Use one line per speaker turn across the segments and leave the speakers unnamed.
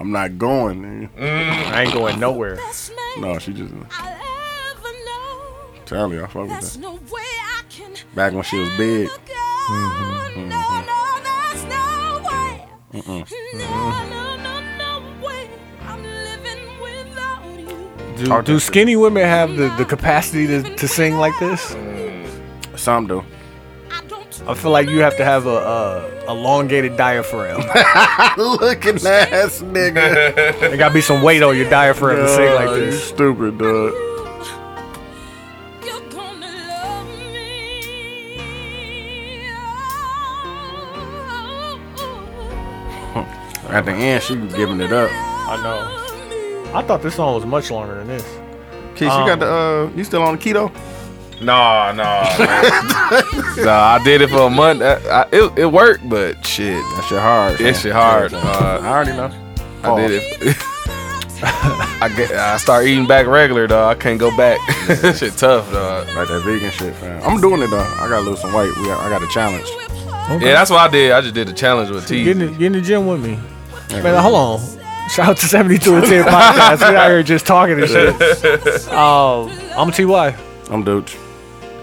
I'm not going. Man.
I ain't going nowhere.
No, she just telling you, I fuck with that.
Back when she was big. Mm-hmm.
Mm-mm.
Do, do skinny women have the, the capacity to, to sing like this?
Mm-hmm.
Some do.
I feel like you have to have a, a elongated diaphragm.
Looking ass nigga.
there gotta be some weight on your diaphragm to sing like
Oh, you
this.
stupid, dude. At the end, she was giving it up.
I know. I thought this song was much longer than this.
Keith, you got the uh, you still on the keto?
No, no.
So I did it for a month. I, I, it, it worked, but shit,
That shit hard.
that
son.
shit hard.
I
Uh,
already know.
I did it. I get. I start eating back regular, though. I can't go back. shit tough, dog.
Like that vegan shit, fam. I'm doing it though. I gotta lose some weight. We got, I got a challenge.
Yeah, that's what I did. I just did the challenge with T.
Get in, the, get in the gym with me. Man, hold on. Shout out to 72 and 10 podcast. We out here just talking and shit. Um, I'm TY.
I'm dude.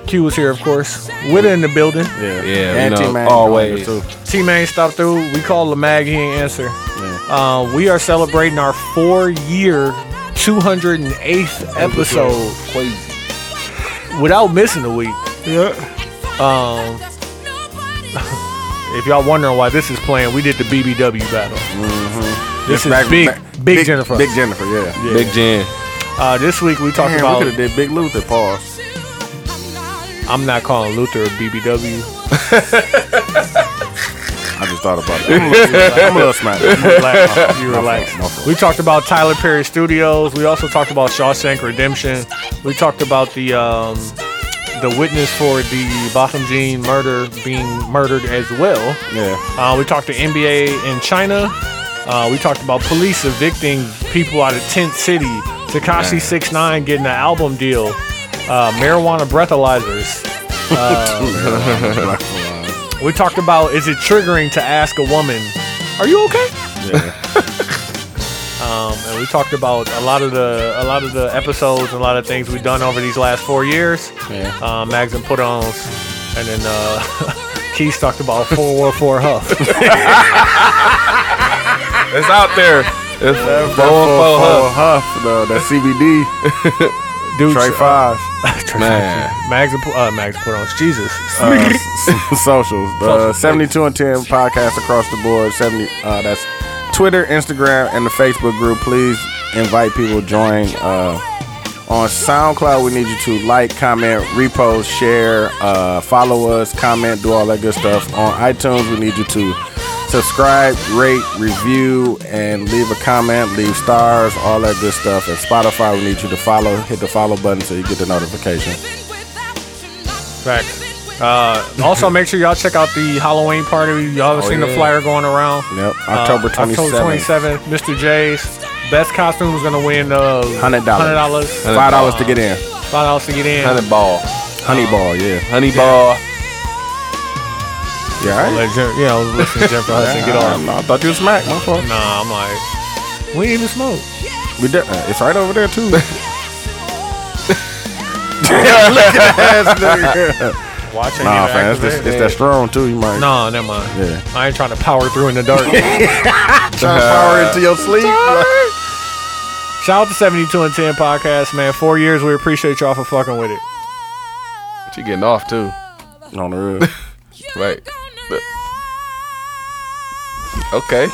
Q was here, of course. Witta in the building.
Yeah.
Yeah, you know,
T-Man
always.
doing it, too.
T Main stopped through. We called the mag. He ain't answer. Uh, we are celebrating our four year, 208th episode
Crazy.
without missing a week.
Um.
If y'all wondering why this is playing, we did the BBW battle. Mm-hmm. This is
Back-
big,
back-
big, Jennifer.
Big Jennifer, yeah.
Yeah.
Big Jen.
Uh, this week we
Damn,
talked
we could
about.
have did Big Luther. Pause.
I'm not calling Luther a BBW.
I just thought about it. I'm a little- I'm a little smacked.
Relax. you
My fault,
relax.
my fault.
We talked about Tyler Perry Studios. We also talked about Shawshank Redemption. We talked about the um, the witness for the Bottom Jean murder being murdered as well.
Yeah.
Uh, we talked to NBA in China. Uh, we talked about police evicting people out of Tent City. Takashi Six Nine getting an album deal. Uh, marijuana breathalyzers. Uh, We talked about is it triggering to ask a woman, "Are you okay?"
yeah.
Um, and we talked about a lot of the a lot of the episodes and a lot of things we've done over these last four years.
Yeah.
Uh, Mags and put ons, and then uh, Keys talked about four war four huff.
It's out there. It's
Oh,
four,
Huff, though, that CBD,
Dude, uh,
Trey Five,
four, man.
Mags and Pu- uh, Mags and put ons. Jesus,
uh, s- socials, the 72 and 10 podcast across the board. 70, uh, that's Twitter, Instagram, and the Facebook group. Please invite people, join. Uh, on SoundCloud, we need you to like, comment, repost, share, uh, follow us, comment, do all that good stuff. On iTunes, we need you to subscribe, rate, review, and leave a comment, leave stars, all that good stuff. And Spotify, we need you to follow, hit the follow button so you get the notification.
Facts. Uh, also, make sure y'all check out the Halloween party. Y'all have seen the
Oh, yeah.
flyer going around.
Yep,
Uh,
October 27th.
October 27th. Mr. J's best costume is gonna win. Uh,
$100.
$100.
Five dollars to get in.
Five dollars to get in.
Honey ball.
Honey ball, yeah.
Honey ball.
Yeah, all right.
Let Jen- yeah, I was listening to Jennifer Hudson get on.
I, I thought you was smack. My fault.
Nah, I'm like, we ain't even smoke.
We did, uh, it's right over there too.
Watch ain't
nah, fam,
even
it's,
activated.
that- it's that strong too. You might
Nah, never mind.
Yeah.
I ain't trying to power through in the dark.
try to power into your sleep.
Shout out to 72 and 10 podcast, man. Four years, we appreciate y'all for fucking with it.
She getting off too.
On the real.
Right. Okay.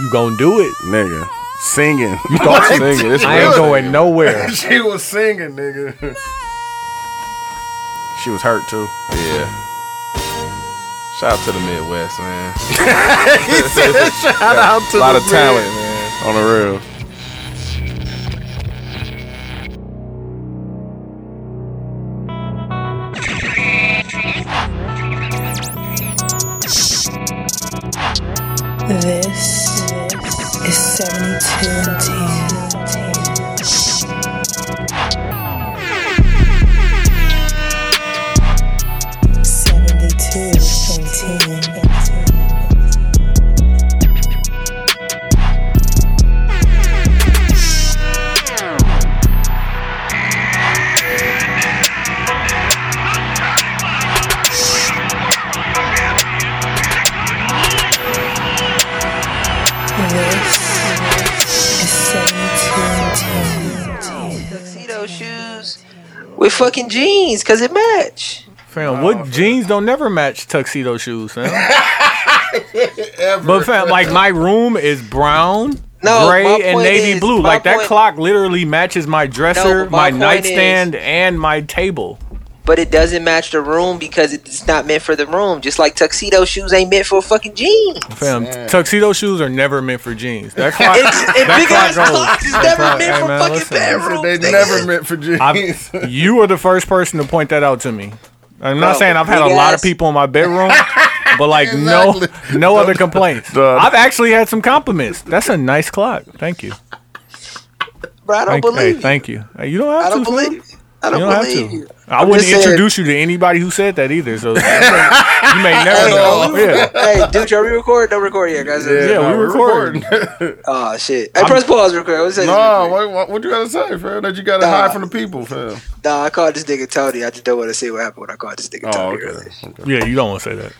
You gonna do it?
nigga. Singing.
Singing. It's
I ain't
real.
going nowhere.
she was singing, nigga. She was hurt too.
Yeah. Shout out to the Midwest, man.
Shout out to
A lot of talent, man.
On the real.
This is 72 and 10.
with fucking jeans because it match.
Fam, what jeans don't never match tuxedo shoes, fam. But fam, like my room is brown,
No, my
gray, and
point
navy
is-
blue.
my
Like that
point-
clock literally matches my dresser,
but my
my,
point
nightstand, and my table.
But it doesn't match the room because it's not meant for the room. Just like tuxedo shoes ain't meant for fucking jeans.
Fam, tuxedo shoes are never meant for jeans. That clock,
It's, and
that
big ass
clock goes.
clocks is
That
never
clock-
meant
hey,
for
man,
fucking
listen.
bedrooms.
They
nigga.
never meant for jeans.
I've, you are the first person to point that out to me. I'm not
Bro,
saying I've had a
big
lot of
ass-
people in my bedroom, but like no,
Exactly.
no other complaints.
Duh.
I've actually had some compliments. That's a nice clock. Thank you.
Bro, I don't
Thank, hey,
believe you.
thank you. Hey, You don't have
I don't
to. fam.
believe you. I
You
don't,
don't have
believe
to.
you.
I
I'm
wouldn't
just saying-
introduce you to anybody who said that either. So you may never
oh,
know. Yeah,
hey, dude, y'all re-record? Don't record yet, guys.
yeah, we recording.
Oh shit. Hey, press pause real quick. What's that?
no, what, what, what you gotta say, fam? That you gotta
Nah.
hide from the people, fam.
Nah, I called this nigga Tony. I just don't want to say what happened when I called this nigga
Oh,
Tony.
okay.
Yeah, you don't want to say that.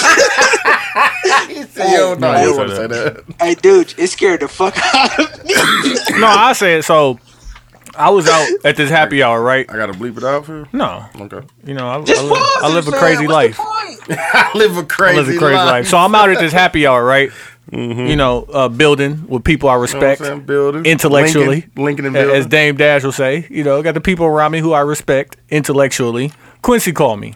Oh,
Yo, no,
you
you
don't
want to
say
say that.
Hey, dude, it scared the fuck out of me.
No, I said so. I was out at this happy hour, right?
I gotta bleep it out, fam.
No,
Okay.
you know, I, I
Just
live,
pause.
I
it,
live a
fam.
crazy
What's
life.
the point?
I live a crazy, Mm-hmm.
I live a crazy life. So I'm out at this happy hour, right? You know, uh, building with people I
You know what I'm
respect
saying? Building.
intellectually,
Lincoln, Lincoln and
a-
building.
as Dame Dash will say. You know, got the people around me who I respect intellectually. Quincy called me,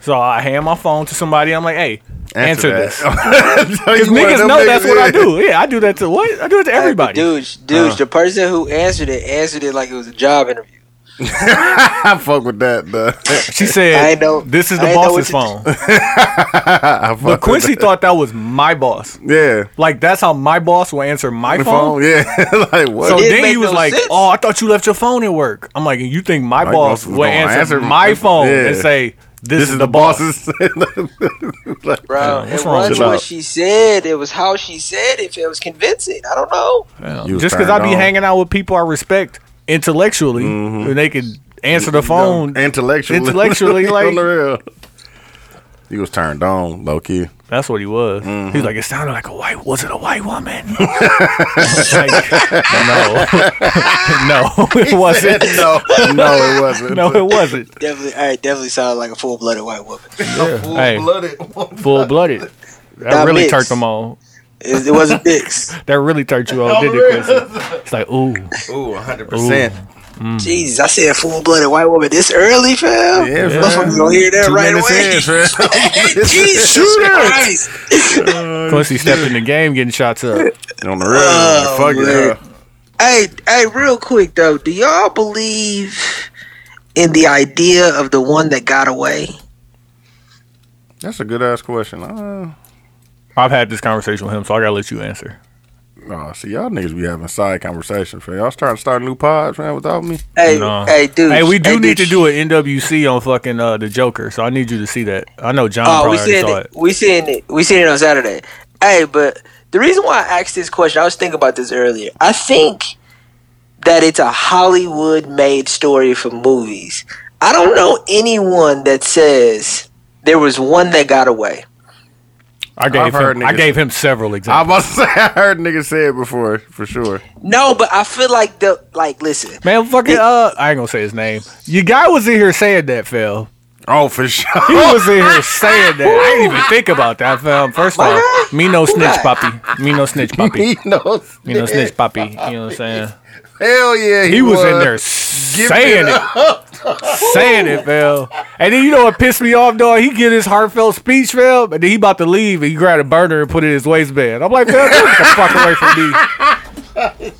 so I hand my phone to somebody. I'm like, "Hey, answer,
Mm-hmm. that.
this."
So you
Because
one of
niggas
them
know that's what I
yeah.
do. Yeah, I do that to what? I do it to everybody. Uh.
Dude, dude, the person who answered it answered it like it was a job interview.
I fuck with that. Duh.
She
I
said,
know-
"This is the
I know
boss's phone."
what
I fuck
But
with
Quincy thought that was my boss.
that. Yeah.
Like that's how my boss will answer my
The
phone.
phone. Yeah. like what?
So
It didn't
then he
make
was
no
like,
sense.
"Oh, I thought you left your phone at work." I'm like, "You think my, boss
boss was
will
gonna
answer,
answer
my
my-
phone
Yeah.
and say this,
this
is,
is
the boss?"
boss's. like,
Bro,
what's
it
wrong
wasn't
with
what
that?
she said. It was how she said it. It was convincing. I don't know.
You was
Just because I
turned
be
on. Mm-hmm.
hanging out with people I respect intellectually, and they could answer the phone.
intellectually.
Intellectually, like-
on the real. He was turned on, low key.
That's what he was.
Mm-hmm.
He's like, it sounded like a white. Was it a white woman? like, no, no, it wasn't.
no, no, it wasn't.
No, it wasn't.
Definitely, I definitely sounded like a full blooded white woman.
Hey, full blooded. That
Not
really
mixed.
turned them on.
It, it wasn't mixed.
That really turned you on, did it, Quincy? It's like, ooh,
Ooh, 100.
Percent.
Jesus, I said full blooded white woman this early, fam.
Yeah, fam.
Motherfuckers gonna hear that
Two
right
minutes in,
away.
fam.
Jesus Christ.
Quincy stepped in the game, getting shots up.
on the real.
Oh,
fuck
man.
it. huh?
Hey, hey, real quick though, do y'all believe in the idea of the one that got away?
That's a good ass question. Uh,
I've had this conversation with him, so I gotta let you answer.
oh, see, y'all niggas be having side conversations, fam. Y'all starting to start new pods, man, without me.
Hey,
No.
hey, dude.
uh, Hey, we do need to
dude.
do an NWC on fucking uh, the Joker, so I need you to see that. I know John
Oh,
probably
we
already
seen
saw
it.
it.
We seen it. We seen it on Saturday. Hey, but the reason why I asked this question, I was thinking about this earlier. I think that it's a Hollywood made story for movies. I don't know anyone that says there was one that got away.
I
I've
gave
heard
him. I
niggas-
gave him several examples.
I was about to say, I heard niggas say it before, for sure.
No, but I feel like the like listen.
Man, fucking uh, I ain't gonna say his name. Your guy was in here saying that, Phil.
Oh, for sure.
He was in here saying that. I didn't even think about that, Phil. First of all, me no snitch,
that?
puppy. Me no snitch, puppy.
he knows.
Me no snitch, puppy. You know what I'm saying?
Hell yeah,
He was in there saying it, saying it, Phil. And then you know what pissed me off, dog? He give his heartfelt speech, Phil, and then he about to leave, and he grabbed a burner and put it in his waistband. I'm like, Phil, get the fuck away from me.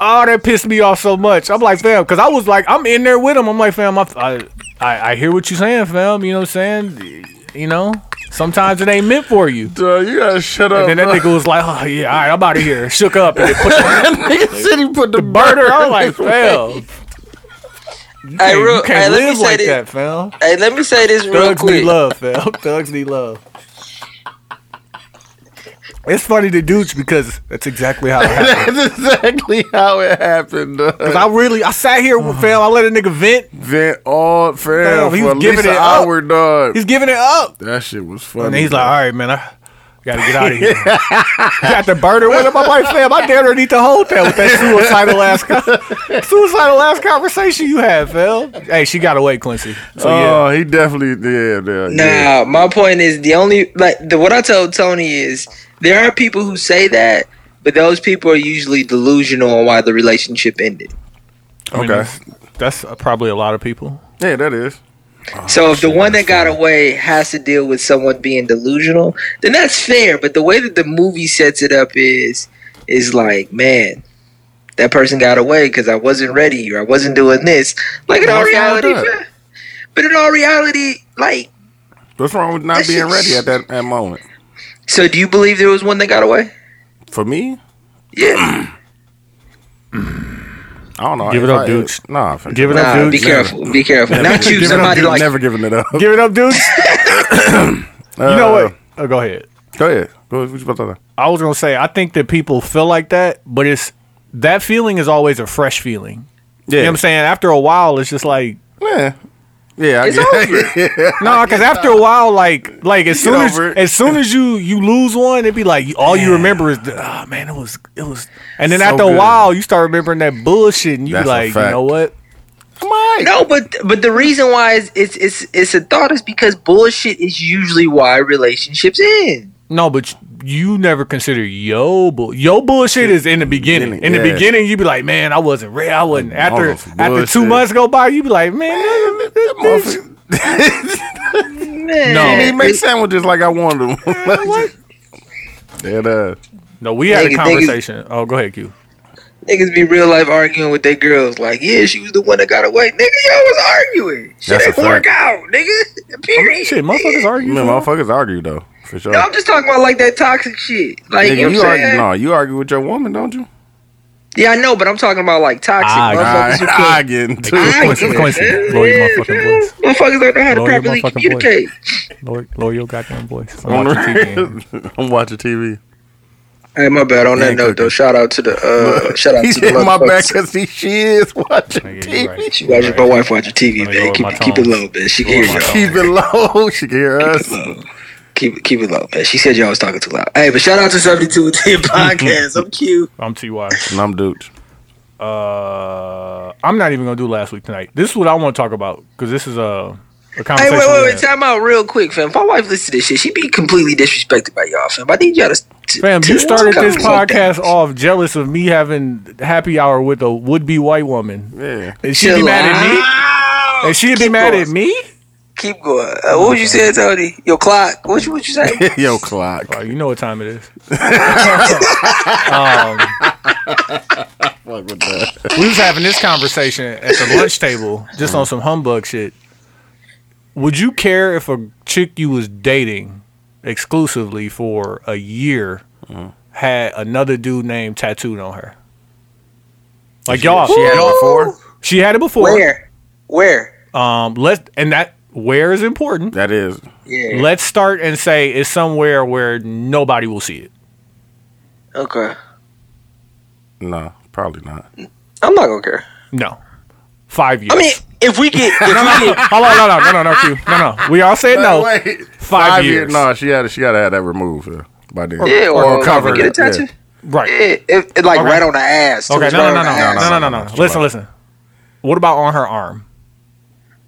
Oh, that pissed me off so much. I'm like, fam, because I was like, I'm in there with him. I'm like, fam, I, I, I I hear what you're saying, fam. You know what I'm saying? You know, sometimes it ain't meant for you.
Dude, you gotta shut up.
And then that nigga was like, oh, yeah, all right, I'm out of here. Shook up and then put the
nigga said he put the
burner. I'm like, fam.
Hey,
Hey,
real,
you can't
hey, let me
live
say
like
this.
that, fam.
Hey, let me say this real
Thugs
quick.
need love, fam. Thugs need love. It's funny to Dooch because that's exactly how it happened.
That's exactly how it happened.
Cause I really, I sat here with fam. I let a nigga vent.
Vent all for
Damn,
him
he
for
was
at
giving
least an
it up.
hour, dog.
He's giving it up,
That shit was funny.
and he's like, "All right, man, I, Gotta get out of here. Got the burner with him. I'm like, fam, I damn near need to hold that with that suicidal ass, con- suicidal ass conversation you had, Phil. Hey, she got away, Quincy. So yeah,
oh, he definitely did. Yeah, yeah.
Nah, my point is the only like the, what I told Tony is there are people who say that, but those people are usually delusional on why the relationship ended.
Oh,
Okay.
that's uh, probably a lot of people.
Yeah, that is.
so if the one that got away has to deal with someone being delusional, then that's fair. But the way that the movie sets it up is is like, man, that person got away because I wasn't ready or I wasn't doing this. Like in all
What's wrong with
reality,
that?
man, but in all reality, like,
What's wrong with not being ready at that, that moment?
so do you believe there was one that got away?
For me,
Yeah.
I don't know.
Give it
If
up,
I-
dudes.
Nah, for-
Give it up,
Nah,
dude.
be careful. Be careful. Not you.
Give it up,
Somebody
dudes.
like
never giving it up.
Give it up, dudes. you know what? Oh, go ahead.
Go ahead. Go ahead. What you about to say?
I was gonna say I think that people feel like that, but it's that feeling is always a fresh feeling.
Yeah.
You know what I'm saying? After a while, it's just like
Yeah. Yeah, I
It's
get
no, because after a while, like like as soon as
over it.
as soon as you you lose one, it'd be like all you remember is the, oh man, it was it was, and then
So
after a
good.
while, you start remembering that bullshit, and you be
That's a
like, you
fact.
know what?
No, but but the reason why is it's it's it's a thought is because bullshit is usually why relationships end.
No, but you never consider yo bull. Yo bullshit is in the beginning. In the
Yeah.
beginning, you be like, man, I wasn't ready. I wasn't. After
on some
after two
bullshit.
months go by, you be like, man, this- this bitch-
it.
No.
He make sandwiches like I wanted them. and uh,
no, we had a
Nigga, nigga-
conversation. Oh, go ahead, Q.
Niggas be real life arguing with their girls like, yeah, she was the one that got away. Nigga, y'all was arguing. Shit
That's a
didn't work
fact.
out, nigga. Period.
Shit, motherfuckers
you
argue.
know,
for-
motherfuckers argue though, for sure.
No, I'm just talking about like that toxic shit.
Nigga,
Like you, know
you
what I'm
argue.
saying?
No, you argue with your woman, don't you?
Yeah, I know, but I'm talking about like toxic
Ah,
motherfuckers. who can't-
I, I get into
I
it.
Quincy,
get
Quincy,
it.
lower your
Yeah,
motherfucking voice.
Motherfuckers don't know how to
Lower your
properly
motherfucking voice.
communicate.
Lower, lower your goddamn voice. I'm
I'm
watching TV.
watching, I'm watching TV.
Hey, my bad. On that
ain't
note, though,
cooking.
shout out to the uh, shout out
He's
to the
in my back
motherfuckers.
because he she is watching
Yeah, you
TV.
right.
She watches my wife watching TV,
Let me
man.
lower
Keep,
my
keep it
tone.
low, man. She can hear y'all.
Keep it low. She can hear us.
Keep it, keep it low, man. She said y'all was talking too loud. Hey, but shout out to 72 and 10 Podcast. I'm cute.
I'm TY.
And I'm Dooch.
Uh, I'm not even gonna do last week tonight. This is what I want to talk about because this is a, a
Hey,
conversation.
wait,
we
wait, wait.
had.
Time out real quick, fam. If my wife listens to this shit, she be completely disrespected by y'all, fam. I need y'all to. to
Fam,
to-
you started
to-
this podcast off jealous of me having happy hour with a would be white woman.
Yeah.
And she'd be
Chill
mad at me?
out.
And she'd be
Keep
mad
going.
at me?
Keep going. Uh, what was you saying, Tony? Your clock. What you what you say?
Yo, clock.
Oh, you know what time it is.
Fuck with that.
We was having this conversation at the lunch table, just on some humbug shit. Would you care if a chick you was dating exclusively for a year
Mm-hmm.
had another dude named tattooed on her? Like y'all,
She had it before.
she had it before.
Where? Where?
Um, let and that where is important.
That is.
Yeah.
Let's start and say it's somewhere where nobody will see it.
Okay.
No, probably not.
I'm not gonna care.
No, five years.
I mean, if we get, if we get
Hold on, no, no, no, no, no, Q. no, no. We all said no.
Wait.
Five years.
No, she had. She gotta have that removed uh, by then.
yeah, or,
Or
if we
covered
get a
it, yeah.
tattoo.
Right.
Yeah, it, it, like
Okay.
right on the ass. too.
Okay,
It's
no,
right
no, no,
on
no,
the ass.
no, no, no, no, no. Listen, listen. What about on her arm?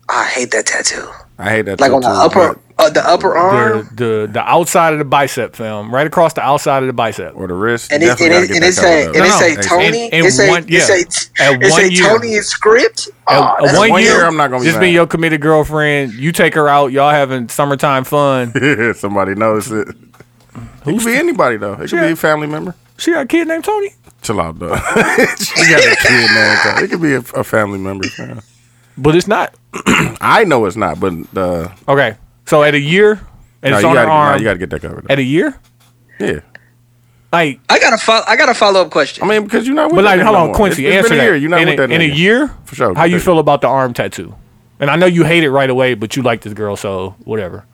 I hate that tattoo.
I hate that.
Like on the
tattoo,
upper, uh, the upper arm,
The the the outside of the bicep, film, right across the outside of the bicep.
but- or the wrist.
and it and
Definitely
it, and it
gotta
say and
get
it
No,
say
no.
Tony,
In- in
it say
one- yeah.
it say
At
it say
one year.
Tony is script. Oh,
A- a
that's
one,
one
year,
year, I'm not gonna be
Just
mad.
being your committed girlfriend, you take her out, y'all having summertime fun.
that covered up. Somebody knows it. It could be anybody though. It could be a family member.
She got a kid named Tony.
Chill out, though. she got a kid named. Tony. It could be a, a family member. yeah.
But it's not.
I know it's not, but uh,
Okay. So at a year, and
no,
it's
you
on her
gotta, no,
arm.
you got to get that covered. Up.
at a year?
Yeah,
Like
I got a follow. I got a follow up question.
I mean because you're not. With
But
that nigga
like, hold
no
on,
more.
Quincy,
It's- it's
answer
been a
that.
year. You're not
in
with
a,
that
in a
nigga.
year,
For sure.
How you
Thank
feel about the arm tattoo? And I know you hate it right away, but you like this girl, so whatever.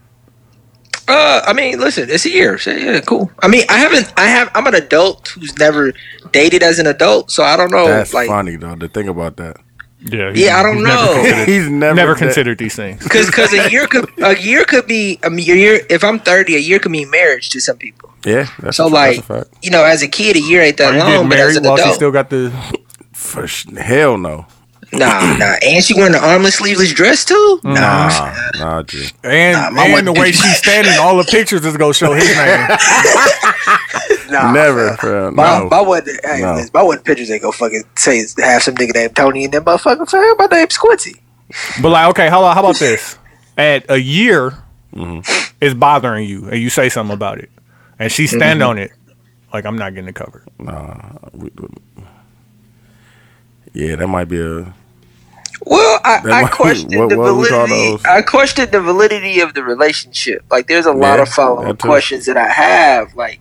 Uh, I mean, listen, it's a year. So yeah, cool. I mean, I haven't. I have. I'm an adult who's never dated as an adult, so I don't know.
That's
like,
funny though. To think about that.
Yeah,
yeah, I don't know.
He's never
Never
that-
considered these things.
Because a year could a year could be a year. If I'm 30, a year could mean marriage to some people.
Yeah. That's
So
a,
like,
that's a fact.
you know, as a kid, a year ain't that
Are you
long.
getting
But as
married
an
while she
adult,
still got the?
For sh- hell no.
nah, nah. And she wearing an armless, sleeveless dress too.
Mm-hmm.
Nah,
Nah, nah, G.
And,
my
and the
wife-
way she's standing, all the pictures is gonna show his name.
nah.
Never. Bro,
My,
no.
my one, hey,
No.
listen, my one pictures ain't gonna fucking say have some nigga named Tony in that motherfucker. fam. My name's Quincy.
But like, okay, how, how about this? At a year,
Mm-hmm.
it's bothering you, and you say something about it, and she stand
Mm-hmm.
on it. Like I'm not getting it covered.
We- we- Yeah, that might be a.
Well, I,
That
I
might-
questioned
what-
the
what we call those?
validity. I questioned the validity of the relationship. Like, there's a lot
Yeah,
of follow up
that too.
questions that I have. Like,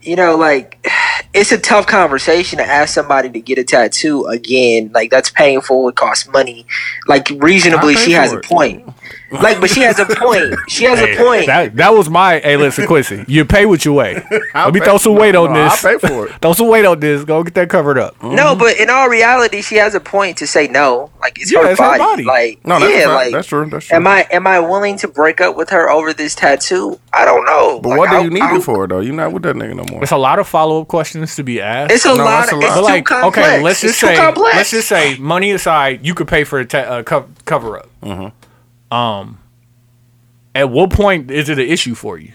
you know, like it's a tough conversation to ask somebody to get a tattoo again. Like, that's painful. It costs money. Like, reasonably, she has a point. Like, but she has a point. She has a point.
That that was my hey, listen, Quincy. You pay what you weigh. Let me throw some weight on
No,
this.
I'll pay for it.
Throw some weight on this. Go get that covered up.
No, but in all reality, she has a point to say no. Like, it's
Yeah,
her
it's her
body.
body.
Like,
No, that's,
yeah,
not-
like
that's true. That's true.
Am I am I willing to break up with her over this tattoo? I don't know.
but
Like,
what do
I-
you need
I-
it for, though? You're not with that nigga no more.
It's a lot of follow up questions to be asked.
It's a
No,
lot.
that's a
It's
lot.
too
but like,
complex.
okay, let's
It's
just
too
say,
complex.
let's just say, money aside, you could pay for a ta- uh, co- cover up. Um,
Mm-hmm.
at what point is it an issue for you?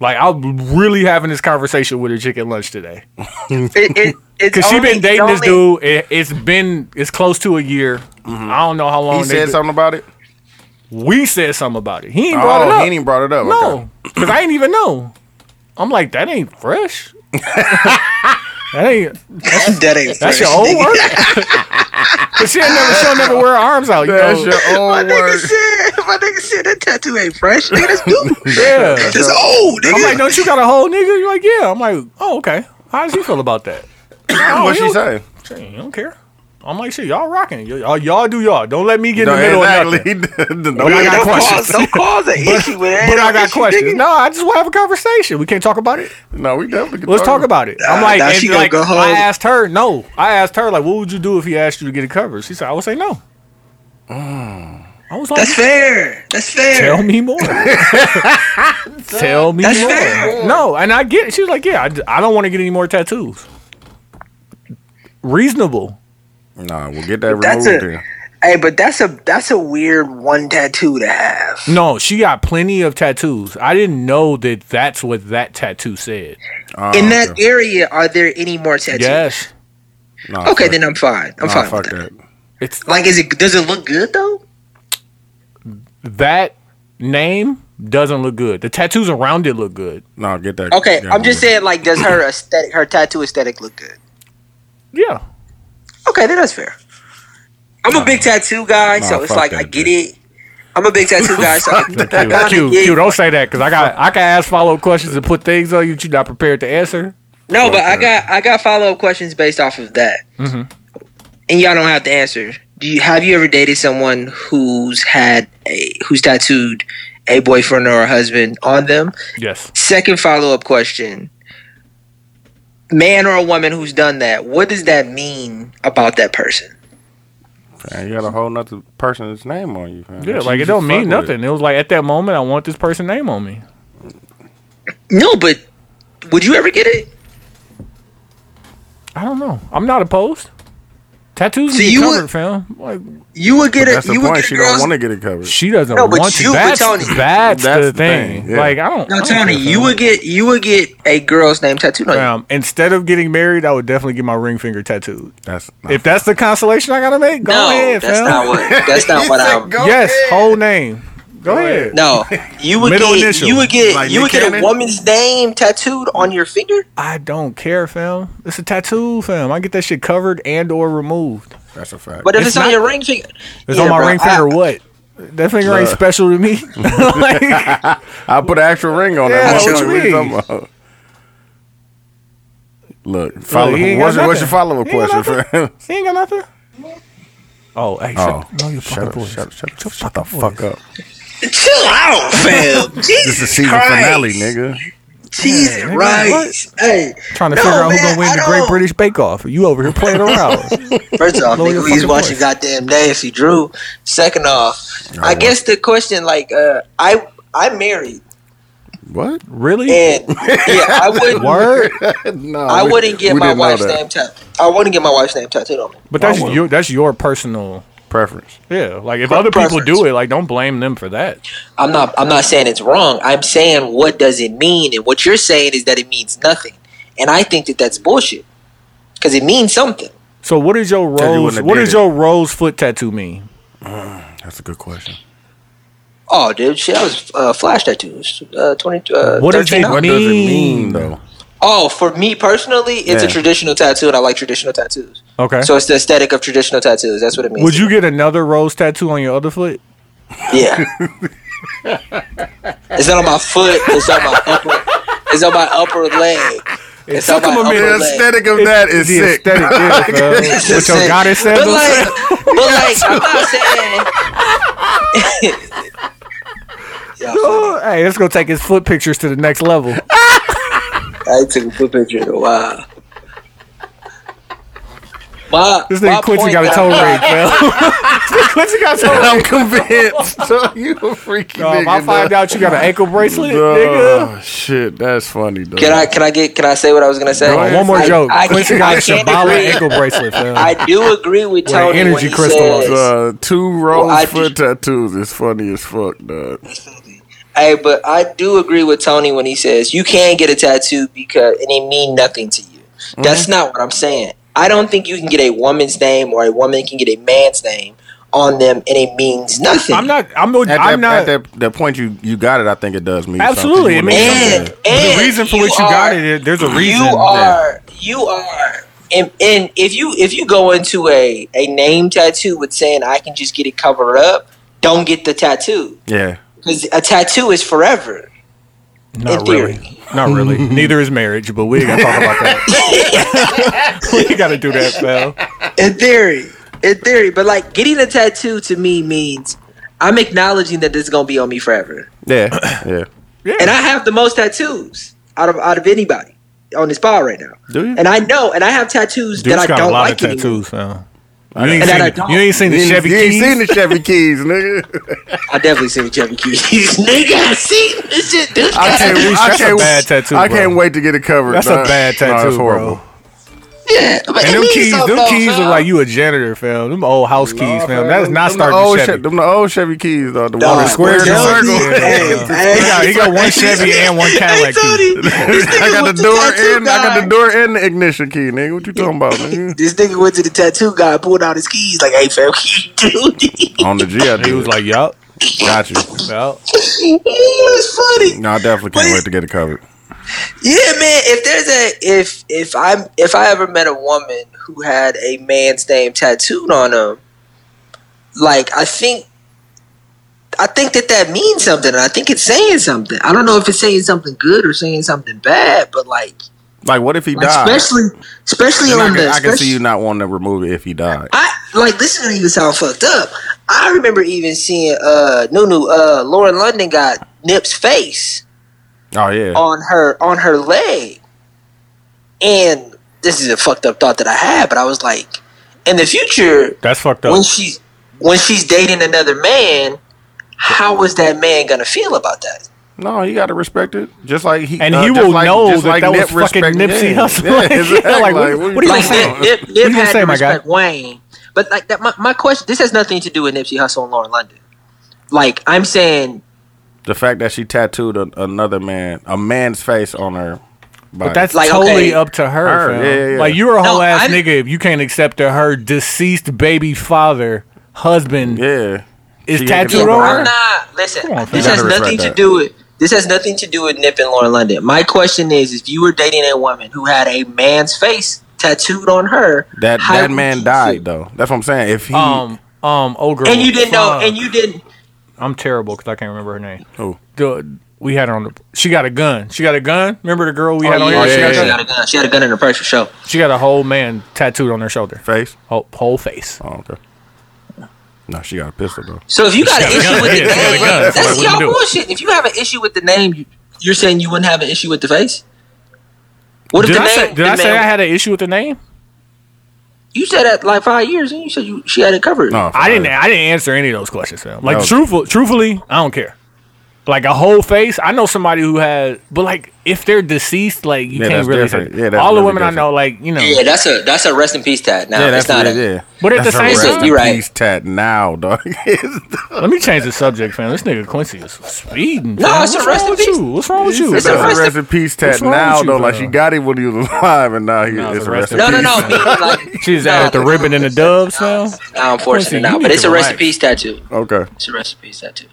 Like, I'm really having this conversation with a chick at lunch today
It, it, it's
because she
only-
been dating
it's
this
only-
dude. It, it's been it's close to a year.
Mm-hmm.
I don't know how long.
He
they
said
been-
something about it.
We said something about it. He ain't brought
Oh,
it up.
he ain't even brought it up. Okay.
No, because I didn't even know. I'm like, that ain't fresh. that ain't.
that
That's
ain't fresh,
your old
nigga.
work. Cause she ain't never she'll never wear her arms out. You
That's
know?
your
My
old
nigga
word.
said, my nigga said that tattoo ain't fresh. Nigga, that's new.
yeah.
That's old,
I'm like,
nigga.
don't you got a whole nigga? You're like, yeah. I'm like, oh okay. How does he feel about that?
What she say?
Shit, you don't care. I'm like, shit, y'all rocking. Y'all, y'all do y'all. Don't let me get in
No,
the middle of nothing.
exactly. The- the-
I got
don't
questions.
cause don't cause an issue with that.
But I got
issue,
questions.
nigga.
No, I just want to have a conversation. We can't talk about it.
No, we definitely. can
Let's talk about it. I'm
Nah,
like,
nah,
and
she gonna
like
go home.
I asked her, no. I asked her, like, what would you do if he asked you to get it covered? She said, I would say no. I was like,
Mm. That's fair. That's fair.
Tell me more. Tell me
That's
more.
fair.
No, and I get it. She was like, yeah, I, d- I don't want to get any more tattoos. Reasonable.
Nah, we'll get that removed.
That's
Then.
a hey, but that's a that's a weird one tattoo to have.
No, she got plenty of tattoos. I didn't know that that's what that tattoo said.
Oh,
In that
okay.
area, are there any more tattoos?
Yes.
Nah,
Okay,
fuck-
then I'm fine. I'm
nah,
fine.
fuck
with that.
that.
It's
Like, is it? Does it look good though?
that name doesn't look good. The tattoos around it look good.
No, get that.
Okay,
get
I'm just
rid
saying. Like, does her aesthetic, her tattoo aesthetic, look good?
Yeah.
Okay, then that's fair. I'm a big tattoo guy,
Nah,
so it's
fuck
like I
that,
get
dude.
it. I'm a big tattoo guy, so I
Q,
kinda
Q,
get-
Q, don't say that because I got I can ask follow up questions and put things on you that you're not prepared to answer.
no, but I got I got follow up questions based off of that, and y'all don't have to answer. Do you have you ever dated someone who's had a who's tattooed a boyfriend or a husband on them?
Yes.
Second follow up question. Man or a woman who's done that, what does that mean about that person?
it. Man, you got a whole nother person's name on you. Man.
Yeah,
You
like it
just
don't
fuck
mean
with it.
nothing. It was like at that moment I want this person name on me.
No, but would you ever get it?
I don't know. I'm not opposed. Tattoos
So
need
you
covered,
would-
fam. Like
You would get
That's
it.
the
You would
point.
get
She
a
don't
girl's.
want to get it covered.
she doesn't
No, but
want to.
you- but
That's,
Tony-
That's
that's,
the
the thing.
thing, yeah.
Like I don't.
No,
I don't
Tony,
care, fam.
you would get you would get a girl's name tattooed on you.
Fam, instead of getting married, I would definitely get my ring finger tattooed.
That's nah,
If that's the consolation I gotta make, go
no,
ahead,
that's
fam.
not what. That's not what I'm.
yes, whole name. Go, ahead.
No, you would
Middle
get
initial.
you would get
Like
you would
Nick
get a
Cannon?
woman's name tattooed on your finger.
I don't care, fam. It's a tattoo, fam. I get that shit covered and or removed.
that's a fact.
But if
It's
it's, on
not-
your ring finger,
It's
Yeah,
on my
bro,
ring finger.
I-
what? That finger ain't
Look.
special to me. like,
I put an actual ring on
Yeah,
that.
what
motherfucker.
you
What you
mean?
talking about? Look, follow.
he ain't got
what's, your, what's
nothing.
your follow-up
He ain't got
question, fam?
you ain't got nothing. Oh, hey,
Oh,
shut, no, your
shut,
fucking
up,
voice.
shut up! Shut up! Shut the fuck up!
chill out, fam.
This is
Jesus
the season
Christ.
finale, nigga.
Jesus
nigga,
Christ. Hey,
Trying to
No,
figure out who's
man,
gonna win
I
the Great
don't-
British Bake Off. You over here playing around.
First off,
Blow your
nigga, please
fucking
watch your
voice.
goddamn Nancy Drew. Second off, I
well.
guess the question, like, uh, I I married.
What?
Really?
And yeah, I wouldn't.
Word.
no,
I
we-
wouldn't get
we
my
didn't know
wife's
that.
name tattooed. I wouldn't get my wife's name tattooed on me.
But that's
I would.
your that's your personal.
Preference.
Yeah, like if other people do it, like don't blame them for that.
I'm not. I'm not saying it's wrong. I'm saying what does it mean, and what you're saying is that it means nothing, and I think that that's bullshit because it means something.
So what is your
you
rose?
wouldn't have
What
did
does
it.
your rose foot tattoo mean?
That's a good question.
Oh, dude, shit, I was uh, flash tattoos. Uh, Twenty. Uh,
What does it
13
What does it mean
mean?
though?
Oh, for me personally, it's a
Yeah.
traditional tattoo, and I like traditional tattoos.
Okay.
So it's the aesthetic of traditional tattoos. That's what it means.
Would you get another rose tattoo on your other foot?
Yeah. it's not on my foot. It's on my upper. It's on my upper leg. It's
took
on
him a
my
The
upper leg.
aesthetic of that is
the
sick.
aesthetic. yeah, bro. With
It's
your
sick.
goddess sandals.
But like, but like, I'm not saying. Y'all funny.
Oh, hey, let's go take his foot pictures to the next level.
I took a foot picture in a while. My,
This
my
nigga Quincy
point
got a
that
toe
I'm not-
ring, bro. Quincy got a toe ring.
I'm convinced. So you a freaky
Dog,
nigga.
if I find
dog.
out you got an ankle bracelet, nigga.
Dog, Shit, that's funny though.
Can I can I get can I say what I was gonna say?
Go
Oh, one more
I-
joke.
I,
Quincy got a
I can't
Shambhala
agree.
ankle bracelet, fam.
I do agree with
an
Tony
energy
when he
crystal on
says,
Uh, two rose
Well, I
foot
just-
tattoos is funny as fuck, dog.
Hey, but I do agree with Tony when he says you can get a tattoo because and it mean nothing to you.
Mm-hmm.
That's not what I'm saying. I don't think you can get a woman's name or a woman can get a man's name on them and it means nothing.
I'm not. I'm. no-
At, that,
I'm not.
at that, that point, you you got it. I think it does mean
Absolutely, it
Something.
means
Yeah.
and, and
the reason for which you got it, it, there's a reason.
You are you are and, and if you if you go into a, a name tattoo with saying I can just get it covered up, don't get the tattoo.
Yeah,
Because a tattoo is forever.
Not
in theory.
really. Not really. Neither is marriage, but we ain't gotta talk about that. we gotta do that, fam.
In theory. In theory. But like getting a tattoo to me means I'm acknowledging that this is gonna be on me forever.
yeah, yeah.
And I have the most tattoos out of out of anybody on this pod right now.
Do you?
And I know and I have tattoos
Dude's
that I
got
don't
a lot
like
of
anymore.
tattoos, fam. You ain't,
And
seen
that I
the,
don't.
you ain't seen
You
the
ain't-
Chevy
you ain't
Keys.
seen the Chevy Keys, nigga.
I definitely seen Chevy Keys. Nigga, I seen this shit. This
I
guy-
can't.
That's a-
I
that's a
can't,
bad tattoo,
I
bro.
can't wait to get it covered.
That's
dog.
a bad
No,
tattoo,
it's horrible.
bro.
Yeah, but it
And them
means
keys,
something
them
though,
keys
fam.
are like you a janitor, fam. Them old house keys, fam. That is not
Them the old
starting
Che-
Chevy.
Them the old Chevy Keys, though. The
Dog,
one square
Square
and
Chevy.
circle.
Yeah.
Hey,
He got- he got one Chevy and one
Hey,
Cadillac key.
Tony, this nigga
I got the
went to
door
tattoo
and I got
guy.
the door and the ignition key, nigga. What you talking about, nigga?
This nigga went to the tattoo guy, pulled out his keys, like, "Hey, fam, can you do these?"
On the G, I
He
do.
was like, yup,
got you.
yup.
it's funny.
No, I definitely can't wait to get it covered.
Yeah, man. If there's a if if I'm if I ever met a woman who had a man's name tattooed on them, like I think. I think that that means something, and I think it's saying something. I don't know if it's saying something good or saying something bad, but like,
Like, what if he
like
died?
especially, especially
And I
on
can,
the.
I can see
especially-
you not wanting to remove it if he died.
I like this doesn't even sound fucked up. I remember even seeing uh Nunu uh Lauren London got Nip's face
Oh yeah,
on her on her leg. And this is a fucked up thought that I had, but I was like, in the future,
That's fucked
when
up.
she's when she's dating another man, how is that man gonna feel about that?
no, you gotta respect it. Just like he
And
uh,
he
just
will
like-
know
just
that
like
that was
Nip
fucking
respect-
Nipsey
yeah,
Hussle.
yeah,
Like,
exactly.
like, what-
what
what are
talking
you
Like
gonna
about?
say?
Nip, Nip,
you
Nip
gonna
had
say,
to
my guy?
respect Wayne, but like that. My, my question: This has nothing to do with Nipsey Hussle and Lauren London. Like I'm saying,
The fact that she tattooed a, another man, a man's face on her. Body.
But that's
Like,
totally
okay.
up to her.
Her,
fam.
yeah, yeah.
Like you're a
No,
whole ass
I'm-
nigga if you can't accept that her deceased baby father, husband
yeah.
is
She ain't
tattooed
gonna-
on
I'm
her.
not. Listen,
Come on, fam.
this
You
has
gotta
nothing
respect
to
that.
do with this has nothing to do with Nip and Lauren London. My question is, if you were dating a woman who had a man's face tattooed on her,
That
how
that
would
man
you feel?
died though. That's what I'm saying. If he
Um, um, old girl.
and you didn't know, and
Fuck.
you didn't.
I'm terrible because I can't remember her name.
Who?
The- we had her on the. She got a gun. She got a gun. Remember the girl we had on
Oh,
here?
yeah,
she, got
she
a gun?
got a gun. She had a gun in her purse for sure.
she got a whole man tattooed on her shoulder,
face.
whole, whole face.
Oh okay. No, she got a pistol though.
So if you got an
got a
issue
gun.
with the
Yeah, she got a
name,
gun. That's
that's
what we
y'all
do.
bullshit. If you have an issue with the name, you- you're saying you wouldn't have an issue with the face. What if
Did
the
I
name?
say? Did
the
I say
man-
I had an issue with the name?
you said that like five years, and you said you
Oh.
she had it covered.
No,
I didn't. I didn't answer any of those questions, fam. Like
No.
truthful, truthfully, I don't care. Like a whole face. I know somebody who had, but like if they're deceased, like you
Yeah,
can't
that's
really.
different.
say-
Yeah, that's
all the
really
women
different.
I know, like you know,
Yeah, that's a that's a rest in peace tat. Now
Yeah,
it's
that's
not
what
a
it is.
But at
That's
the
a
same
rest
time-
in
You right.
peace tat now, dog.
Let me change the subject, fam. This nigga Quincy is speeding.
No,
fam.
it's a
What's
rest
wrong
in
with
peace.
you? What's wrong with you?
That's
It's
a
a
fam?
rest
rest in peace tat
What's wrong
now,
with you,
though. Like she
bro?
got him when he was alive, and now he
No,
it's a rest in
No,
peace.
no, no. meaning like,
She's
no,
out the ribbon and the doves now.
Nah, unfortunately
Quincy, you
not. But
need
it's
to
a rest in
relax.
peace tattoo.
Okay.
It's a rest in peace tattoo.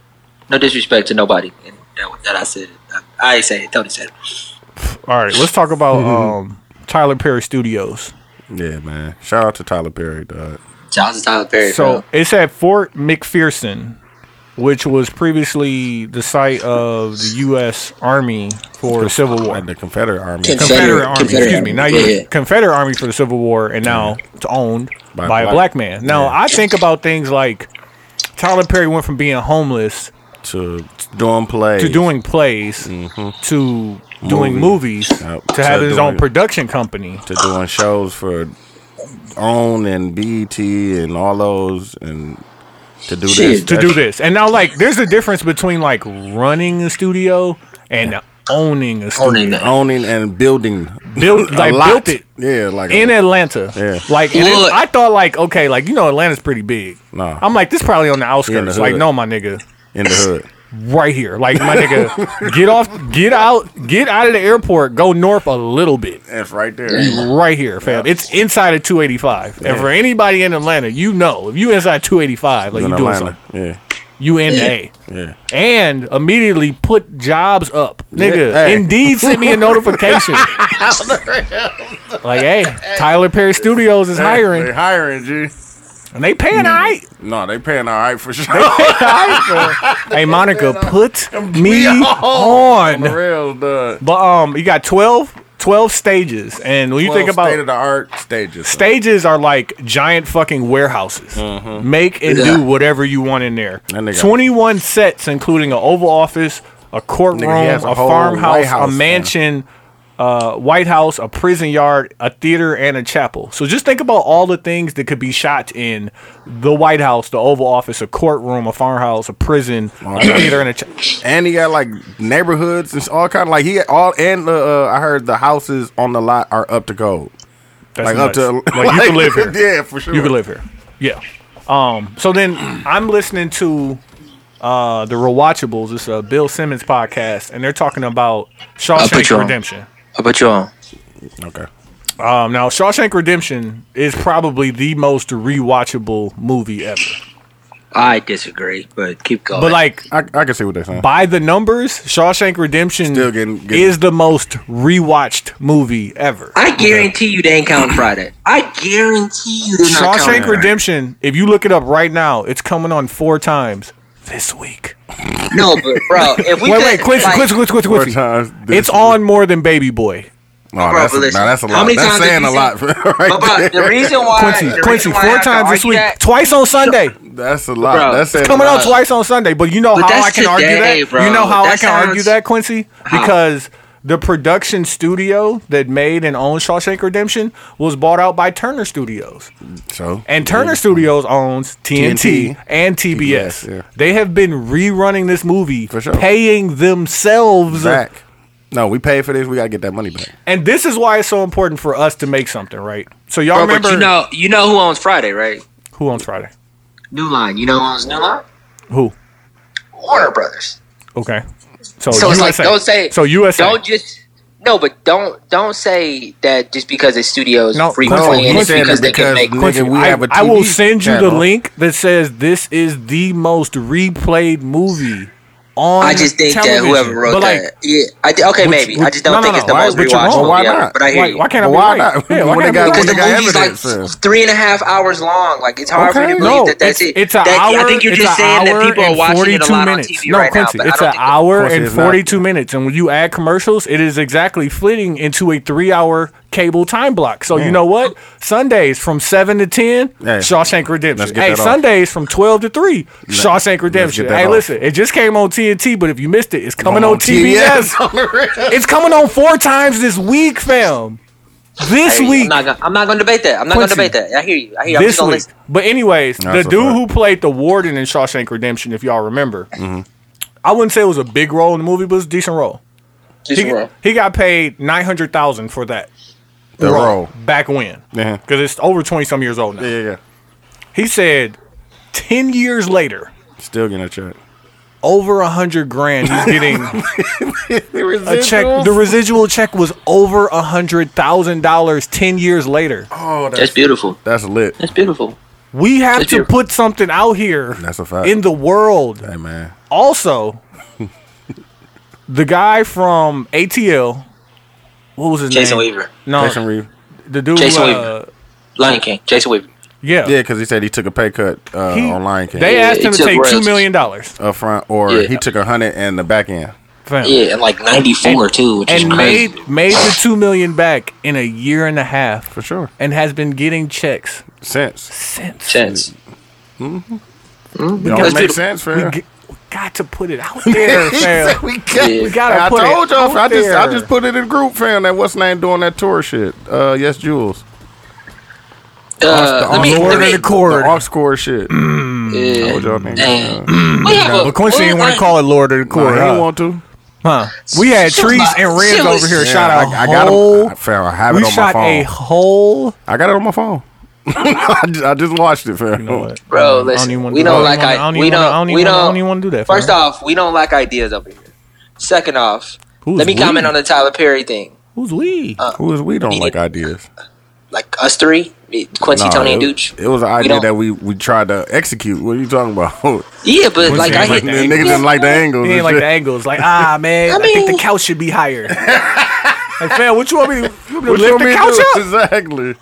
No disrespect to nobody. And that, that I said. it. I, I ain't say it. Tony said it.
All right, let's talk about um, Tyler Perry Studios.
Yeah, man. Shout out to Tyler Perry, dog.
Johnson Tyler Perry.
So
bro.
it's at Fort McPherson, which was previously the site of the U.S. Army for the Civil War.
Like the Confederate Army.
Confederate-
Confederate Army,
Confederate
excuse me. Now
Army,
you
yeah, yeah.
Confederate Army for the Civil War, and now it's owned by,
By
a
black-
black man. Now I think about things like Tyler Perry went from being homeless
to doing play.
to doing plays to doing movies
Yep.
to
To
having his own
doing-
production company.
to doing shows for OWN and BET and all those and to do
Shit.
this
to do this. And now, like, there's a difference between like running a studio and owning a studio.
Owning that.
owning and building
Built,
a
like,
lot.
built it
yeah like
in
a,
Atlanta.
Yeah.
Like, and it-
Look.
I thought, like, okay, like you know, Atlanta's pretty big.
Nah.
I'm like, this probably on the outskirts.
hood.
like, no, my nigga,
in the hood
right here. Like, my nigga, get off, get out, get out of the airport, go north a little bit.
it's right there
Right here, fam. It's inside of 285. And for anybody in Atlanta, you know, if you inside 285, like
in
you doing something,
Atlanta yeah
you in the A
yeah
and immediately put jobs up. Nigga,
Yeah, hey.
Indeed sent me a notification. like, hey, Tyler Perry Studios is
they
hiring
hiring G
and they paying all
Mm.
right.
no they paying all right for sure
Hey, Monica, put me on.
real dog
But um, you got 12, 12 stages. And when you think about
state of the art stages
stages are like giant fucking warehouses. Make and do whatever you want in there.
That nigga-
21 sets, including an Oval Office, a courtroom,
Nigga, he has a
a,
whole
farmhouse,
White House,
a
man.
mansion, uh, White House, a prison yard, a theater, and a chapel. So just think about all the things that could be shot in the White House, the Oval Office, a courtroom, a farmhouse, a prison, a theater, and a chapel.
and he got like neighborhoods and all kind of like he all and uh, uh, I heard the houses on the lot are up to code
That's
like
nuts.
up to
like, you can live here.
yeah for sure
You can live here. Yeah. Um. So then I'm listening to uh the Rewatchables. It's a Bill Simmons podcast, and they're talking about
put you
Shawshank
on.
Redemption.
I put you on.
okay
Um. Now Shawshank Redemption is probably the most rewatchable movie ever.
I disagree, but keep going.
But like
I, I can see what they're saying
by the numbers, Shawshank Redemption
Still getting- getting-
is the most rewatched movie ever.
I guarantee you they ain't count Friday. I guarantee you they're not counting
Shawshank
Friday.
Redemption. If you look it up right now, it's coming on four times this week.
No, but bro, if we
Wait,
could,
wait, Quincy,
like,
Quincy, Quincy, Quincy,
Four
Quincy.
times this
It's
week.
on more than Baby Boy.
No,
Bro,
Oh, that's,
but
a,
listen,
nah, that's a
how
lot.
many
That's
times
saying
did
a
you
lot.
say-
right
But, bro, the
there.
reason why
Quincy,
the
Quincy,
reason why I
four
have to
times this
argue
week,
that-
twice on Sunday.
That's a lot.
Bro,
that's saying
Coming
a
out
lot.
twice on Sunday, but you know
But
how
that's
I can argue
today,
that.
bro.
You know how
That
I can argue
sounds-
that, Quincy, because the production studio that made and owned Shawshank Redemption was bought out by Turner Studios,
So
and Turner Studios owns TNT,
TNT,
and TBS.
TBS, yeah.
They have been rerunning this movie,
For sure.
paying themselves
Zach. No, we paid for this. We gotta get that money back.
And this is why it's so important for us to make something, right? So y'all
Bro,
remember
but you know, you know who owns Friday, right?
who owns Friday?
New Line. You know who owns New Line?
Who?
Warner Brothers.
Okay. So,
So it's
USA.
like don't say
so USA.
Don't just no, but don't don't say that just because it's studios
No,
free
Quincy,
playing
he
it's
said
because
it
they can
because
make.
nigga, we
I,
have a
I will
TV
send you the
channel.
link that says this is the most replayed movie on.
I just think
television.
that whoever wrote
but like,
that, yeah, I did, okay, maybe. I
which-
just don't
no, no,
think
no,
it's the
why-
most
but you're wrong.
rewatchable.
Why
movie ever,
not?
But I hear
Why,
you.
why can't I
But
be
why
right?
not?
Yeah, why
When they
can't I be
got-
right?
because
they
the
got
movie's like
evidence, yeah.
three and a half hours long. Like it's hard for me
Okay,
to believe
no,
that that's
it's,
it.
It's an
That-
hour.
I think you're
it's
just
an
saying that
hour
people are
and
watching it a
42
lot on
minutes.
TV
no,
right now,
Quincy,
but I
it's
don't
an
think-
hour
Quincy,
and
it's not.
42 minutes, and when you add commercials, it is exactly fitting into a three-hour cable time block. So you know what? Sundays from seven to ten,
Mm. Hey,
Shawshank Redemption.
let's get
Hey,
that off.
Sundays from twelve to three, Shawshank Redemption.
get that
Hey,
off.
listen, it just came on TNT, but if you missed it, it's coming
Come
on,
on,
TBS.
TBS.
it's coming on four times this week, fam. This
I'm
week,
not gonna, I'm not gonna debate that. I'm not
Quincy,
gonna debate that. I hear you. I hear you. I'm just
this
gonna
week.
listen.
But anyways,
That's
the
a
dude
fact. Mm-hmm.
who played the warden in Shawshank Redemption, if y'all remember, I wouldn't say it was a big role in the movie, but it was a decent role.
Just
he,
wrong.
he got paid nine hundred thousand for that
The role.
back when
Yeah.
because it's over twenty some years old now.
Yeah, yeah, yeah.
He said ten years later,
Still getting a check.
over a hundred grand. He's getting a check. The residual check was over a hundred thousand dollars ten years later.
Oh, that's,
That's beautiful.
that's lit.
That's beautiful.
We have
That's
to
your-
put something out here
That's a fact.
in the world.
Hey, man.
Also, the guy from ATL, what was his
Jason
name?
Weaver,
No,
Jason Reeve.
the dude.
Jason
uh,
Weaver. Lion King. Jason Weaver.
Yeah.
Yeah, because he said he took a pay cut uh,
He-
on Lion King.
They
Yeah,
asked
he
him to
took
take two
royalties.
million dollars.
up front, or
Yeah.
he took a hundred in the back end.
fam.
Yeah, and like '94 too, which is
And
crazy.
made made the two million back in a year and a half,
For sure.
and has been getting checks
Sense.
since.
sense.
It don't
gotta
make
do-
sense,
We,
fam.
g- we got to put it out there, fam.
we got,
Yeah.
We gotta
I
put it
told y'all.
out
I just, I
there.
just put it in group, fam. That what's name doing that tour shit? Uh, yes, Jules.
Uh, let me, let me,
the aux chord shit.
yeah.
Told y'all niggas,
Dang.
yeah.
We have a-
But Quincy
we
didn't want
have-
to call it Lord of the
Nah,
Court.
he didn't
huh?
want to.
Huh. We had
She
trees
was-
and
she
reds
was-
over here.
Yeah,
shot out.
I, I got
whole,
him. I, fam, I have it
we
on
shot
my
a
phone.
whole.
I got it on my phone. I, just, I just watched it, fam.
Bro, listen, we don't like I- we don't- we
I
don't-
don't even want to do that.
First off, we don't like ideas over here. Second off,
Who's
let me
we?
comment on the Uh, Tyler Perry thing.
who's we?
Who is we don't like ideas.
Like us three, me, Quincy,
Nah,
Tony, and
it,
Dooch.
it was an idea
don't-
that we we tried to execute. What are you talking about?
Yeah, but like I
Niggas
hit.
that.
niggas didn't like the angles.
He
and
ain't like
shit.
the angles. Like ah man, I,
I
think the
mean-
couch should be higher. like man, what you want me? to- You want me to
What you
lift
want
the
me to
couch
do?
up?
Exactly.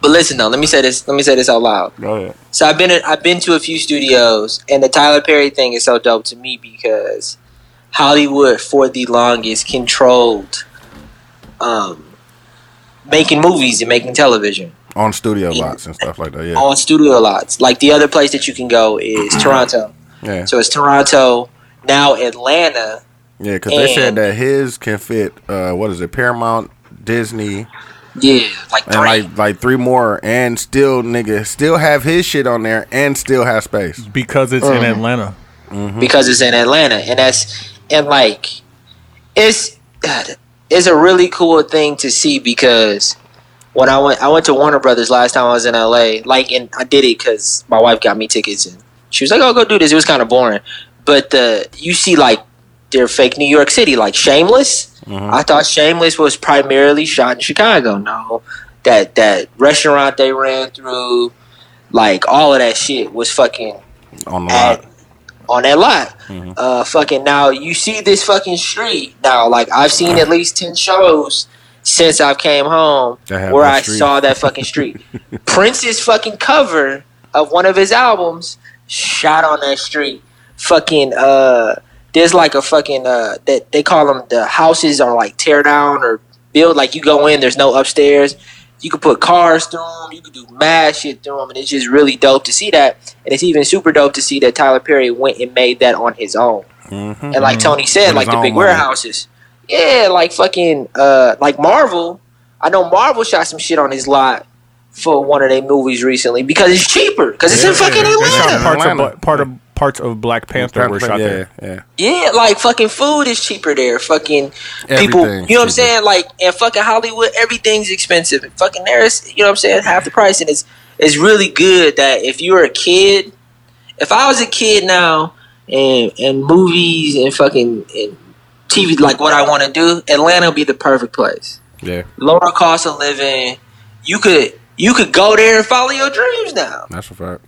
but listen though, let me say this. Let me say this out loud.
Go ahead.
So I've been at, I've been to a few studios, and the Tyler Perry thing is so dope to me because Hollywood for the longest controlled, um, making movies and making television.
On studio lots and stuff like that. Yeah.
on studio lots. Like the other place that you can go is Toronto.
Yeah.
So it's Toronto now Atlanta.
Yeah, because they said
And-
that his can fit. Uh, what is it? Paramount, Disney,
Yeah, like
and
three.
like like three more, and still nigga still have his shit on there, and still have space.
Because it's in Atlanta.
because it's in Atlanta, and that's and like it's God, it's a really cool thing to see because when I went I went to Warner Brothers last time I was in LA, like and I did it because my wife got me tickets and she was like, "Oh, go do this." It was kind of boring, but the you see like their fake New York City, like Shameless. I thought Shameless was primarily shot in Chicago. No, that that restaurant they ran through, like all of that shit was fucking
On the
at-
lot. Mm-hmm.
on that lot. Uh, fucking now you see this fucking street now. Like I've seen at least ten shows since I came home
That have
where
that
I
street.
saw that fucking street. Prince's fucking cover of one of his albums shot on that street. Fucking uh, there's like a fucking uh that they call them the houses are like tear down or build like you go in there's no upstairs you could put cars through them you could do mad shit through them and it's just really dope to see that and it's even super dope to see that tyler perry went and made that on his own and like tony said
With
like
Mm-hmm. his
the
own money.
big warehouses yeah like fucking uh like marvel i know marvel shot some shit on his lot for one of their movies recently because it's cheaper because it's in fucking
They shot
atlanta
parts of
Atlanta.
Bla- part of parts of Black Panther were shot
yeah,
there.
yeah.
Yeah, like fucking food is cheaper there. Fucking people, you know
Everything's
what I'm saying? Like, and fucking Hollywood, everything's expensive. And fucking there is, you know what I'm saying, half the price. And it's it's really good that if you're a kid, if I was a kid now, and and movies and fucking and TV, like what I want to do, Atlanta would be the perfect place.
Yeah.
Lower cost of living, you could you could go there and follow your dreams now.
That's a fact.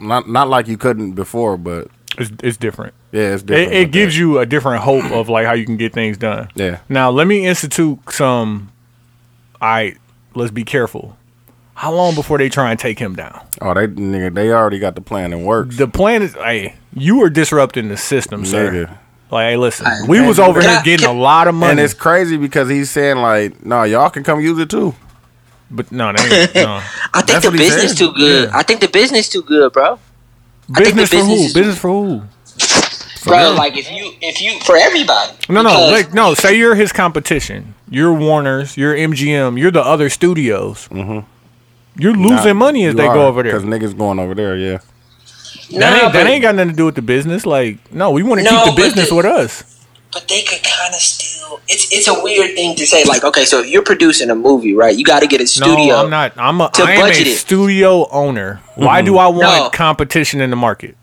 Not not like you couldn't before, but
It's, it's different.
yeah, it's different.
It, it gives you a different hope of like how you can get things done.
Yeah.
Now let me institute some. I let's be careful. How long before they try and take him down?
Oh, they nigga, they already got the plan and works.
The plan is, hey, you are disrupting the system, sir.
Nigga.
Like, hey, listen, we was over
Can
here
I-
getting a
can-
lot of
And
money,
it's crazy because he's saying like, no, nah, y'all can come use it too.
but no, they ain't, no.
I think
That's
the
what he
business
said.
too good. I think the business too good, bro. I think the
business for who?
business is-
Business for who?
bro. Like if you, if you, for everybody.
No, no,
Because-
like no. Say you're his competition. You're Warner's. You're MGM. You're the other
Mm-hmm.
studios. You're losing money as they go over there.
because niggas going over there. Yeah,
that,
Nah,
ain't, that
but-
ain't got nothing to do with the business. Like, no, we want to
No,
keep
but
the business
the-
with us.
but they could kind of still. It's it's a weird thing to say. Like, okay, so if you're producing a movie, right? You got to get a studio.
No, I'm not. I'm a,
to
I am a
budget it.
studio owner. Why
Mm-hmm.
do I want
No.
competition in the market?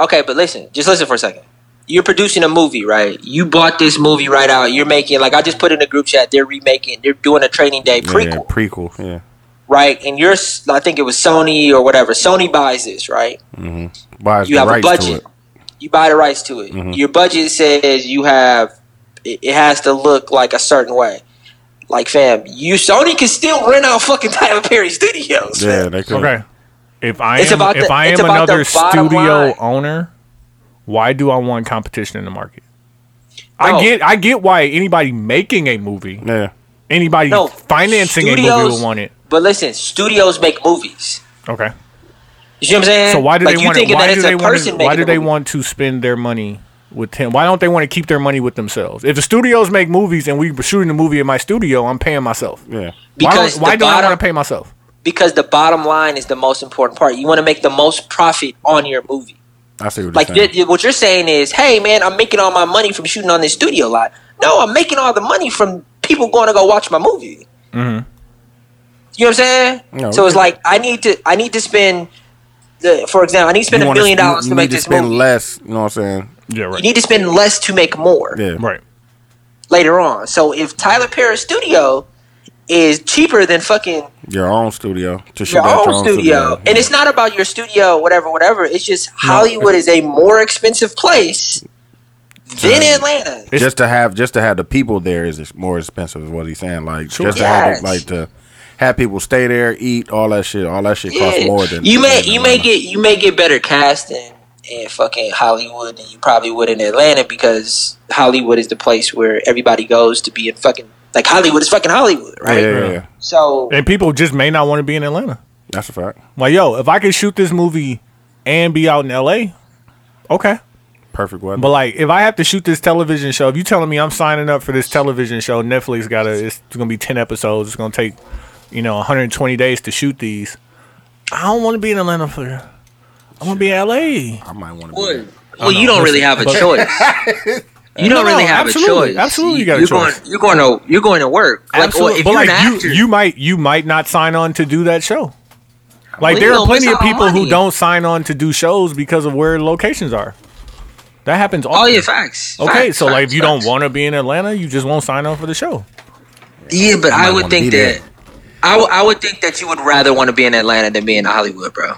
Okay, but listen, just listen for a second. You're producing a movie, right? You bought this movie right out. You're making like I just put in a group chat. They're remaking. They're doing a Training Day prequel,
Yeah, prequel. Yeah.
right? And you're, s- I think it was Sony or whatever. Sony buys this, right?
Buys
You
the
have a
rights to
budget.
it. Mm-hmm.
You buy the rights to it. Your budget says you have. It, it has to look like a certain way. Like fam, you Sony can still rent out fucking Tyler Perry Studios.
Yeah,
fam.
they could.
Okay. If I
It's
am,
about
if
the-
I
it's
am
about the
another
bottom
studio
line.
owner, why do I want competition in the market?
No.
I get I get why anybody making a movie,
Yeah.
anybody
No,
financing a movie
studios-
would want it.
But listen, studios make movies.
Okay.
You see what I'm saying?
So why do
Eh, like
they
you
want it?
thinking
Why
that
do
it's
they
a
want to,
person
Why
making
do
a
they
movie.
want to spend their money with him? Why don't they want to keep their money with themselves? If the studios make movies and we shooting a movie in my studio, I'm paying myself.
Yeah.
Why
Because
don't, why
the
don't I
bottom-
want to pay myself?
because the bottom line is the most important part. You want to make the most profit on your movie.
I see what
Like
you're saying.
th- what you're saying is, hey man, I'm making all my money from shooting on this studio lot. No, I'm making all the money from people going to go watch my movie. You know what I'm saying?
No,
so it's
okay.
like I need to I need to spend the for example I need to spend
You
a
wanna-
billion
you
dollars to
need
make
to
this
spend
movie.
less. You know what I'm saying?
Yeah,
You
right.
need to spend less to make more
Yeah.
Right.
later on. So if Tyler Perry Studio is cheaper than fucking
Your own studio to shoot
your
at
own studio. And it's not about your studio, whatever, whatever. It's just Hollywood is a more expensive place than
Sure.
Atlanta.
It's-
just to have just to have the people there is more expensive is what he's saying. Like just to have
Yes.
the, like to have people stay there, eat all that shit. All that shit costs
Yeah.
more than
you may
than
you may
Atlanta.
get you may get better casting in fucking Hollywood than you probably would in Atlanta because Hollywood is the place where everybody goes to be in fucking like Hollywood is fucking Hollywood, right?
Yeah, yeah, yeah.
So
And people just may not want to be in Atlanta.
That's a fact.
Like, yo, if I could shoot this movie and be out in LA, okay.
Perfect weather.
But like, if I have to shoot this television show, if you telling me I'm signing up for this television show, Netflix got to it's gonna be ten episodes. It's gonna take, you know, 120 days to shoot these. I don't want to be in Atlanta for. I want to be in LA.
I might want to.
well, you don't really have a choice. You
No,
don't
no,
really have
absolutely.
a choice.
Absolutely you got a
you're
choice.
Going, you're going to you're going to work. Like, or
Absolutely,
if
but
you're
like
an
you,
actor,
you might you might not sign on to do that show. Like
Well,
there
you
are
gonna
plenty
miss
of
out on
people who
money.
don't sign on to do shows because of where locations are. That happens. Often.
Oh yeah, facts.
Okay,
Facts,
so like if
facts,
you
facts.
don't want to be in Atlanta, you just won't sign on for the show.
yeah, but I, would
wanna be
think
there.
that I would- I would think that you would rather want to be in Atlanta than be in Hollywood, bro.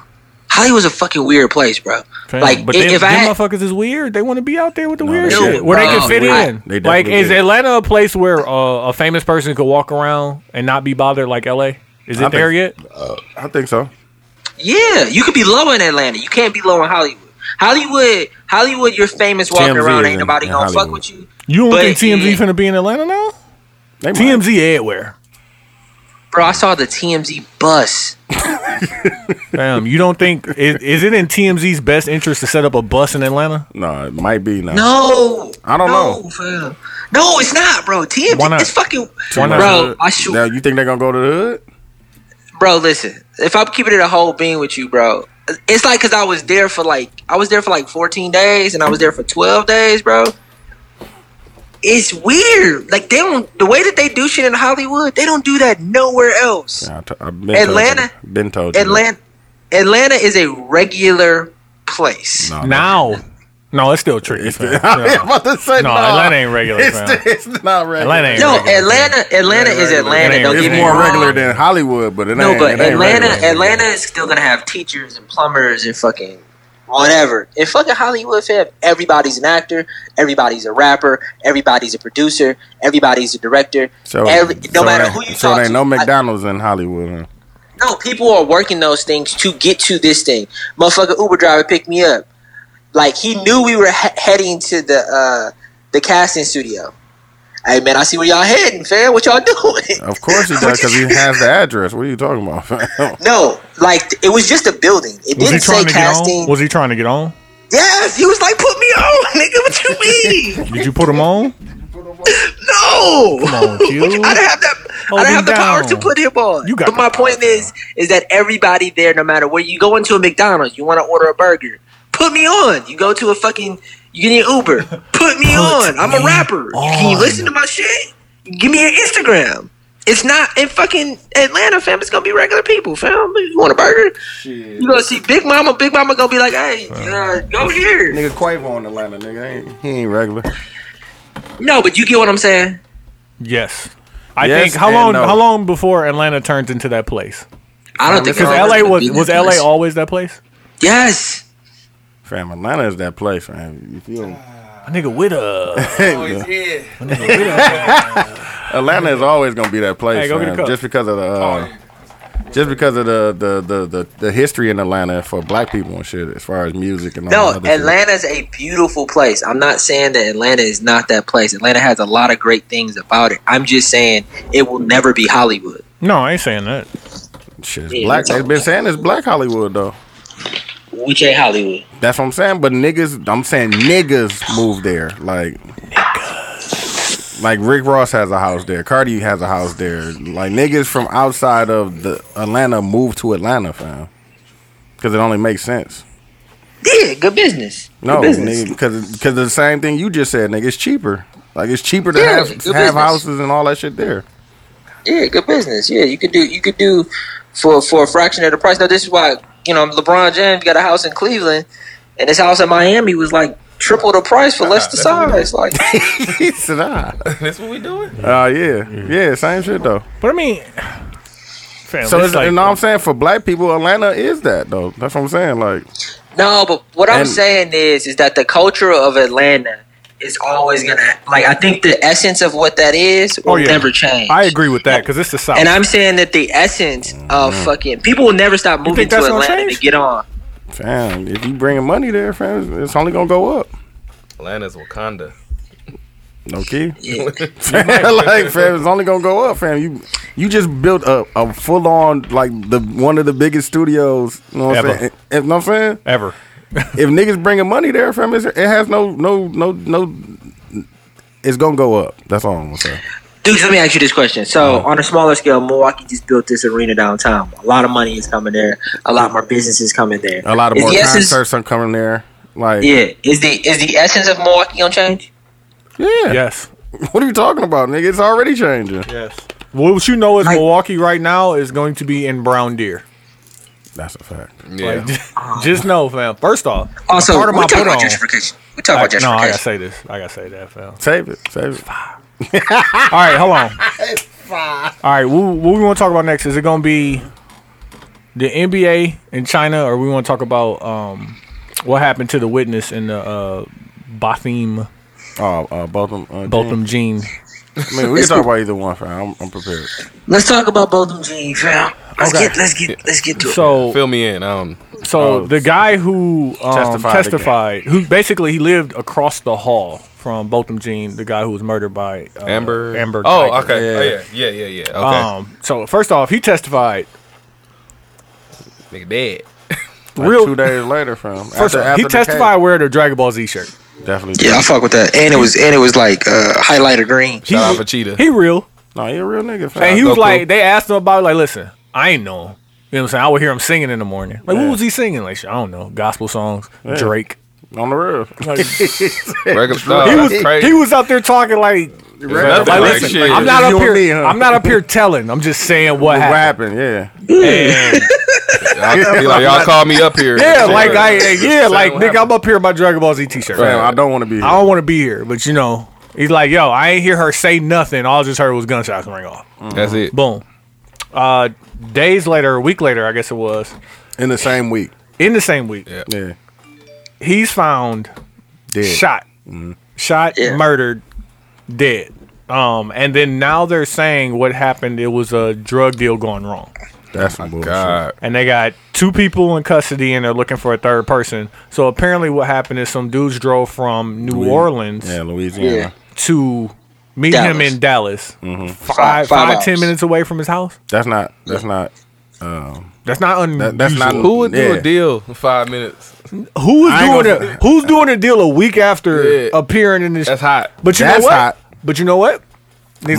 Hollywood's a fucking weird place, bro.
Fam,
like
but
i-
them,
if I
them
had,
motherfuckers is weird. They want to be out there with the
No,
weird
they
shit
do.
where they
Bro,
can fit
I-
in.
They
like,
definitely
is
do.
Atlanta a place where uh, a famous person could walk around and not be bothered like L.A.? Is it
I think-
there yet?
I think so.
yeah, you could be low in Atlanta. You can't be low in Hollywood. Hollywood, Hollywood, you're famous walking
TMZ
around.
is
Ain't
in-
nobody
in
gonna fuck
Hollywood.
with you,
You don't
But
think TMZ
it-
finna be in Atlanta now?
They might.
TMZ everywhere.
bro. I saw the TMZ bus.
Fam, you don't think is, is it in TMZ's best interest to set up a bus in Atlanta?
No, it might be. No.
No,
I don't
no,
know.
Fam. No, it's not, bro. TMZ,
Why not?
it's fucking,
Why not?
bro. I sure,
Now you think they're gonna go to the hood?
bro listen if i'm keeping it a whole being with you bro it's like because i was there for like i was there for like 14 days and i was there for 12 days bro it's weird like they don't the way that they do shit in hollywood they don't do that nowhere else
Nah, I t- I've been
Atlanta-
Told you. Been told. you.
atlanta atlanta is a regular place
No,
Now, no, it's still tricky. fam.
I'm about to say
No,
no.
Atlanta ain't regular, fam.
It's, it's not regular.
Atlanta ain't
no
regular.
atlanta atlanta is atlanta
It
don't
ain't-
get
It's
me
more
wrong.
regular than Hollywood, but it
No,
ain't.
but
it ain't
Atlanta,
regular.
Atlanta is still gonna have teachers and plumbers and fucking whatever. In fucking Hollywood, fam, everybody's an actor, everybody's a rapper, everybody's a producer, everybody's a director.
So,
Every, no
so
matter
there-
who you
so
talk
there ain't
to,
no
I-
McDonald's in Hollywood. huh?
no, people are working those things to get to this thing. Motherfucker, Uber driver picked me up. Like he knew we were he- heading to the uh, the casting studio. Hey man, I see where y'all heading, fam. What y'all doing?
Of course he does because he has the address. What are you talking about? fam?
No, like it was just a building. It
Was he
didn't say
trying to get
casting.
on? Was he trying to get on?
Yes, he was like, "Put me on, nigga. What you mean?
Did you put him on?
no,
Come on, Q.
I didn't have that. I
Hold
don't
him
have the power
down.
to put him on.
You got
but
the
my
power
point is, is that everybody there, no matter where you go into a McDonald's, you want to order a burger, put me on. You go to a fucking, you get an Uber, put me on. I'm a rapper. Can you listen to my shit? Give me an Instagram. It's not in fucking Atlanta, fam. It's gonna be regular people, fam. You want a burger? You gonna see Big Mama. Big Mama gonna be like, hey, uh, go here.
Nigga Quavo in Atlanta, nigga. Ain't- He ain't regular.
No, but you get what I'm saying.
Yes. I
Yes
think how
and
long
no.
how long before Atlanta turns into that place?
I don't think
Because
I'll
LA
ever
was
be
was
that
LA
place.
always that place?
Yes.
Fam, Atlanta is that place, fam. If you don't-
My nigga with a
Atlanta is always gonna be that place,
Hey, go get a
fam,
cup. Oh,
just because of the, uh, just because of the the, the the the history in Atlanta for Black people and shit, as far as music and all that
No,
other shit.
Atlanta's a beautiful place. I'm not saying that Atlanta is not that place. Atlanta has a lot of great things about it. I'm just saying it will never be Hollywood.
No, I ain't saying that.
Shit, it's
Yeah,
black.
that's all.
They've been saying it's Black Hollywood though.
Which ain't Hollywood.
That's what I'm saying. But niggas, I'm saying niggas move there. Like, like Rick Ross has a house there. Cardi has a house there. Like niggas from outside of the Atlanta move to Atlanta, fam. Because it only makes sense.
Yeah, good business.
No,
good business.
because because the same thing you just said, nigga. It's cheaper. Like it's cheaper to
Yeah,
have have
good business.
houses and all that shit there.
Yeah, good business. Yeah, you could do you could do for for a fraction of the price. Now this is why you know LeBron James got a house in Cleveland, and his house in Miami was like triple the price for less the size. Like
He said, ah,
That's what we doing.
uh, yeah, yeah, same shit though.
But I mean fam,
So
it's
it's,
like-
you know what I'm saying for black people, Atlanta is that though. That's what I'm saying. Like
No, but what I'm
And-
saying is, is that the culture of Atlanta is always gonna like. I think the essence of what that is will
Oh, yeah.
never change.
I agree with that because it's the South.
And I'm saying that the essence of
Mm-hmm.
fucking people will never stop moving
think
to
that's gonna
Atlanta to
change?
get on.
Fam, if you bringing money there, fam, it's only gonna go up.
Atlanta's Wakanda.
No key.
Yeah.
like fam, it's only gonna go up, fam. You you just built a, a full on like the one of the biggest studios. You know what I'm
Ever.
saying? If, know what I'm saying?
Ever.
If niggas bringing money there, fam, it's, it has no no no no. It's gonna go up. That's all I'm gonna say.
Dude, let me ask you this question. So,
Mm-hmm.
on a smaller scale, Milwaukee just built this arena downtown. A lot of money is coming there. A lot more businesses coming there.
A lot of
Is
more
the essence-
concerts are coming there. Like yeah.
Yeah, is the is the essence of Milwaukee gonna change?
Yes.
What are you talking about, nigga? It's already changing.
Yes. What you know is Milwaukee right now is going to be in Brown Deer.
That's a fact.
Yeah.
Like, just, just know, fam. First off,
Also,
part of
we
my
talking
put
about
on.
gentrification. We talking
I,
about gentrification.
no, I gotta say this. I gotta say that, fam.
Save it. Save it.
All right, hold on. All right, what, what we want to talk about next? Is it going to be the NBA in China, or we want to talk about um, what happened to the witness in the uh, Botham
Oh, uh, Botham. Uh,
Botham Jean?
I mean, we can talk about either one, fam. I'm, I'm prepared.
Let's talk about both of them teams, fam. Let's
Okay.
get let's get let's get to it.
So,
Fill me in. Um,
so the guy who um,
Testified
testified, who basically he lived across the hall from Botham Jean, the guy who was murdered by uh,
Amber.
Amber.
Oh,
Geiger.
okay. Oh, yeah. Yeah. Yeah. Yeah. Okay.
Um, so first off, he testified
Nigga dead.
Like
Real-
two days later, fam.
First
After-
off,
after
he
the case.
testified wearing a Dragon Ball Z shirt.
Definitely.
Yeah, I fuck with that. And it was and it was like uh highlighter green.
Shout out for Cheetah.
He real.
No, he a real nigga. Fam.
And he was
Goku.
like, they asked him about it, like, listen, I ain't know him. You know what I'm saying? I would hear him singing in the morning. Like, what was he singing? Like, shit, I don't know. Gospel songs, Drake.
on the real.
Regular stuff.
He was
That's crazy.
he was up there talking like,
nothing
like,
like
listen,
shit.
I'm not
You and
up here.
me, huh?
I'm not up here telling. I'm just saying what
What
happened.
happened? Yeah.
And-
Y'all, be like, y'all call me up here.
yeah, like I yeah,
Saying
like
what
nigga,
happened.
I'm up here in my Dragon Ball Z t-shirt.
Fam, I don't want to be. Here.
I don't want to be here, but you know, he's like, yo, I ain't hear her say nothing. All I just heard was gunshots ring off.
That's it.
Boom. Uh, days later, a week later, I guess it was,
In the same week.
in the same week,
Yeah.
he's found
Dead.
shot,
Mm-hmm.
shot,
Yeah.
murdered, dead. Um, and then now they're saying what happened. It was a drug deal going wrong,
That's some bullshit.
God.
and they got two people in custody, and they're looking for a third person. So apparently, what happened is some dudes drove from New Orleans
Yeah, Louisiana.
Yeah.
to meet him
Dallas.
in Dallas,
Mm.
Five-
five,
five
five, ten
hours.
minutes away from his house.
That's not. That's not.
That's not un-
That, that's not.
Who would do
yeah.
a deal in five minutes?
Who is
I ain't
doing
gonna-
a Who's doing a deal a week after
Yeah.
appearing in this?
That's hot.
But you
That's
know what?
hot.
But you know what? Niggas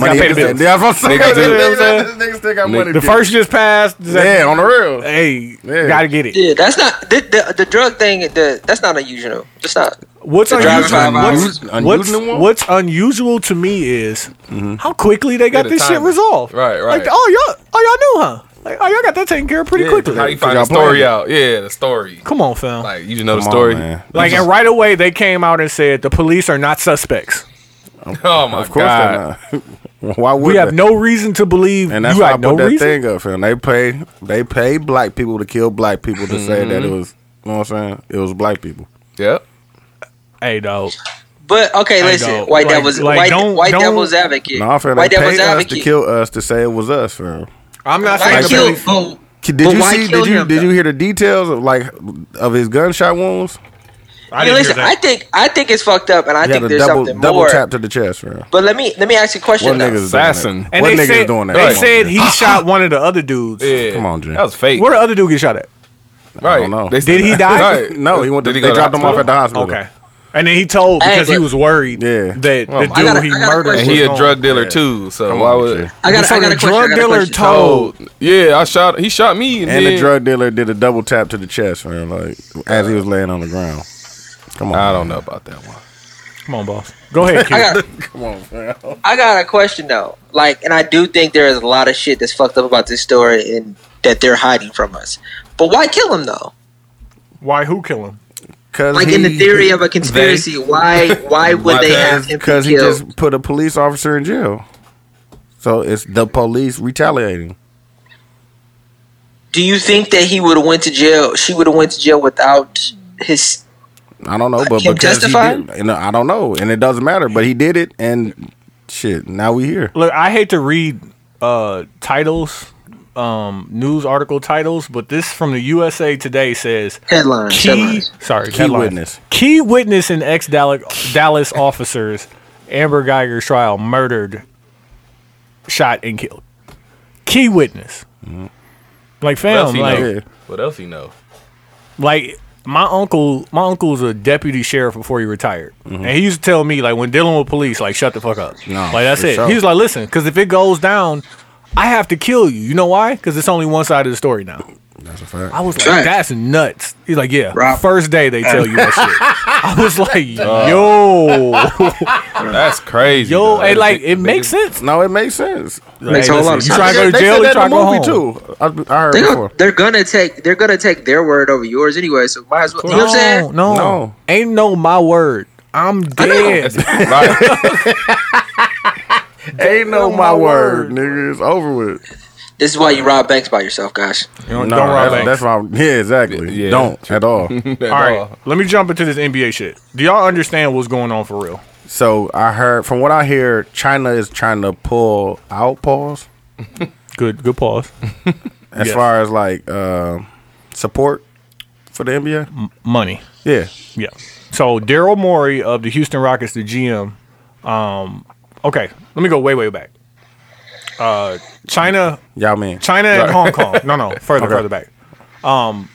Money
gotta pay the
is-
bills.
Yeah, that's what I'm saying.
Niggas do.
You know what I'm saying? Niggas still got money.
The first just passed. the second-
Yeah, on the real.
Hey,
Yeah.
gotta get it.
Yeah, that's not the, the, the drug thing. The, that's not unusual. It's not.
What's
The driver's
unusual?
five hours.
What's,
Unusual
what's,
one? Mm-hmm.
what's unusual to me is how quickly they got
the
this shit
timing.
resolved.
Right, right.
Like, oh y'all, oh y'all knew, huh? Like, oh y'all got that taken care of pretty
Yeah,
quickly.
How you find
y'all
the story
playing.
out? Yeah, the story.
Come on, fam. Like,
Like you just know the
Come on,
story.
man.
and right away they came out and said the police are not suspects.
oh my
Of course
god.
they're not. Why would
We have
they?
no reason to believe
And that's
you
why I
had
put
no
that
reason.
thing up, fam. They pay they pay black people to kill black people to say that it
Mm-hmm.
was you know what I'm saying? It was black people.
Yep.
Hey, dog.
But okay,
I
listen.
don't.
White
Like-
Devil's
like,
White,
don't-
white
don't-
Devil's Advocate.
No, fam, they
white
paid us
Devil's
to
Advocate.
kill us to say it was us, fam.
I'm not saying
Why
the
kill?
police-
oh,
K- Did
But
you
why
see?
kill
Did you
him,
did
though?
you hear the details of like of his gunshot wounds?
I
yeah,
didn't
listen,
hear that.
I think I think it's fucked up, and I
He had
think
a
there's
double
something
double
more.
tap to the chest, fam.
But let me let me ask you a
What niggas
question. Though.
is doing that?
Assassin.
and
What
they
niggas
said,
is doing that?
They
Come on,
said
Dre.
he shot one of the other dudes.
Yeah.
Come on, Jim.
That was fake.
Where the other dude get shot at?
Right.
know.
They
Did he die?
Right.
No, he went. To,
Did
they
he go to
dropped him off
hospital?
at the hospital.
Okay. And then he told
Hey,
because he
but-
was worried
Yeah.
that the dude
I got a-
he
I got a
murdered.
question.
And
was
he a
gone.
drug dealer too. So
Come
why
on,
would Oh,
Jay.
I got
So
I got
the
a question. I
drug
got a
dealer
question.
told.
Yeah, I shot. He shot me, and,
And
then,
the drug dealer did a double tap to the chest, fam. Like as he was laying on the ground. Come on,
I don't know about that one.
Come on, boss. Go ahead.
I
Q.
got
Come on, fam.
I got a question though. Like, and I do think there is a lot of shit that's fucked up about this story and that they're hiding from us. But why kill him though?
Why? Who kill him?
Cause
Like in the theory of a conspiracy, why why would they have him
because
be
he
killed?
just put a police officer in jail. So it's the police retaliating.
Do you think that he would have went to jail? She would have went to jail without his.
I don't know, but
Him
because he
testifying?
did, you know, I don't know, and it doesn't matter. But he did it, and shit, now we here.
Look, I hate to read uh, titles, um, news article titles, but this from the USA Today says
Headlines,
key.
headlines.
Sorry,
Key
headlines.
witness.
Key witness in ex Dallas Dallas officers Amber Geiger's trial murdered, shot and killed. Key witness. Like
What else
fam,
he
like
know?
Yeah.
What else he know?
like my uncle my uncle's a deputy sheriff before he retired and he used to tell me like when dealing with police like shut the fuck up
Mm-hmm. No,
like that's
for
it
sure.
he was like listen because if it goes down i have to kill you you know why because it's only one side of the story now
That's a fact.
i was like
Right.
that's nuts he's like yeah
Rob- Uh.
first day they tell you that shit i was like yo
That's crazy.
yo
though.
and
That's
like
big-
it makes
big-
sense
no, it makes sense.
Makes a
Like,
whole lot
listen,
of
you try
sense.
to go to
They
jail
said
you
that
try
in
to
the
go
movie
home
too. I, I heard
They're
before.
gonna, they're gonna take they're gonna take their word over yours anyway. So might as well. You know what
no,
I'm saying?
no
No.
ain't no my word i'm dead
Right.
Ain't no my word, nigga. It's over with.
This is why you rob banks by yourself, guys.
don't,
No,
don't rob
that's,
banks.
that's why. I'm- Yeah, exactly.
Yeah.
Don't at all.
All right, let me jump into this NBA shit. Do y'all understand what's going on for real?
so I heard from what I hear, China is trying to pull out pause
Good, good pause.
as
Yes.
far as like uh, support for the NBA.
Mm. Money,
Yeah.
yeah. So Daryl Morey of the Houston Rockets, the GM. Um, okay, let me go way, way back. Uh, China,
Y'all mean
China and Hong Kong. No, no, further, further back. Um,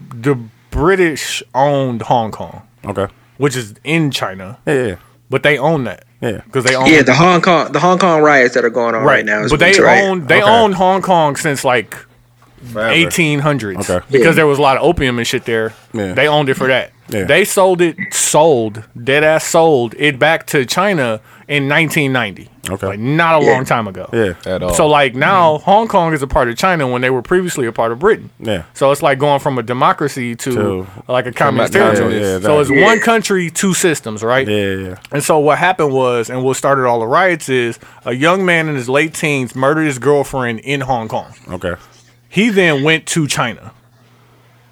the British owned Hong Kong,
Okay.
which is in China,
Yeah, yeah.
but they own that.
Yeah.
because they own
Yeah, the Hong Kong the Hong Kong riots that are going on right, now. is
But they
what's right.
own they
Okay.
owned Hong Kong since like eighteen hundreds.
Okay.
Because there was a lot of opium and shit there.
Yeah.
They owned it for that.
Yeah.
They sold it, sold, dead ass sold it back to China in nineteen ninety.
Okay.
Like not a
Yeah.
long time ago.
Yeah.
At all.
So like now Hong Kong is a part of China when they were previously a part of Britain.
Yeah.
So it's like going from a democracy to,
To-
like a communist
Yeah,
territory.
yeah,
so
exactly.
it's one country, two systems, right?
Yeah, yeah, yeah.
And so what happened was, and what started all the riots is, a young man in his late teens murdered his girlfriend in Hong Kong.
Okay.
He then went to China.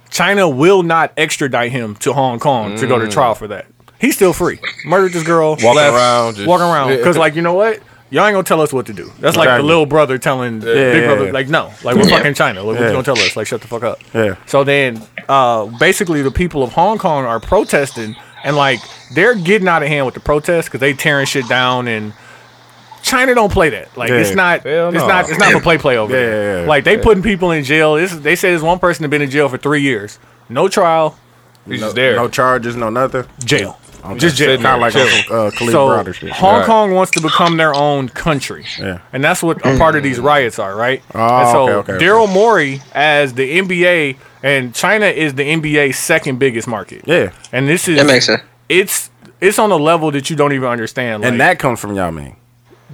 China will not extradite him to Hong Kong to go to trial for that. He's still free. Murdered this girl.
Walking
left,
around, just-
walking around. Because like you know what. Y'all ain't gonna tell us what to do. That's like the
Exactly.
little brother telling big
yeah,
brother,
yeah.
like, no, like we're fucking China. Like, what
Yeah.
you gonna tell us? Like, shut the fuck up.
Yeah.
So then, uh, basically, the people of Hong Kong are protesting, and like they're getting out of hand with the protests because they tearing shit down, and China don't play that. Like, it's
Yeah.
not,
Hell
it's
no.
not, it's not for play play over
Yeah,
there.
yeah, yeah.
Like they putting people in jail. This, they say there's one person that been in jail for three years, no trial,
He's just there.
No charges, no nothing.
jail.
I'm just
sitting
kind of
there,
like on
chilling.
some uh, Khalid
so
Browder shit.
Hong
Right.
Kong wants to become their own country,
Yeah.
and that's what a part of these riots are, right?
Oh,
and so
okay, okay,
Daryl Morey as the NBA, and China is the NBA's second biggest market.
Yeah.
and this is
That makes sense.
It's it's on a level that you don't even understand. Like,
and that comes from Yao Ming.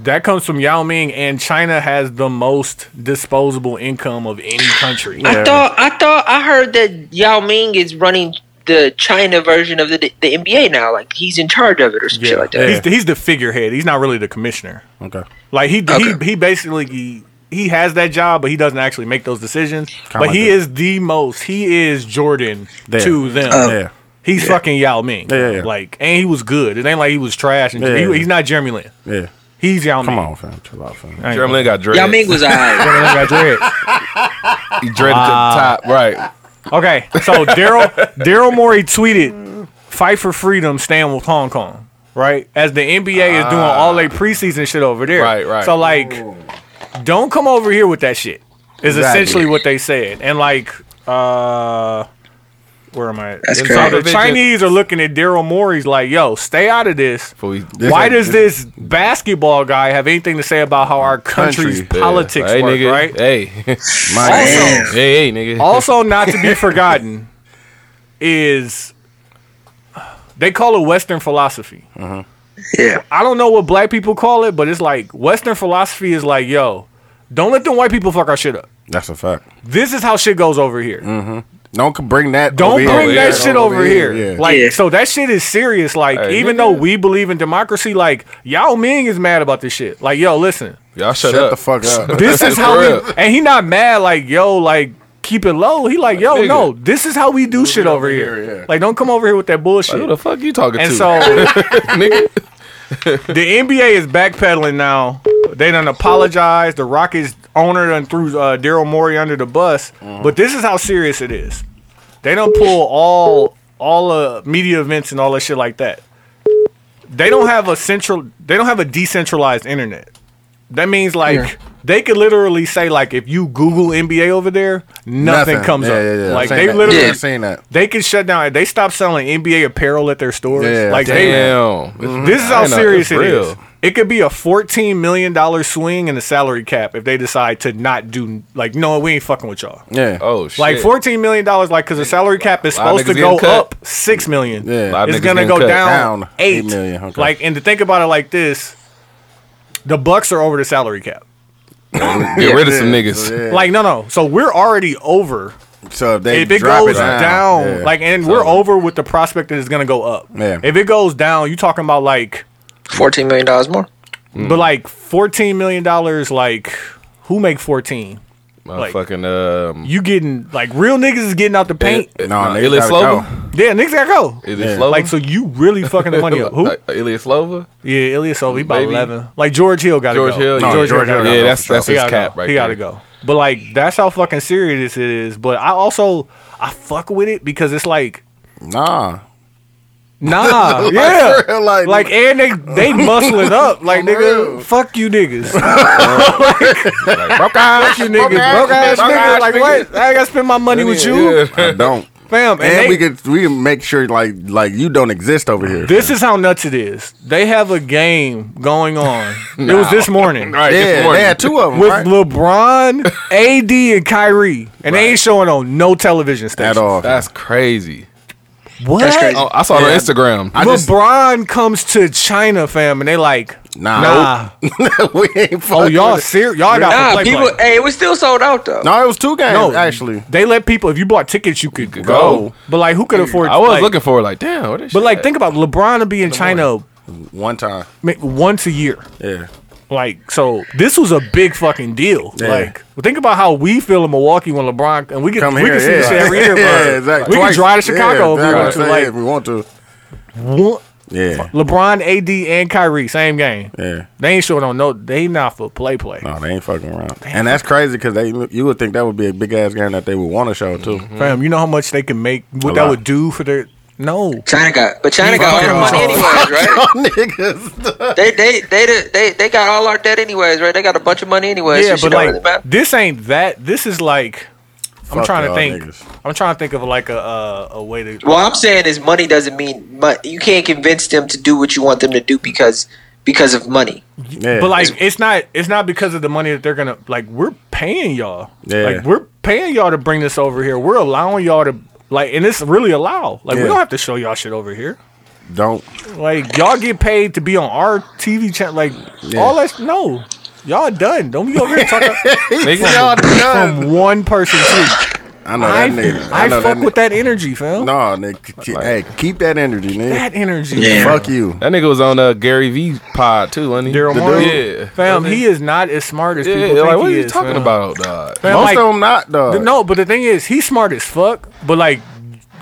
that comes from Yao Ming, and China has the most disposable income of any country.
I thought I thought I heard that Yao Ming is running the China version of the the NBA now. Like he's in charge of it or some shit like that.
He's, the, he's the figurehead. He's not really the commissioner.
Okay.
Like he
Okay.
he, he basically he, he has that job, but he doesn't actually make those decisions. but
like
he
that.
is the most. He is Jordan
There.
to them.
Oh. yeah.
He's fucking Yao Ming.
Yeah, yeah, yeah.
Like, and he was good. It ain't like he was trash. And
Yeah,
he-
yeah, yeah.
he's not Jeremy Lin.
Yeah.
He's Yao
Come
Ming.
on, fam. Chill out, fam.
I ain't-
Jeremy Lin got dread.
Yao Ming was alright.
Jeremy Lin got dread.
He dreaded to the top. Right.
Okay, so Daryl Daryl Morey tweeted, "Fight for freedom, stand with Hong Kong." Right as the NBA is doing all their preseason shit over there.
Ah. Right, right.
So like, don't come over here with that shit. Is
Exactly.
essentially what they said, and like, uh, where am I? at?
That's
And
crazy.
so the Chinese are looking at Daryl Morey's like, "Yo, stay out of this."
Before we,
Why
ain't-
does this basketball guy have anything to say about how our country's
Country,
politics
hey,
work?
nigga.
Right?
Hey.
My
hey, hey, nigga.
Also, not to be forgotten is they call it Western philosophy.
Uh-huh. Yeah.
I don't know what black people call it, but it's like Western philosophy is like, yo, don't let them white people fuck our shit up.
That's a fact.
This is how shit goes over here.
Don't c- bring that.
Don't
Mm-hmm. over
bring
here.
that
Yeah,
shit over, here.
Yeah.
Like,
Yeah.
so that shit is serious. Like,
Hey,
even
nigga.
though we believe in democracy, like Yao Ming is mad about this shit. Like, yo, listen,
Y'all shut,
shut
up.
the fuck up.
this is how
For real.
we and he not mad like yo like keep it low he like yo
Nigga.
no this is how we do shit over here, like don't come over here with that bullshit
Who the fuck you talking
and
to?
so the
nigga.
nba is backpedaling now they done apologized the rockets owner done threw uh, daryl morey under the bus
Mm-hmm.
but this is how serious it is they don't pull all all uh, media events and all that shit like that they don't have a central they don't have a decentralized internet that means like they could literally say like if you google nba over there nothing, comes
yeah,
up
Yeah, yeah.
like
Seen
they
that.
literally
I've seen that.
they can shut down they stop selling nba apparel at their stores
Yeah,
like they
Damn.
this is how
I know,
serious
it's
it
real.
is. It could be a fourteen million dollar swing in the salary cap if they decide to not do like no, we ain't fucking with y'all.
Yeah.
Oh shit.
Like fourteen million dollars, like because the salary cap is
A lot of
supposed to
niggas
go
getting cut.
up six million.
Yeah. A lot
of
it's
niggas
gonna
getting
go
cut.
down,
Down
eight
eight million, okay.
Like and to think about it like this, the Bucks are over the salary cap.
Get rid of
Yeah,
some niggas.
So, yeah.
Like no, no. So we're already over.
so if they
if it
drop
goes
it down,
down,
yeah.
like and we're over with the prospect that it's gonna go up.
Yeah.
If it goes down, you talking about like
Fourteen million dollars more.
But like fourteen million dollars, like who make fourteen?
My fucking um.
You getting like real niggas is getting out the paint.
No,
Nah, niggas
Ilya
gotta
Slova.
yeah, niggas gotta go.
Ilya
Yeah.
Slova.
Like so, you really fucking the money up. Who?
Like, Ilya Slova.
Yeah, Ilyasova, he about
Maybe.
eleven. Like George Hill gotta
George
go.
Hill.
No,
yeah,
George Hill gotta
Yeah,
go.
that's that's
He
his
gotta
cap
go.
right
He gotta
there.
go. But like that's how fucking serious it is. But I also I fuck with it because it's like
nah.
nah, yeah.
like,
Like and they they muscling up like nigga fuck you niggas
Like, broke ass,
you niggas broke ass niggas like what I gotta spend my money with you
Yeah.
I don't.
fam and,
And
they-
we could we can make sure like like you don't exist over here.
This is how nuts it is. They have a game going on. It was this morning
All right,
yeah,
this
they
morning.
had two of them
with
right?
LeBron, AD, and Kyrie, and they ain't showing on no television
at
station
all.
That's crazy.
What?
That's crazy.
Oh, I saw it on Instagram.
I just
LeBron comes to China, fam, and they like,
nah.
nah.
we ain't.
Oh, y'all
fucking-
serious? Y'all got to
Nah,
play,
people.
play.
Hey, it was still sold out though.
No, it was two games
No,
Oh, actually.
they let people. If you bought tickets, you could go.
go.
But like, who could afford?
I was
like-
looking for it. Like, damn. What is
But like, think about it, LeBron to be in China
One time.
ma- once a year.
Yeah.
Like, so this was a big fucking deal.
Yeah.
Like, think about how we feel in Milwaukee when LeBron and we can
Come
we
here.
can see
yeah.
this shit every year.
yeah,
bro.
exactly.
We
Twice.
can drive to Chicago
Yeah,
if
exactly.
we want
if
to.
we want to.
Like,
Yeah.
one- LeBron, AD, and Kyrie, same game.
Yeah.
They ain't short on no. They not for play play.
No, they ain't fucking around. And that's crazy because they you would think that would be a big ass game that they would want to show too.
Fam, you know how much they can make. What that
lot.
would do for their no.
China got, but China got all the money anyways, right?
Oh, Niggas.
They they they the- they they got all our debt anyways, right? They got a bunch of money anyways.
yeah,
so
but
shit don't really
like
matter.
this ain't that. This is like I'm trying to
y'all
think.
niggas.
I'm trying to think of like a uh, a way to.
Well, I'm saying is money doesn't mean mo- you can't convince them to do what you want them to do because because of money.
Yeah.
But like, it's not it's not because of the money that they're gonna like. We're paying y'all.
Yeah.
Like we're paying y'all to bring this over here. We're allowing y'all to like, and it's really allowed. Like we
Yeah.
don't have to show y'all shit over here.
don't.
Like y'all get paid to be on our TV channel. Like all that. No, y'all done. Don't be over here talking
Nigga, y'all done.
from one person. Too.
I know
I,
that nigga.
I,
know
fuck
that
with that energy, fam.
No, nigga. ke- hey, keep that energy, nigga.
That energy.
Yeah.
Fuck you.
That nigga was on uh, Gary V pod too, wasn't he?
Daryl
The
Morey?
dude? Yeah.
Fam, he is not as smart as
Yeah,
people think
like what
he
are you
is,
talking
fam.
about, dog?
Fam,
Most
like,
of them not
th-
dog.
no, but the thing is, he's smart as fuck. But like,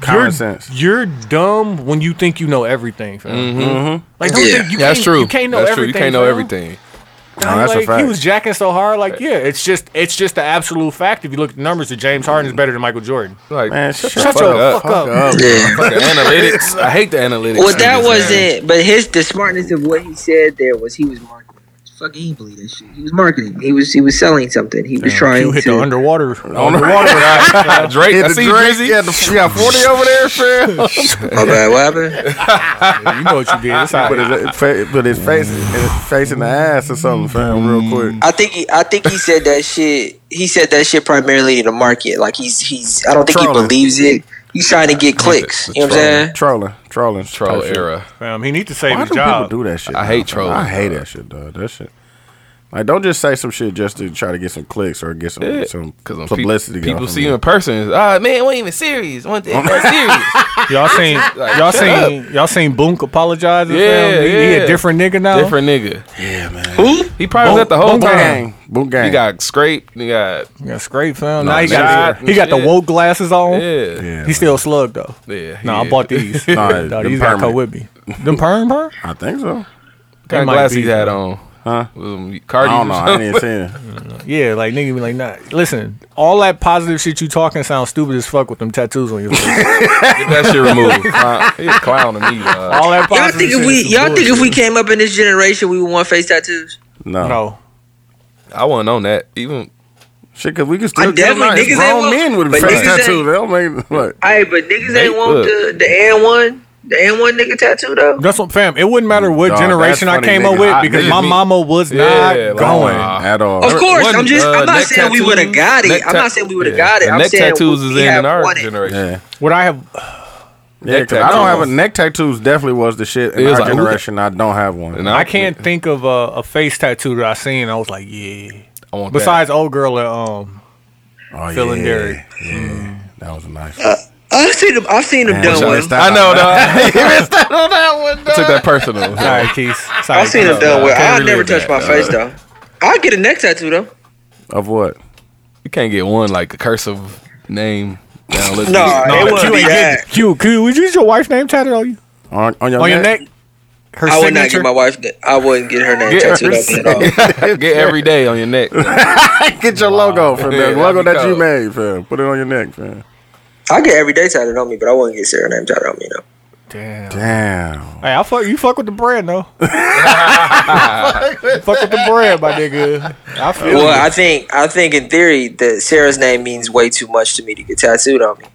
Common
you're,
sense.
You're dumb when you think you know everything, fam.
Mm-hmm.
Like, don't
Yeah.
think you
Mm-hmm. That's
can't,
true.
You can't know
That's true.
everything.
You can't know
fam.
everything.
No, that's a
like,
fact.
He was jacking so hard. Like, yeah, it's just it's just the absolute fact. If you look at the numbers, that James Harden is better than Michael Jordan.
Like
Man, shut,
Shut
the
your
fuck up.
fuck up.
Yeah.
fuck the analytics. I hate the analytics.
Well, that wasn't. But his the smartness of what he said there was he was marketing. Fuck, he didn't believe that shit. He was marketing. He was he was selling something. He was trying
You hit
to.
the underwater. Oh,
On the water.
wasn't Drake.
Hit
I
the
see
Drake.
Drizzy.
Yeah, the, you got 40 over there, fam.
oh, bad. What happened?
you know what you did. It's all
Put
right.
his, uh, fa- put his face, his face in the ass or something, fam, real
Mm.
quick.
I think he, I think he said that shit. He said that shit primarily to the market. Like he's he's. I don't think
Trolling.
he believes it. He's trying to get clicks. You know what I'm saying?
Trolling, trolling,
Troll
type shit.
era.
Fam, he needs to save
Why
his
do
job.
people do that shit?
I
now,
hate
fam?
trolls,
I hate that shit, dog. That shit. Like, don't just say some shit just to try to get some clicks or get some
Yeah.
some
Because
publicity.
people, people
off of
see
it.
you in person. it's, Ah, man, wasn't even serious. Wasn't that serious?
Y'all seen y'all seen y'all seen Boonk apologize? Yeah,
Yeah,
He, he
yeah.
a different nigga now.
Different nigga.
Yeah, man.
He probably was at the whole
Boom
time.
gang, boom gang.
He got scraped. He got
Yeah, scrape fam.
No,
now he
shot
got the,
and
he got the
shit.
woke glasses on.
yeah.
Yeah,
He still slug though.
Yeah, he
Nah,
is.
I bought these.
Nah,
nah,
them
these gotta
permanent.
come with me. Them perm perm?
I think so.
What kind
might
of glass
be,
he had on?
Huh?
Um,
I
Cardi.
don't know.
or
I
something?
ain't seen it.
Yeah, like nigga be like, nah. Listen, all that positive shit you talking sounds stupid as fuck with them tattoos on your face.
Get that shit removed. Clown- He a clown to me. dog.
all that
Y'all
positive
think
shit
if we
is some
y'all think if we
bullshit.
came up in this generation, we would want face tattoos.
No,
No.
I wasn't on that. Even
shit, cause we can still
I
get them out.
definitely-
It's
niggas ain't
grown
want-
men with
but
face
niggas ain't-
tattoos. They don't make look.
Hey, but niggas
Nate,
ain't want the
look.
the and one the and one nigga tattoo though.
That's what fam, it wouldn't matter what
Dog, that's
generation I
funny,
came
nigga.
up with
I-
because
niggas
my
be-
mama was not
Yeah, like,
going.
nah.
at all.
Of course,
One,
I'm just.
uh,
I'm not
neck
saying we would have
tattoos-
got it.
neck
I'm
ta-
not saying we would have
yeah.
got it. I'm
neck
saying
tattoos
we
is in, in
have
our
wanted.
generation.
Yeah,
Would I have
yeah. 'cause I don't have a neck tattoos. Definitely was the shit in
It was
our
like, who the-
generation. I don't have one.
And
I can't think of a, a face tattoo that I seen. I was like, yeah.
I want
Besides old girl at um,
Oh,
Phil and
yeah.
Derek.
Yeah, that was a nice.
Uh. I've seen them. I've seen them
Man,
done
shout
one.
out to
that. I know, dog. He missed out on that one. Dog. I took that personal.
sorry, Keith. Sorry,
I've seen
Keith.
them done one.
I can't
I'll never
relate
touch
that.
my face though. I'll get a neck tattoo though.
Of what?
You can't get one like a cursive name. Down, look
Nah,
good.
it
but
wouldn't
you
be
ain't getting-
that.
Q, Q, would you use your wife's name tatted on you?
On, on your
On
neck?
your neck? Her
I would not get my wife. that- I wouldn't get her name tattooed up at all.
Get every day on your neck.
Get your logo from
Yeah,
the logo
that'd
that
be
you
cold.
made, fam. Put it on your neck, fam.
I get every day tattooed on me, but I wouldn't get Sarah name tattooed on me though.
Damn.
Damn.
Hey, I fuck you fuck with the brand though. You fuck with the brand, my nigga. I feel
Well,
you.
I think I think in theory that Sarah's name means way too much to me to get tattooed on me.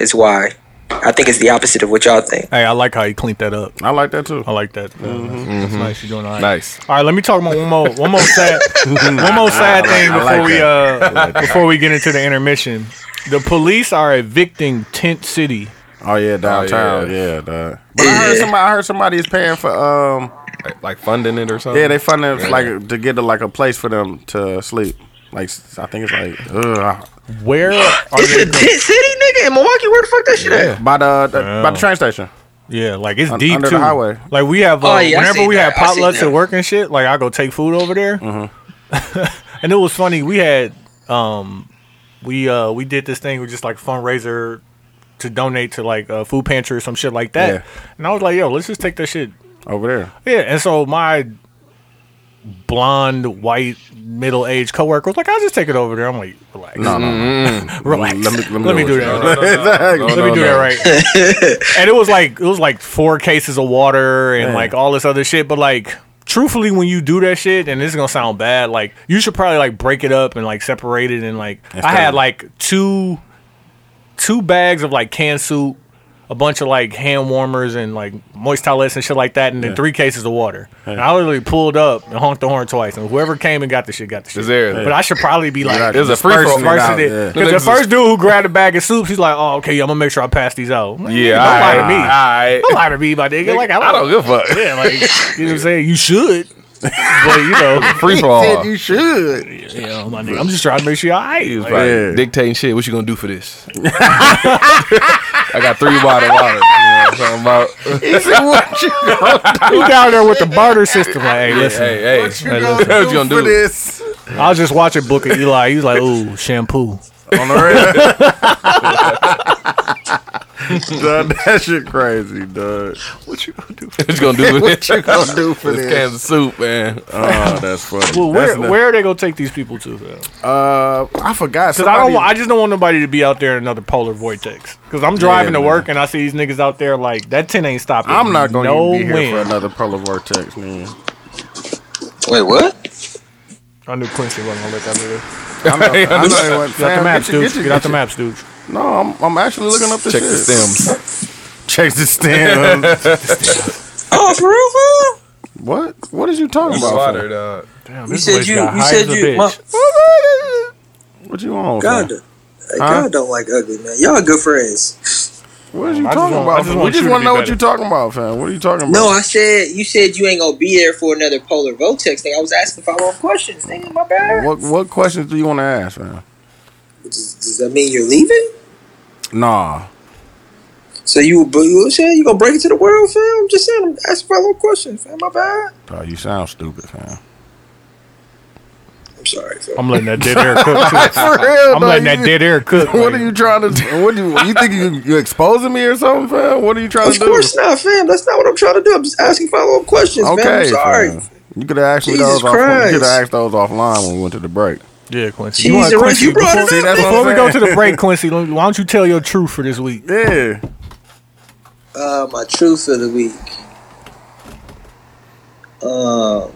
Is why I think it's the opposite of what y'all think.
Hey, I like how you cleaned that up.
I like that too.
I like that. man. That's- That's Mm-hmm. nice. You're doing all right.
Nice.
All right, let me talk about one more, one more sad, one more sad thing
I
before
like
we uh
like that.
before we get into the intermission. The police are evicting Tent City.
Oh yeah, downtown. yeah, dog. But I heard
Yeah.
somebody. I heard somebody is paying for um.
Like- Like funding it or something.
Yeah, they funding like to get a, like a place for them to sleep. Like I think it's like ugh.
Where are
It's
they?
a tent city, nigga, in Milwaukee. Where the fuck that shit at?
by the, the by the train station.
Yeah, like it's
Un-
deep
under
too.
the highway.
Like we have uh,
Oh, yeah, I
whenever
seen
we
that.
had
I seen
potlucks
that.
at work and shit. Like I go take food over there,
Mm-hmm.
and it was funny. We had um, we uh we did this thing with just like fundraiser to donate to like a food pantry or some shit like that.
Yeah.
And I was like, yo, let's just take that shit
Over there.
Yeah, and so my blonde, white, middle aged coworker was like, "I'll just take it over there." I'm like, "Relax,
No, no.
relax.
Mm-hmm. Let me let me,
Let me do that.
Exactly.
Let me do that right." and it was like it was like four cases of water and like all this other shit, but like. Truthfully, when you do that shit, and this is gonna sound bad, like you should probably like break it up and like separate it and like I
Instead
had
of-
like two two bags of like canned soup, a bunch of like hand warmers and like moist towelettes and shit like that, and then three cases of water. And I literally pulled up and honked the horn twice, and whoever came and got the shit got the shit.
Deserved.
But I should probably be like,
It was a free for all.
Dispersing it
first
out,
of it-
yeah.
'cause the first dude who grabbed a bag of soup, he's like, "Oh, okay, I'm gonna make sure I pass these out." Like,
Yeah,
don't lie to me.
all right.
Don't lie to me, my nigga. Like, I don't,
give a fuck.
Yeah, like you know what I'm saying. You should, but you know,
Free for all.
you should.
you know, my nigga, I'm just trying to make sure y'all alright.
He was probably
Yeah.
dictating shit. What you gonna do for this? I got three bottle water. You know what I'm talking about?
You down there with the barter system? Like, hey, listen,
hey, hey. What
Hey,
gonna
listen.
what you gonna
for
do?
this?
I was just watching Book of Eli. He was like, "Ooh, shampoo."
On the red. Dog, that shit crazy, dog.
What you gonna do with this?
What you gonna do for
This
this?
can of soup, man.
Oh, that's funny.
Well,
That's
where
enough.
where are they gonna take these people to?
Uh, I forgot.
Because I don't, wa- I just don't want nobody to be out there in another polar vortex. Because I'm driving to
man.
work and I see these niggas out there like that tent ain't stopping.
I'm not gonna
no
even be here for
wind.
another polar vortex, man.
Wait, what?
I knew Quincy wasn't gonna let that live.
I'm not, I'm not even-
Get out
fam,
the maps,
get your-
dude.
your-
Get out the
your-
maps, dude.
No, I'm, I'm actually looking up this
Check
shit.
the stems.
Check the stems.
Oh, for real, for
what? What is you talking about? fam?
dog.
Damn,
real? You
this
said
place
you.
got
You
high
said
as a
you.
bitch.
My,
What you on? fam?
God, God don't like ugly man. Y'all good friends.
What are you
I just
talking
want- I
about?
just
fam? we
want
just
you to
want
be
to know what
better.
you're talking about, fam. What are you talking about?
No, I said you said you ain't gonna be there for another polar vortex thing. I was asking follow up questions. Nigga, my bad.
What What questions do you want to ask, man?
Does, does that mean you're leaving?
Nah.
So you, but you what saying you gonna break it to the world, fam? I'm just saying, I'm asking follow up questions, fam. My bad.
Oh, you sound stupid, fam.
I'm sorry, fam.
I'm letting that dead air cook. Too.
For real,
I'm
dog,
letting
you-
that dead air cook.
What
like,
are you trying to? What do you, you think you you exposing me or something, fam? What are you trying
Of
to do?
course not, fam. That's not what I'm trying to do. I'm just asking follow up questions, okay, fam. I'm
Okay,
sorry.
fam. You could have asked me
Jesus
those. Off, you
Christ.
could have asked those offline when we went to the break.
Yeah, Quincy.
Jesus,
wanna-
Rex, you brought
before,
it up.
that's what
before we
I'm
go
saying.
to the break, Quincy, let me- why don't you tell your truth for this week?
Yeah.
Uh, my truth of the week. Um.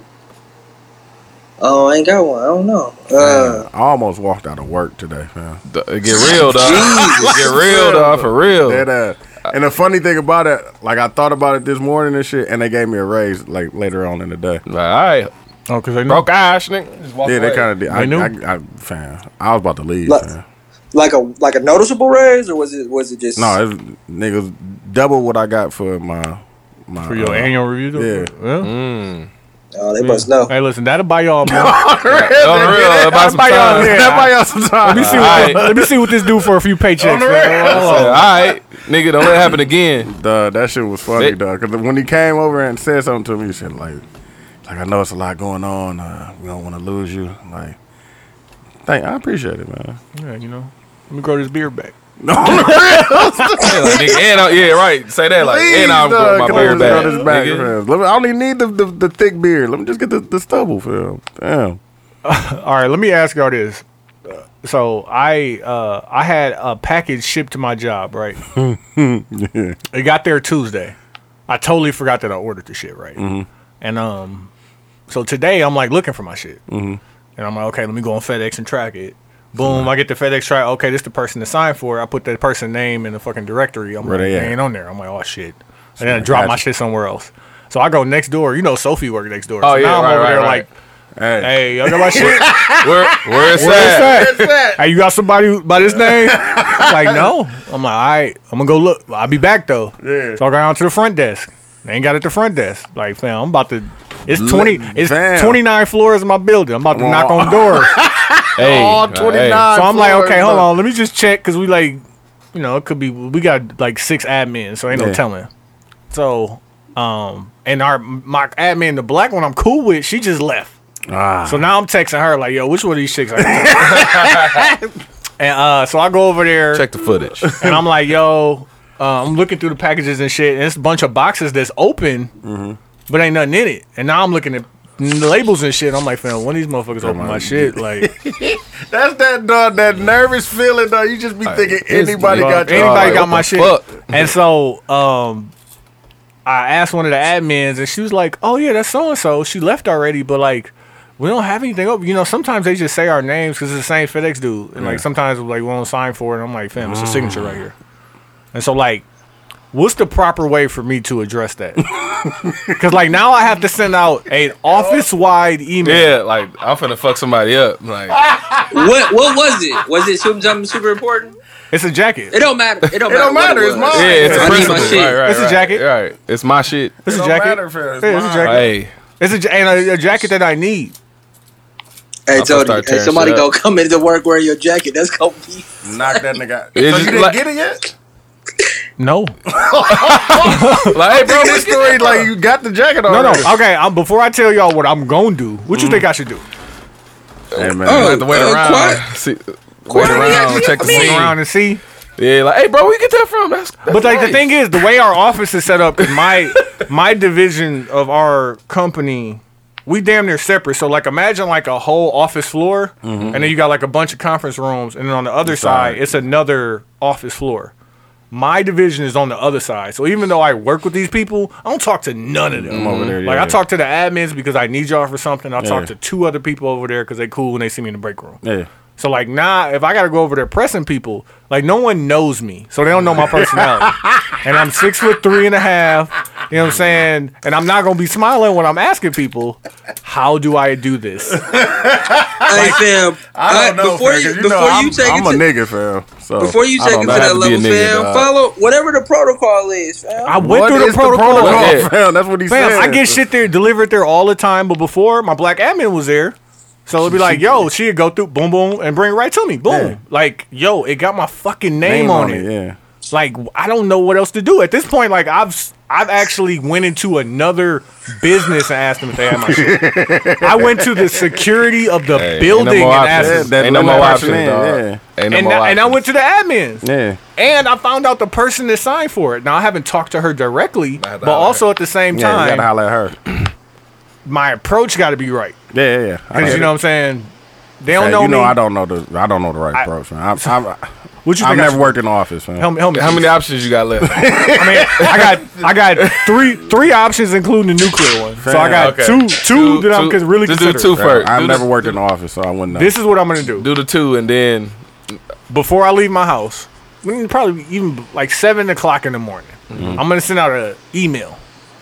Oh, I ain't got one. I don't know. Uh,
I almost walked out of work today, fam.
Get real, dog. Get real, dog.
That,
For real.
uh, and the funny thing about it, like I thought about it this morning and shit, and they gave me a raise like later on in the day.
All right,
Oh, because I
broke ass, nigga. Just walk
Yeah, they
away.
kind of did. I,
They knew?
I, I, fam, I was about to leave.
Look.
fam.
like a like a noticeable raise, or was it was it just
No, it was, niggas double what I got for my my
for your
uh,
annual review. though? Mm.
yeah.
Well,
Oh, they must know.
Hey, listen, that'll buy y'all more. Oh,
On the real, about some
Buy y'all-
time.
yeah,
That buy y'all some time.
Let me see.
Alright.
What, let me see what this do for a few paychecks. man. Hold on.
All right, nigga. Don't let it happen again.
Duh, that shit was funny,
It-
duh. Because when he came over and said something to me, he said like, like I know it's a lot going on. Uh, we don't want to lose you. Like, thank, I appreciate it, man.
Yeah, you know, let me grow this beard back.
Yeah, like, nigga, and I, yeah, right. Say that like,
Please,
and I'm
dog,
growing my
can I
beard
just
back.
grow this back,
nigga.
fam? Let me- I don't even need the, the, the thick beard. Let me just get the, the stubble, fam. Damn.
All right, let me ask y'all this. Uh, So I uh, I had a package shipped to my job, right? It got there Tuesday. I totally forgot that I ordered the shit, right?
Mm-hmm.
And um, so today I'm like looking for my shit,
Mm-hmm.
and I'm like, okay, let me go on FedEx and track it. Boom! I get the FedEx track. Okay, this the person to sign for. it. I put that person name in the fucking directory. I'm
Where
like,
they
they
at?
ain't on there. I'm like, oh shit. And then I drop my
gotcha.
shit somewhere else. So I go next door. You know, Sophie worked next door.
Oh,
so
yeah,
now
right,
I'm over
right,
there
right.
like,
Hey.
hey, y'all got my shit.
Where, where
Where's
it's at?
that? Hey, you got somebody who- by this name? I'm like, no. I'm like, all right, I'm gonna go look. I'll be back though.
Yeah.
So I go down to the front desk. They ain't got it at the front desk. Like, fam, I'm about to. It's twenty. It's
Fam.
twenty nine floors in my building. I'm about to knock on doors.
Hey,
All
hey.
29.
so I'm like,
floors,
okay, hold
bro.
on, let me just check because we like, you know, it could be we got like six admins, so ain't
Yeah.
no telling. So, um, and our my admin, the black one, I'm cool with. She just left.
Ah.
So now I'm texting her like, "Yo, which one of these chicks?" I can text? and uh, so I go over there
Check the footage.
and I'm like, "Yo, uh, I'm looking through the packages and shit, and it's a bunch of boxes that's open, but ain't nothing in it." And now I'm looking at labels and shit. and I'm like, "Fam, when these motherfuckers open my shit, like
That's that dog, that nervous feeling though. You just be thinking anybody got your-
anybody
like,
got
what
my
the
shit?"
fuck?
And so, um. I asked one of the admins, and she was like, "Oh yeah, that's so and so. She left already, but like, we don't have anything up. You know, sometimes they just say our names because it's the same FedEx dude. And
Yeah.
like sometimes like we don't sign for it. And I'm like, fam, it's a signature right here.
Mm.
And so like, what's the proper way for me to address that? Because like now I have to send out an office wide email.
Yeah, like I'm finna fuck somebody up.
Ah,
Like
What what was it? Was it super- something super important?
It's a jacket.
It don't matter. It don't,
don't
matter.
matter,
what
it's
was.
mine.
yeah, it's
I
a
need my
principle.
shit.
Right, right,
It's a
right,
jacket.
Right, it's my shit.
It's a
don't
jacket.
matter if it's
Yeah, it's a
mine.
jacket.
Hey,
It's a ja- and a, a jacket that I need.
Hey,
gonna
Tony,
start
hey,
tearing
somebody
shit
go
up.
come into work wearing your jacket. That's gonna be.
Knock that nigga out. So
It's
you
just
didn't
like-
get it yet?
No,
like hey, bro,
This
this
story, like, you got the jacket on.
no, no. Okay, i before I tell y'all what I'm gonna do, what
Mm.
you think I should do?
Hey, man.
Oh,
have to wait
uh,
around.
quiet.
See, wait around, check the
Look
scene.
around and see.
Yeah, like hey, bro, where you get that from? That's, that's
But like
nice.
the thing is, the way our office is set up, my my division of our company, we damn near separate. So like, imagine like a whole office floor,
Mm-hmm.
and then you got like a bunch of conference rooms, and then on the other side,
side.
it's another office floor. My division is on the other side, so even though I work with these people, I don't talk to none of them.
over there,
like
Mm-hmm. yeah.
I talk to the admins because I need y'all for something. I
Yeah.
talk to two other people over there because they cool when they see me in the break room.
Yeah.
So like nah, if I gotta go over there pressing people, like no one knows me, so they don't know my personality. and I'm six foot three and a half. You know what I'm saying? And I'm not gonna be smiling when I'm asking people, how do I do this?
Hey, fam.
I don't
uh,
know,
Before
fam, 'cause know
you, before
I'm,
you take
I'm
it to,
a nigga, fam. So
before you
I
take it
don't know
to
how
that
be a
level,
nigga,
fam.
dog.
Follow whatever the protocol is, fam.
I went
What
through
is
the protocol.
protocol, fam? That's what he
Fam,
said.
I get shit there delivered there all the time, but before my black admin was there. So it'd be like, yo, she'd go through boom boom and bring it right to me. Boom.
Yeah.
Like, yo, it got my fucking name, on, it.
Yeah.
like I don't know what else to do at this point. Like I've I've actually went into another business and asked them if they had my shit. I went to the security of the
Hey, ain't no
building
more
and
options.
asked them.
that
ain't no
little
more
option
options,
in,
dog.
yeah.
Ain't no
And,
more
I, and I
options.
went to the admins.
Yeah.
And I found out the person that signed for it. Now I haven't talked to her directly,
have to
but
holler.
also at the same
Yeah, you
time,
gotta holler at her.
my approach got to be right.
Yeah, yeah, yeah. I
Because
get
you
it.
know what I'm saying. They don't
Hey,
know
you know,
me.
I don't know the, I don't know the right approach, man. I'm, I'm,
What you
I've
think? I
never
should-
worked in the office, man.
Help me. Help me.
How many options you got left?
I mean, I got I got three three options, including the nuclear one. So I got
Okay.
two two that I'm con- really
Just
considering.
do two
Fam,
first.
I've
do
never
the,
worked in the office, so I wouldn't know.
This is what I'm gonna do
Do the two and then
before I leave my house. I mean, probably even like seven o'clock in the morning. I'm gonna send out an email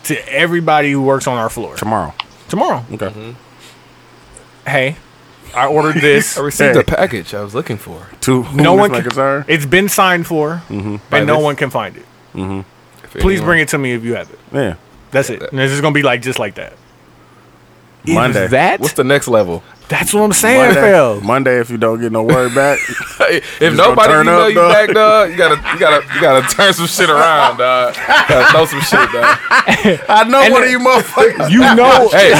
to everybody who works on our floor
tomorrow.
tomorrow.
Okay.
Mm-hmm.
Hey, I ordered this.
received
the package I was looking for.
Two.
no one
can.
can,
Concern?
It's been signed for, and no
this-
one can find it. Please bring it to me if you have it.
Yeah.
That's it. And it's just gonna be like just like that. Is
Monday.
that
What's the next level?
that's what I'm saying,
Monday,
Phil.
Monday, if you don't get no word back,
if
gonna
nobody
turn
you know
up,
you
dog.
back, dog, you gotta you gotta you gotta turn some shit around, dog. gotta throw some shit, dog.
I know
And
one
it-
of you motherfuckers.
You know,
Hey,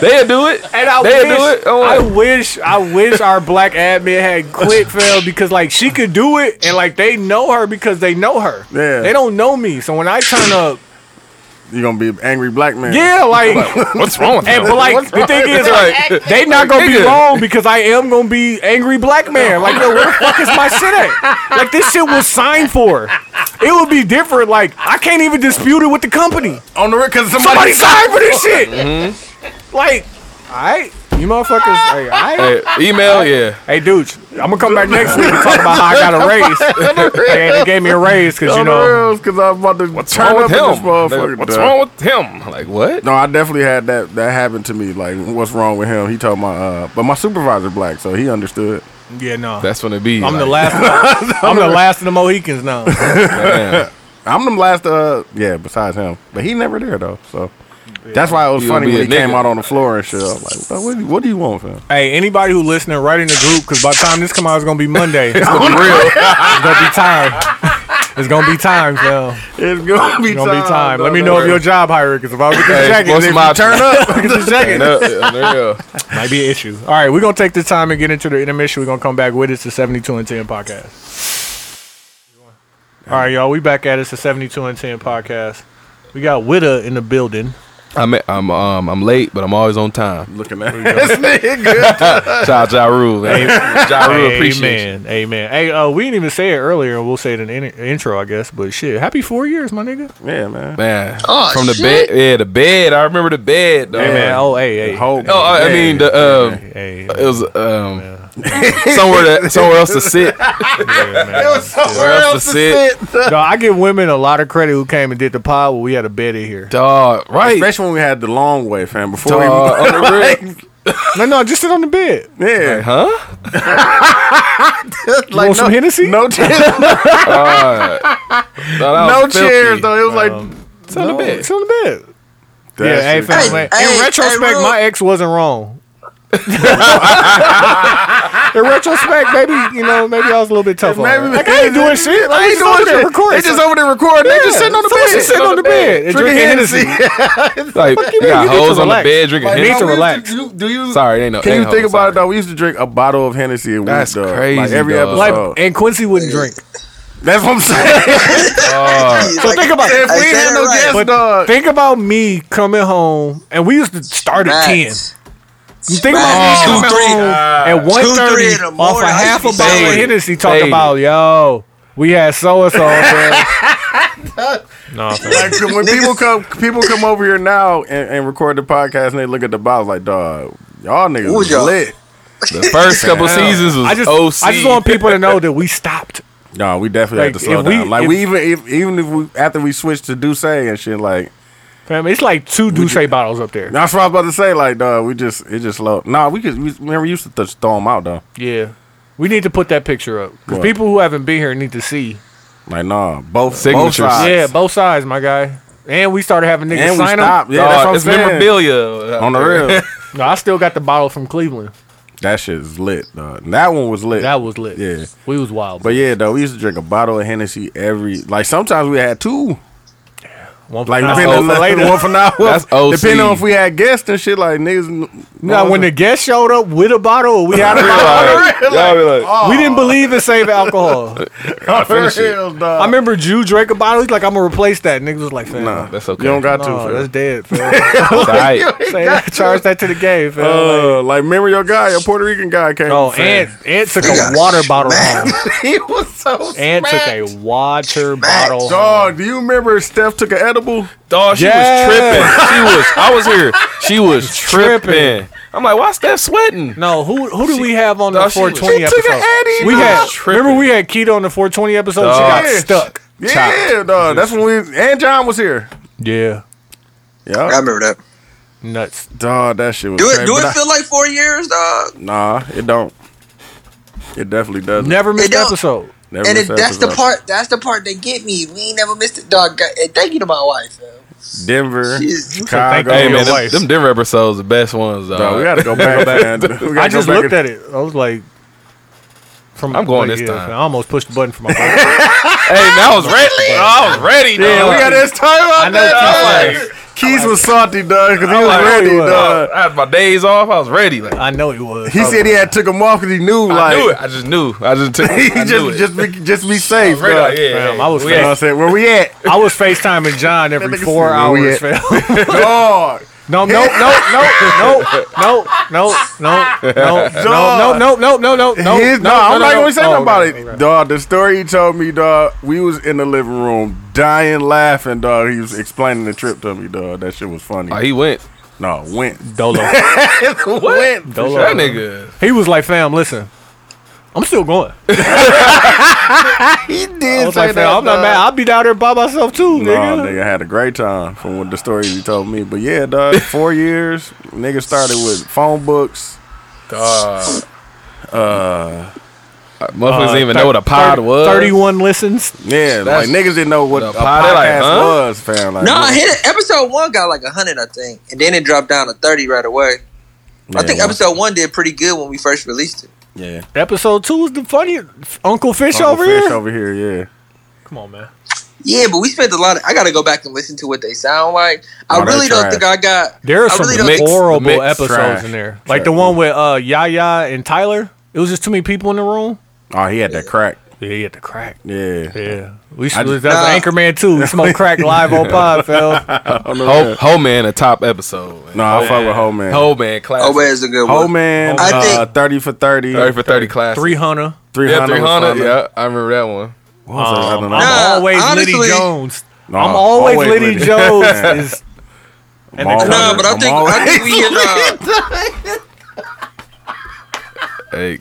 they'll do it.
And I
They'll
wish,
do it. Oh. Don't
I
worry.
wish, I wish our black admin had quit, Phil, because like she could do it, and like they know her because they know her.
Yeah.
They don't know me, so when I turn up,
You're gonna be an angry black man.
yeah, like,
What's wrong with
and
that?
but like the thing is, like, they not gonna be
nigga.
wrong because I am gonna be angry black man. Like, yo, where the fuck is my shit at? Like this shit was signed for. It would be different. Like I can't even dispute it with the company.
On the record, somebody.
Somebody signed for this shit.
Mm-hmm.
Like, all right, you motherfuckers. Like, all right.
Hey, email, yeah.
Hey, dude, I'm gonna come back next week and talk about how I got a raise. hey, they gave me a raise because you
on the
know.
rails, cause I'm about to
What's
turn
wrong
up
with
in this
him?
motherfucker.
Like, What's
dog.
wrong with him? Like what?
No, I definitely had that that happen to me. Like, what's wrong with him? He told my uh but my supervisor black, so he understood.
Yeah, no.
That's when it be.
I'm the
like,
last. I'm the last of the Mohicans now.
man.
I'm the last uh yeah, besides him. But he never there though, so that's why it was
You
funny
gonna
when
be
he
a
came
nigga.
out on the floor and shit. I was like, what, what, what do you want, fam?
hey, anybody who listening, right in the group because by the time this come out, it's gonna be Monday. It's gonna
For real.
be time. It's gonna be time, Phil.
It's gonna be
It's gonna be time. Let me know if your job hire because if I was to
Hey,
get the
what's
jacket,
my
turn up.
get the jacket.
No, yeah, there you go.
might be an issue. All right, we're gonna take this time and get into the intermission. We're gonna come back with it to 72 and 10 podcast. All right, y'all, we back at it. It's the 72 and 10 podcast. We got Witta in the building.
I'm I'm um I'm late, but I'm always on time.
Looking at this nigga.
Shout out Ja Rule. Ja Rule appreciate you.
Amen. Amen. Hey, uh, we didn't even say it earlier, and we'll say it in the in- intro, I guess. But shit, happy four years, my nigga.
Yeah, man.
Man.
Oh,
From the
shit.
bed. Yeah, the bed. I remember the bed, dog.
Hey, man. Oh, hey, hey.
Hope.
No, I, I mean the uh,
Hey,
it was um somewhere to, somewhere else to sit.
yeah, man.
Somewhere else to sit.
No, I give women a lot of credit who came and did the pod when we had a bed in here.
Dog, right.
Especially when we had the long way, fam. Before we,
Dog, on the real.
No, no, just sit on the bed.
yeah,
Huh?
You want some Hennessy?
no chairs,
Dog, that
no
was filthy. Um,
chairs though. It was like
Sit on the bed.
sit on the bed.
That
yeah, hey,
shit-
fam, man,
hey,
in retrospect,
hey,
my ex wasn't wrong. in retrospect, maybe you know, maybe I was a little bit tough. on
Maybe-
her. like I ain't doing shit. Like, I ain't doing shit. Recording.
They just over there recording. They just sitting on the
someone
bed,
just sitting on the bed and
drinking
drinking
Hennessy.
Like you
mean?
got
You need to
hoes on the
relax.
bed drinking.
Like,
Hennessy.
need to relax.
Do you, do you-
Sorry, it ain't no.
Can
ain't
you
no
think
hoes,
about
sorry.
it though? We used to drink a bottle of Hennessy a week.
That's
dog. Like
crazy,
every
dog.
Like,
episode.
and Quincy wouldn't drink.
That's what I'm saying.
So
think about it.
if we
said
had
it
no
right.
guests,
But
dog.
think about me coming home, and we used to start at ten. You think
Facts.
about me
Two,
coming
three.
home at one
three
thirty
in the
off
morning,
a
I used
half
to
a
be
bottle of
faded.
Hennessy, talking
Faded.
about yo, we had so and so. No,
Like, when people come, people come over here now and, and record the podcast, and they look at the bottles like, dog, y'all niggas
Who
was
y'all?
lit.
The first couple seasons was
I just,
OC.
I just want people to know that we stopped.
No, we definitely
Like,
had to slow
if we-
down. Like
if-
we even if, even if we after we switched to Duce and shit, like
Fam, it's like two Douce bottles up there.
that's what I was about to say. Like, dog, we just it just slow. Nah, we could. We, man, we used to just throw them out though.
Yeah. We need to put that picture up. Because
What?
people who haven't been here need to see.
Like, nah, both
Signatures.
Both sides.
Yeah, both sides, my guy. And we started having niggas
and we
sign up.
stopped. Yeah, that's what I'm
it's
saying.
memorabilia
on the real.
No, I still got the bottle from Cleveland.
that shit is lit. Dog. And That one was lit.
That was lit.
Yeah.
We was wild.
But yeah, though we used to drink a bottle of Hennessy every. Like sometimes we had two.
One
Like
nah,
depending
oh,
on
for later.
later. one for now.
That's OC.
Depending on if we had guests and shit. Like niggas.
Nah, when the guest showed up with a bottle, or we had a bottle.
Like, y'all be like,
We didn't believe in saving alcohol.
finish it.
Real, dog.
I remember Jew drank a bottle. He's like, I'm gonna replace that. Niggas was like, fam,
Nah,
That's okay.
You don't got
no,
to.
that's
fam.
dead. Fam.
Oh,
it's all right.
Say- charge that to the game, fam. Like,
Uh, like remember your guy, your Puerto Rican guy came.
Oh,
fam.
Ant, Ant took a water bottle home.
he was so
Ant took a water bottle home.
dog. Do you remember Steph took an edible?
Dog, she
Yeah.
was tripping. She was. I was here. She was tripping. I'm like, why Steph sweating?
No, who who do we have on the
Dog, she was-
420
she
episode?
took a Eddie,
we
dog.
had
Tripping.
remember we had Keto on the 420 episode. She
Dog.
got stuck.
Yeah, dog. That's when we and John was here.
Yeah,
I
Yeah,
remember that.
nuts.
dog. That shit was.
Do
crazy,
it? Do
but
it
I-
feel like four years, dog?
Nah, it don't. It definitely doesn't.
Never missed
don't-
episode.
Never
and
miss
it, that's the
episode.
part. That's the part that get me. We ain't never missed it, dog. God- and Thank you to my wife. man.
Denver,
Jesus.
Chicago.
Thank
Hey
you.
man,
Your
them,
wife.
them Denver episodes the best ones. Dog.
Dog, we gotta go back. man. We gotta go
I just
back
looked
and-
at it. I was like, from
I'm going
like,
this time.
I almost pushed the button for my. phone.
hey, man, I was ready. I was ready. Dog.
Yeah, we got this time
I
out
know
there.
it's
dog. Keys was salty, dog, because he was
like,
ready,
he was.
dog.
I had my days off. I was ready. Like,
I know it was.
He said he had took him off because he knew,
I
like,
knew it. I just knew. I just took.
he
I knew
just just
it.
be, just be safe,
Right,
dog.
like, yeah,
Fam,
yeah.
I was
We
You know
had-
what I'm saying? Where we at?
I was FaceTiming John every
That nigga
four
said, "Where we
hours. fam.
Dog.
No, no, no, no, no, no, no, no, no, no, no, no, no, no, no.
His, no, I'm not gonna say
Oh,
nothing about
okay,
it.
okay.
Dog, the story he told me, dog, we was in the living room dying laughing, dog. He was explaining the trip to me, dog. That shit was funny.
Oh, he went.
no, went.
Dolo.
Went. for
Dolo.
sure.
That nigga.
He was like, "Fam, listen, I'm still going."
He
I
did
was
say that.
like, "Fam, I'm not
dog.
mad. I'll be down there by myself too,
No,
nigga."
nigga, I had a great time from what the story he told me. But yeah, dog, four years. Nigga started with phone books.
Dog. Uh, motherfuckers didn't even know what a pod
30
was.
Thirty-one listens.
Yeah, like
That's-
niggas didn't know what
The
a
pod, they
podcast
like, huh?
was, fam. Like,
No,
what-
I hit it. episode one got like hundred, I think, and then it dropped down to thirty right away. I
Yeah,
think
well,
episode one did pretty good when we first released it.
yeah.
Episode two is the funniest. Uncle Fish
Uncle
over
Fish
here.
over here, yeah.
Come on, man.
Yeah, but we spent a lot. Of, I got to go back and listen to what they sound like. I
Oh, they
really don't
trash.
think I got.
There are
I
some
really don't
mixed-
think-
horrible
mixed
episodes
trash.
in there, like the one with uh Yaya and Tyler. It was just too many people in the room.
Oh, he had that crack.
Yeah, he had the crack.
Yeah.
Yeah, we should.
I just-
that's
Nah.
Anchorman too. We smoke crack live on pod, fell.
Ho, Ho Man, a top episode.
Oh, No, I fuck with Ho Man.
Ho Man, classic.
Oh, where's the good one?
Ho Man,
I
uh,
think-
30 for 30.
30 for 30 classic.
Three hundred.
yeah,
300.
300. Yeah, I remember that one.
What was the other
Um, I'm
one?
Nah,
always Liddy
honestly-
Jones.
Nah,
I'm always, Liddy, Jones. Is,
I'm
and the
always-
No, but I
I'm
think
always-
I think we can. Uh,
Hey,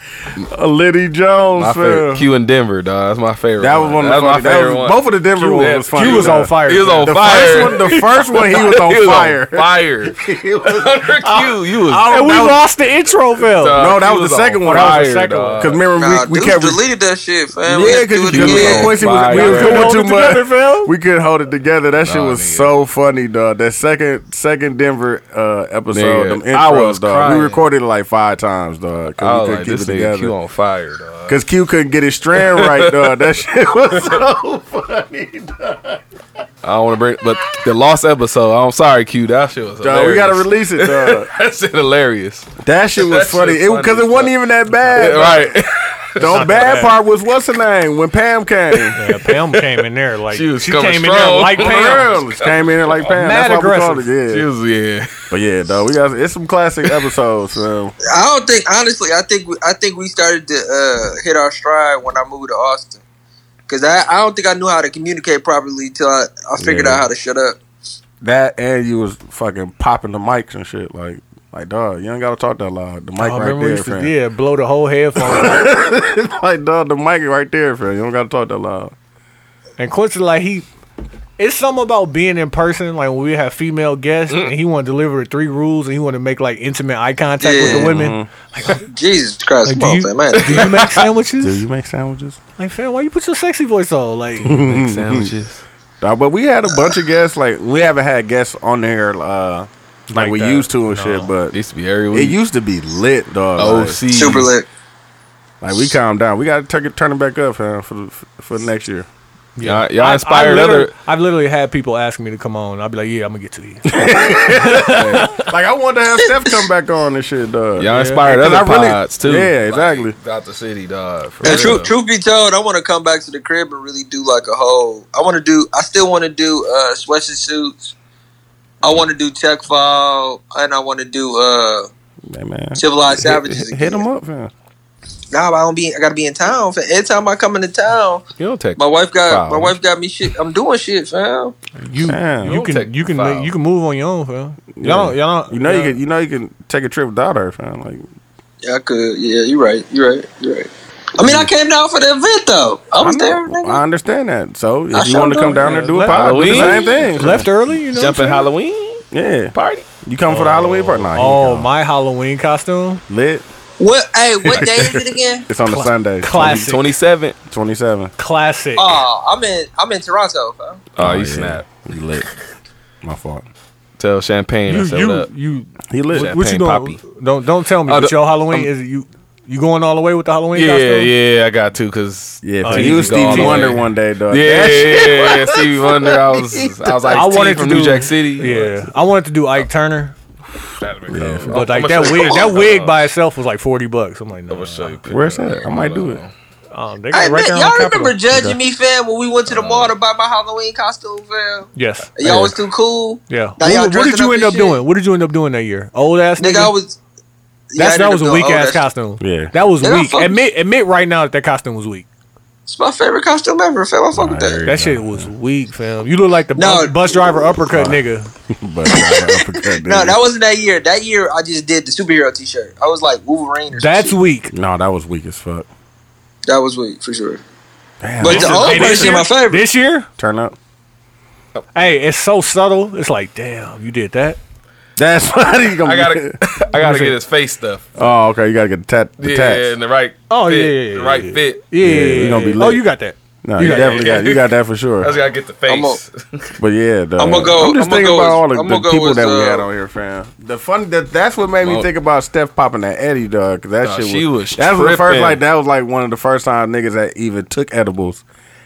a Liddy Jones.
my favorite.
fam.
Q in Denver, dog. That's my favorite.
That was one of the
That's
funny,
my
that
favorite
was,
one.
Both of the Denver
Q-
ones was
Q
funny.
was on
dog.
fire.
He was on
The
fire.
first one, the first one, he was on
he was
fire.
on fire. Under Q, you was.
and we
that was-
lost the intro, fell.
dog,
no, that
Q
was the
on
second one.
That was the
fire,
second
dog.
Because remember,
nah,
we, we
dude
kept.
deleted that shit, fam. We
yeah,
had to
because
do it
you-
again.
Quincy was, we
Fire.
was
Couldn't
doing
hold
too
it together, fam.
much. We couldn't hold it together. That shit
Nah,
was
nigga.
so funny, dog. That second second Denver uh, episode,
Nigga,
them
I
intros,
was
dog.
crying.
We recorded it like five times, dog. Because
I was
we
like,
couldn't
this
keep it
nigga Q
together.
on fire, dog.
Because Q couldn't get his strand right, dog. That shit was so funny,
I don't want to bring, but the lost episode. I'm sorry, Q. That shit was.
dog. We got to release
hilarious.
it, dog.
That shit hilarious.
That shit was
That shit
funny.
was
It
funny
because it,
as
wasn't
fuck.
even that bad.
right.
The bad part was what's her name when Pam came.
Yeah, Pam came in there like
She
she,
was coming
came in there
strong.
like Pam.
Pam came in like Pam.
Mad
That's why we called it.
aggressive.
She
Yeah,
was yeah.
but yeah, though we got it's some classic episodes. So
I don't think honestly. I think we, I think we started to uh, hit our stride when I moved to Austin because I, I don't think I knew how to communicate properly till I, I figured
Yeah.
out how to shut up.
that and you was fucking popping the mics and shit like like dog. You ain't gotta talk that loud. The mic
I
right
Oh, remember we
there,
used to,
friend.
yeah, blow the whole headphone. out.
like dog, the mic right there, friend. You don't gotta talk that loud.
and Quincy like he, it's something about being in person. Like when we have female guests, and he wanted to deliver the three rules, and he wanted to make like intimate eye contact with
Yeah.
the women.
Jesus Christ,
Like,
come
do,
on,
you,
fam, man.
do you make sandwiches?
Do you make sandwiches?
Like, fam, why you put your sexy voice on? Like,
Sandwiches.
Nah, but we had a bunch of guests. Like we haven't had guests on there uh, like,
Like
we
that.
used to and shit. But
Used to be every
it
week. Oh,
used to be lit, dog.
OC.
Like,
Super lit.
Like we calm down. We gotta turn it, turn it back up fam, for the- for the next year.
Y'all, y'all inspired
I, I
other.
I've literally had people ask me to come on. I'll be like, yeah, I'm gonna get to you.
Like I wanted to have Steph come back on and shit, dog.
Y'all inspired
Because
other
I really-
pods too.
Yeah, exactly.
Like, out the city, dog. for
And
real.
truth, truth be told, I want to come back to the crib and really do like a whole. I want to do. I still want to do uh, sweats and suits. I want to do tech file, and I want to do uh,
Hey, man.
civilized savages.
Hit, hit
again.
them up, fam.
Nah, but I don't be. I gotta be in town. fam. Every time I come into town,
You don't take.
my wife got my
Wow.
wife got me shit. I'm doing shit, fam.
You
Damn.
you
Don't take
can
the
you can
file.
make, you can move on your own, fam. Y'all
Yeah.
don't, y'all don't,
You know
y'all,
you can you know you can take a trip without her, fam. Like
Yeah, I could. Yeah, you're right. You're right. You're right. I
Mm.
mean, I came down for the event though. I was
I,
there.
know,
nigga.
I understand that. So if
I
you
sure
want to come
do.
down there
Yeah,
and do a
let-
pod, do the same
Halloween.
thing. fam.
left early. You know,
Jumping
what I'm
Halloween
yeah.
party.
You come for the Halloween party? Nah,
saying?
you
Oh,
come.
my Halloween costume,
lit.
What? Hey, what day is it again?
It's on the Sunday.
classic,
Twenty seventh.
Twenty seven.
classic.
Oh, I'm in. I'm in Toronto, fam.
Oh, you snap.
He lit. My fault.
Tell champagne.
you
I said what
you
up.
you
He lit.
what, what you
Champagne
doing?
poppy.
Don't don't tell me.
Oh,
but
the-
your Halloween
I'm-
is it you you going all the way with the Halloween
Yeah,
costume?
yeah, I got to because
Yeah,
Oh,
fam.
you
you was
can go all
Stevie
the
Wonder
way.
one day, dog.
Yeah,
That shit-
yeah, yeah, yeah. Stevie Wonder. I was, I was like,
I wanted
from
to
New
do-
Jack City.
Yeah, I wanted to do
Oh.
Ike Turner,
Yeah, fam.
but like that wig, that
Uh,
wig by itself was like forty bucks. I'm like, no,
I'ma show you a picture.
Where's that? I might do it.
um, they got
Hey,
it right
man,
there on
y'all
Capitol.
remember judging me, fam, when we went
Uh,
to the mall to buy my Halloween costume, fam?
Yes,
And y'all was too cool.
yeah.
Now y'all
What, what
dressing
did you
up
end
and
up
shit.
doing? What did you end up doing that year? Old ass
Nigga, I was. yeah, I
That's,
ended
that
up oh,
was a
doing
weak
all
ass
that shit.
costume.
Yeah.
that was
Yeah, I
weak.
fuck-
Admit, admit right now that that costume was weak.
It's my favorite costume ever, fam. I fuck with that.
That shit was weak, fam. You look like the
No.
bus, bus driver uppercut nigga.
But no,
No, that wasn't that year. That year, I just did the superhero T-shirt. I was like Wolverine. Or
That's
some shit.
weak.
no, that was weak as fuck.
that was weak for sure.
Damn,
But the old
Hey, this,
version,
year,
my favorite.
this year,
turn up.
hey, it's so subtle. It's like, damn, you did that.
That's funny. You gonna
I gotta, I gotta get his face stuff.
Oh, okay. You gotta get the tat. The
yeah,
tats.
and the right.
Oh,
fit,
yeah, yeah, yeah,
the right
yeah.
fit.
Yeah,
you gonna be
Oh,
lit.
you got that.
No,
You
you,
got
definitely
that.
got you got that for
I
sure.
just gotta get the
I'm on-
face.
But yeah, the,
I'ma go-
I'm just
I'ma
thinking
go
about all the,
with-
the
I'ma go
people
with,
that we
uh,
had on here, fam. The fun that that's what made me
Well-
think about Steph popping that Eddie, dog. 'cause that
Nah,
shit was,
she was
that was the first
tripping.
like that was like one of the first time niggas that even took edibles.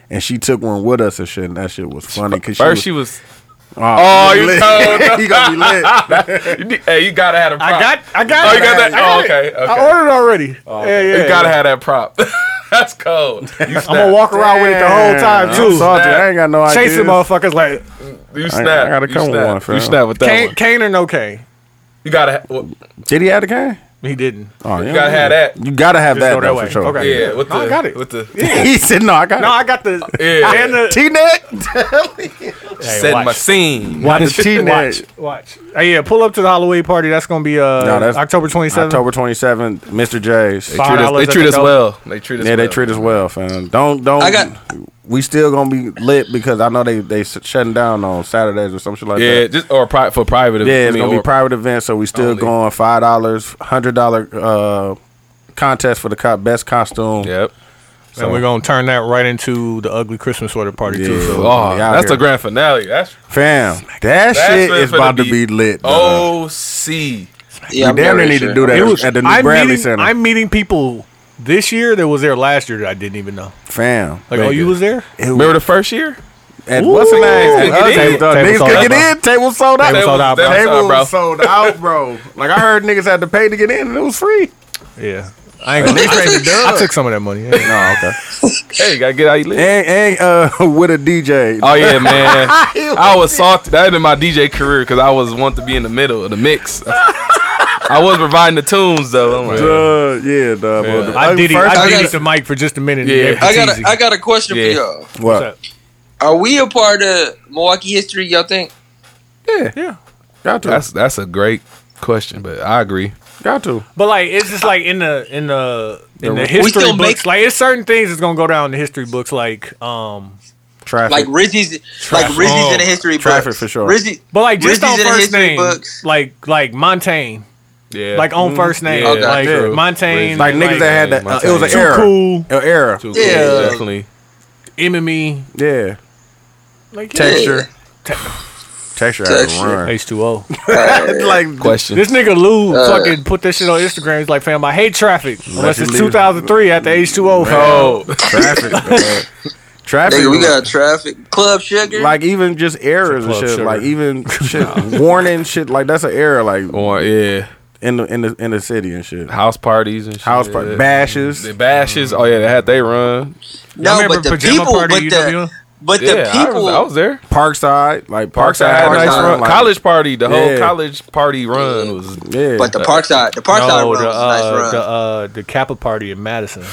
And she took one with us and shit, and that shit was funny. Cause
First,
she
she
was,
was.
oh,
you told her.
you gonna be lit.
You need- hey, you gotta have a prop.
I got, I got.
Oh,
it.
you got that?
I got
Oh,
it.
okay, okay.
I ordered already. yeah, yeah.
You gotta have that prop. That's cold. You
I'm gonna
snap.
walk around with it the whole time
Damn, I'm
too.
salty. I ain't got no idea.
Chasing motherfuckers like
You
I
snap.
gotta
You
come with
snap.
one, fam.
You snap with that
cane,
one.
cane or no cane.
You gotta. Ha- well,
Did he have the cane?
He didn't.
Oh,
you gotta have that.
You gotta have
Just
that,
go that
though,
way.
for sure.
Okay.
Yeah. With the.
Oh, I got it.
With the.
he said, "No, I got
No, I got the
Yeah.
and the
T neck.
hey,
Set my
watch.
scene.
Why the T neck?
Watch. Hey, yeah, pull up to the Halloween party. That's gonna be uh
No, that's-
October 27th.
October twenty seventh, Mr. J's.
Five
Treat us-
dollars
they
at
treat
the
us
door.
well. They treat us.
Yeah, they
well.
treat us well, fam. Don't don't.
I got-
We still gonna be lit because I know they they s- shutting down on Saturdays or something like
Yeah,
that.
just or pri- for private.
Yeah,
I
it's
mean,
gonna be
or-
private events, so we still
Only.
going five dollars, hundred dollar uh, contest for the co- best costume.
Yep.
And we're gonna turn that right into the ugly Christmas sweater party too.
Yeah.
So
Oh,
we out
that's
here.
the grand finale. That's
Fam, that shit
what
is
it's
about to
finna
be
be. Oh.
lit. dog.
OC.
Yeah,
we damn near
very
need
sure.
to do that
It was-
at the new
I'm
Bradley
meeting,
Center.
I'm meeting people this year that was there last year that I didn't even know.
Fam,
Like, oh, you was there?
Remember the first year?
and what's the name?
Ooh.
Us
Table-
niggas, dog.
table
Niggas
sold
could
out,
get in. Table sold out.
Table sold out, bro.
Table
Table
sold out, bro. Like I heard niggas had to pay to get in, and it was free.
Yeah. I ain't gonna I took some of that money. yeah.
No, okay.
Hey, you gotta get out. You live.
And, and uh, with a DJ.
Oh yeah, man. I was salty. That ended my DJ career because I was want to be in the middle of the mix. I was providing the tunes though. I'm like,
Duh, yeah, duh. but the-
I did it. I
I
did
gotta-
it to Mike for just a minute.
Yeah.
Yeah,
I got a, I got a question
Yeah.
for y'all.
What?
Are we a part of Milwaukee history? Y'all think?
yeah,
Got to.
that's that's a great question, but I agree.
got to.
but like it's just like in the in the in the
We
history
still
books.
make-
like it's certain things that's gonna go down in the history books. Like um,
Traffic.
Like Rizzy's, like Rizzy's
Oh,
in the history
traffic
books.
for sure.
Rizzy,
but like just
Rizzy's
on
in the
first
history
name,
books.
like like Montaigne,
Yeah,
like on first name,
Yeah,
Okay.
like
true.
Montaigne,
Like, niggas that had that.
my
Uh, it was an
time.
era.
cool, E,
An Uh, era.
Too cool,
Yeah.
definitely.
enemy,
Yeah.
like
Texture. Texture had to
Texture.
run.
H two O.
uh,
Like,
Question.
This nigga Lou fucking put that shit on Instagram. He's like, fam, I hate traffic unless
you
it's
leave.
2003 at the H two O.
oh,
traffic. dog. Traffic.
Nigga, we
was-
got traffic, club sugar.
like even just errors and
Club
shit,
sugar.
like even shit, warning shit, like that's an error, like
or yeah,
in the in the in the city and shit.
house parties and shit.
House party bashes.
The bashes. Oh yeah, they had they run.
no, but the people, but the, but the
yeah, I
people,
was, I was there.
Parkside, like
Parkside
Parkside,
had a
parkside
nice
Parkside,
run.
like-
college party. The whole
Yeah.
college party run was.
yeah,
but the Parkside, the Parkside
No,
run
the
was a nice
uh,
run.
the uh, the Kappa party in Madison.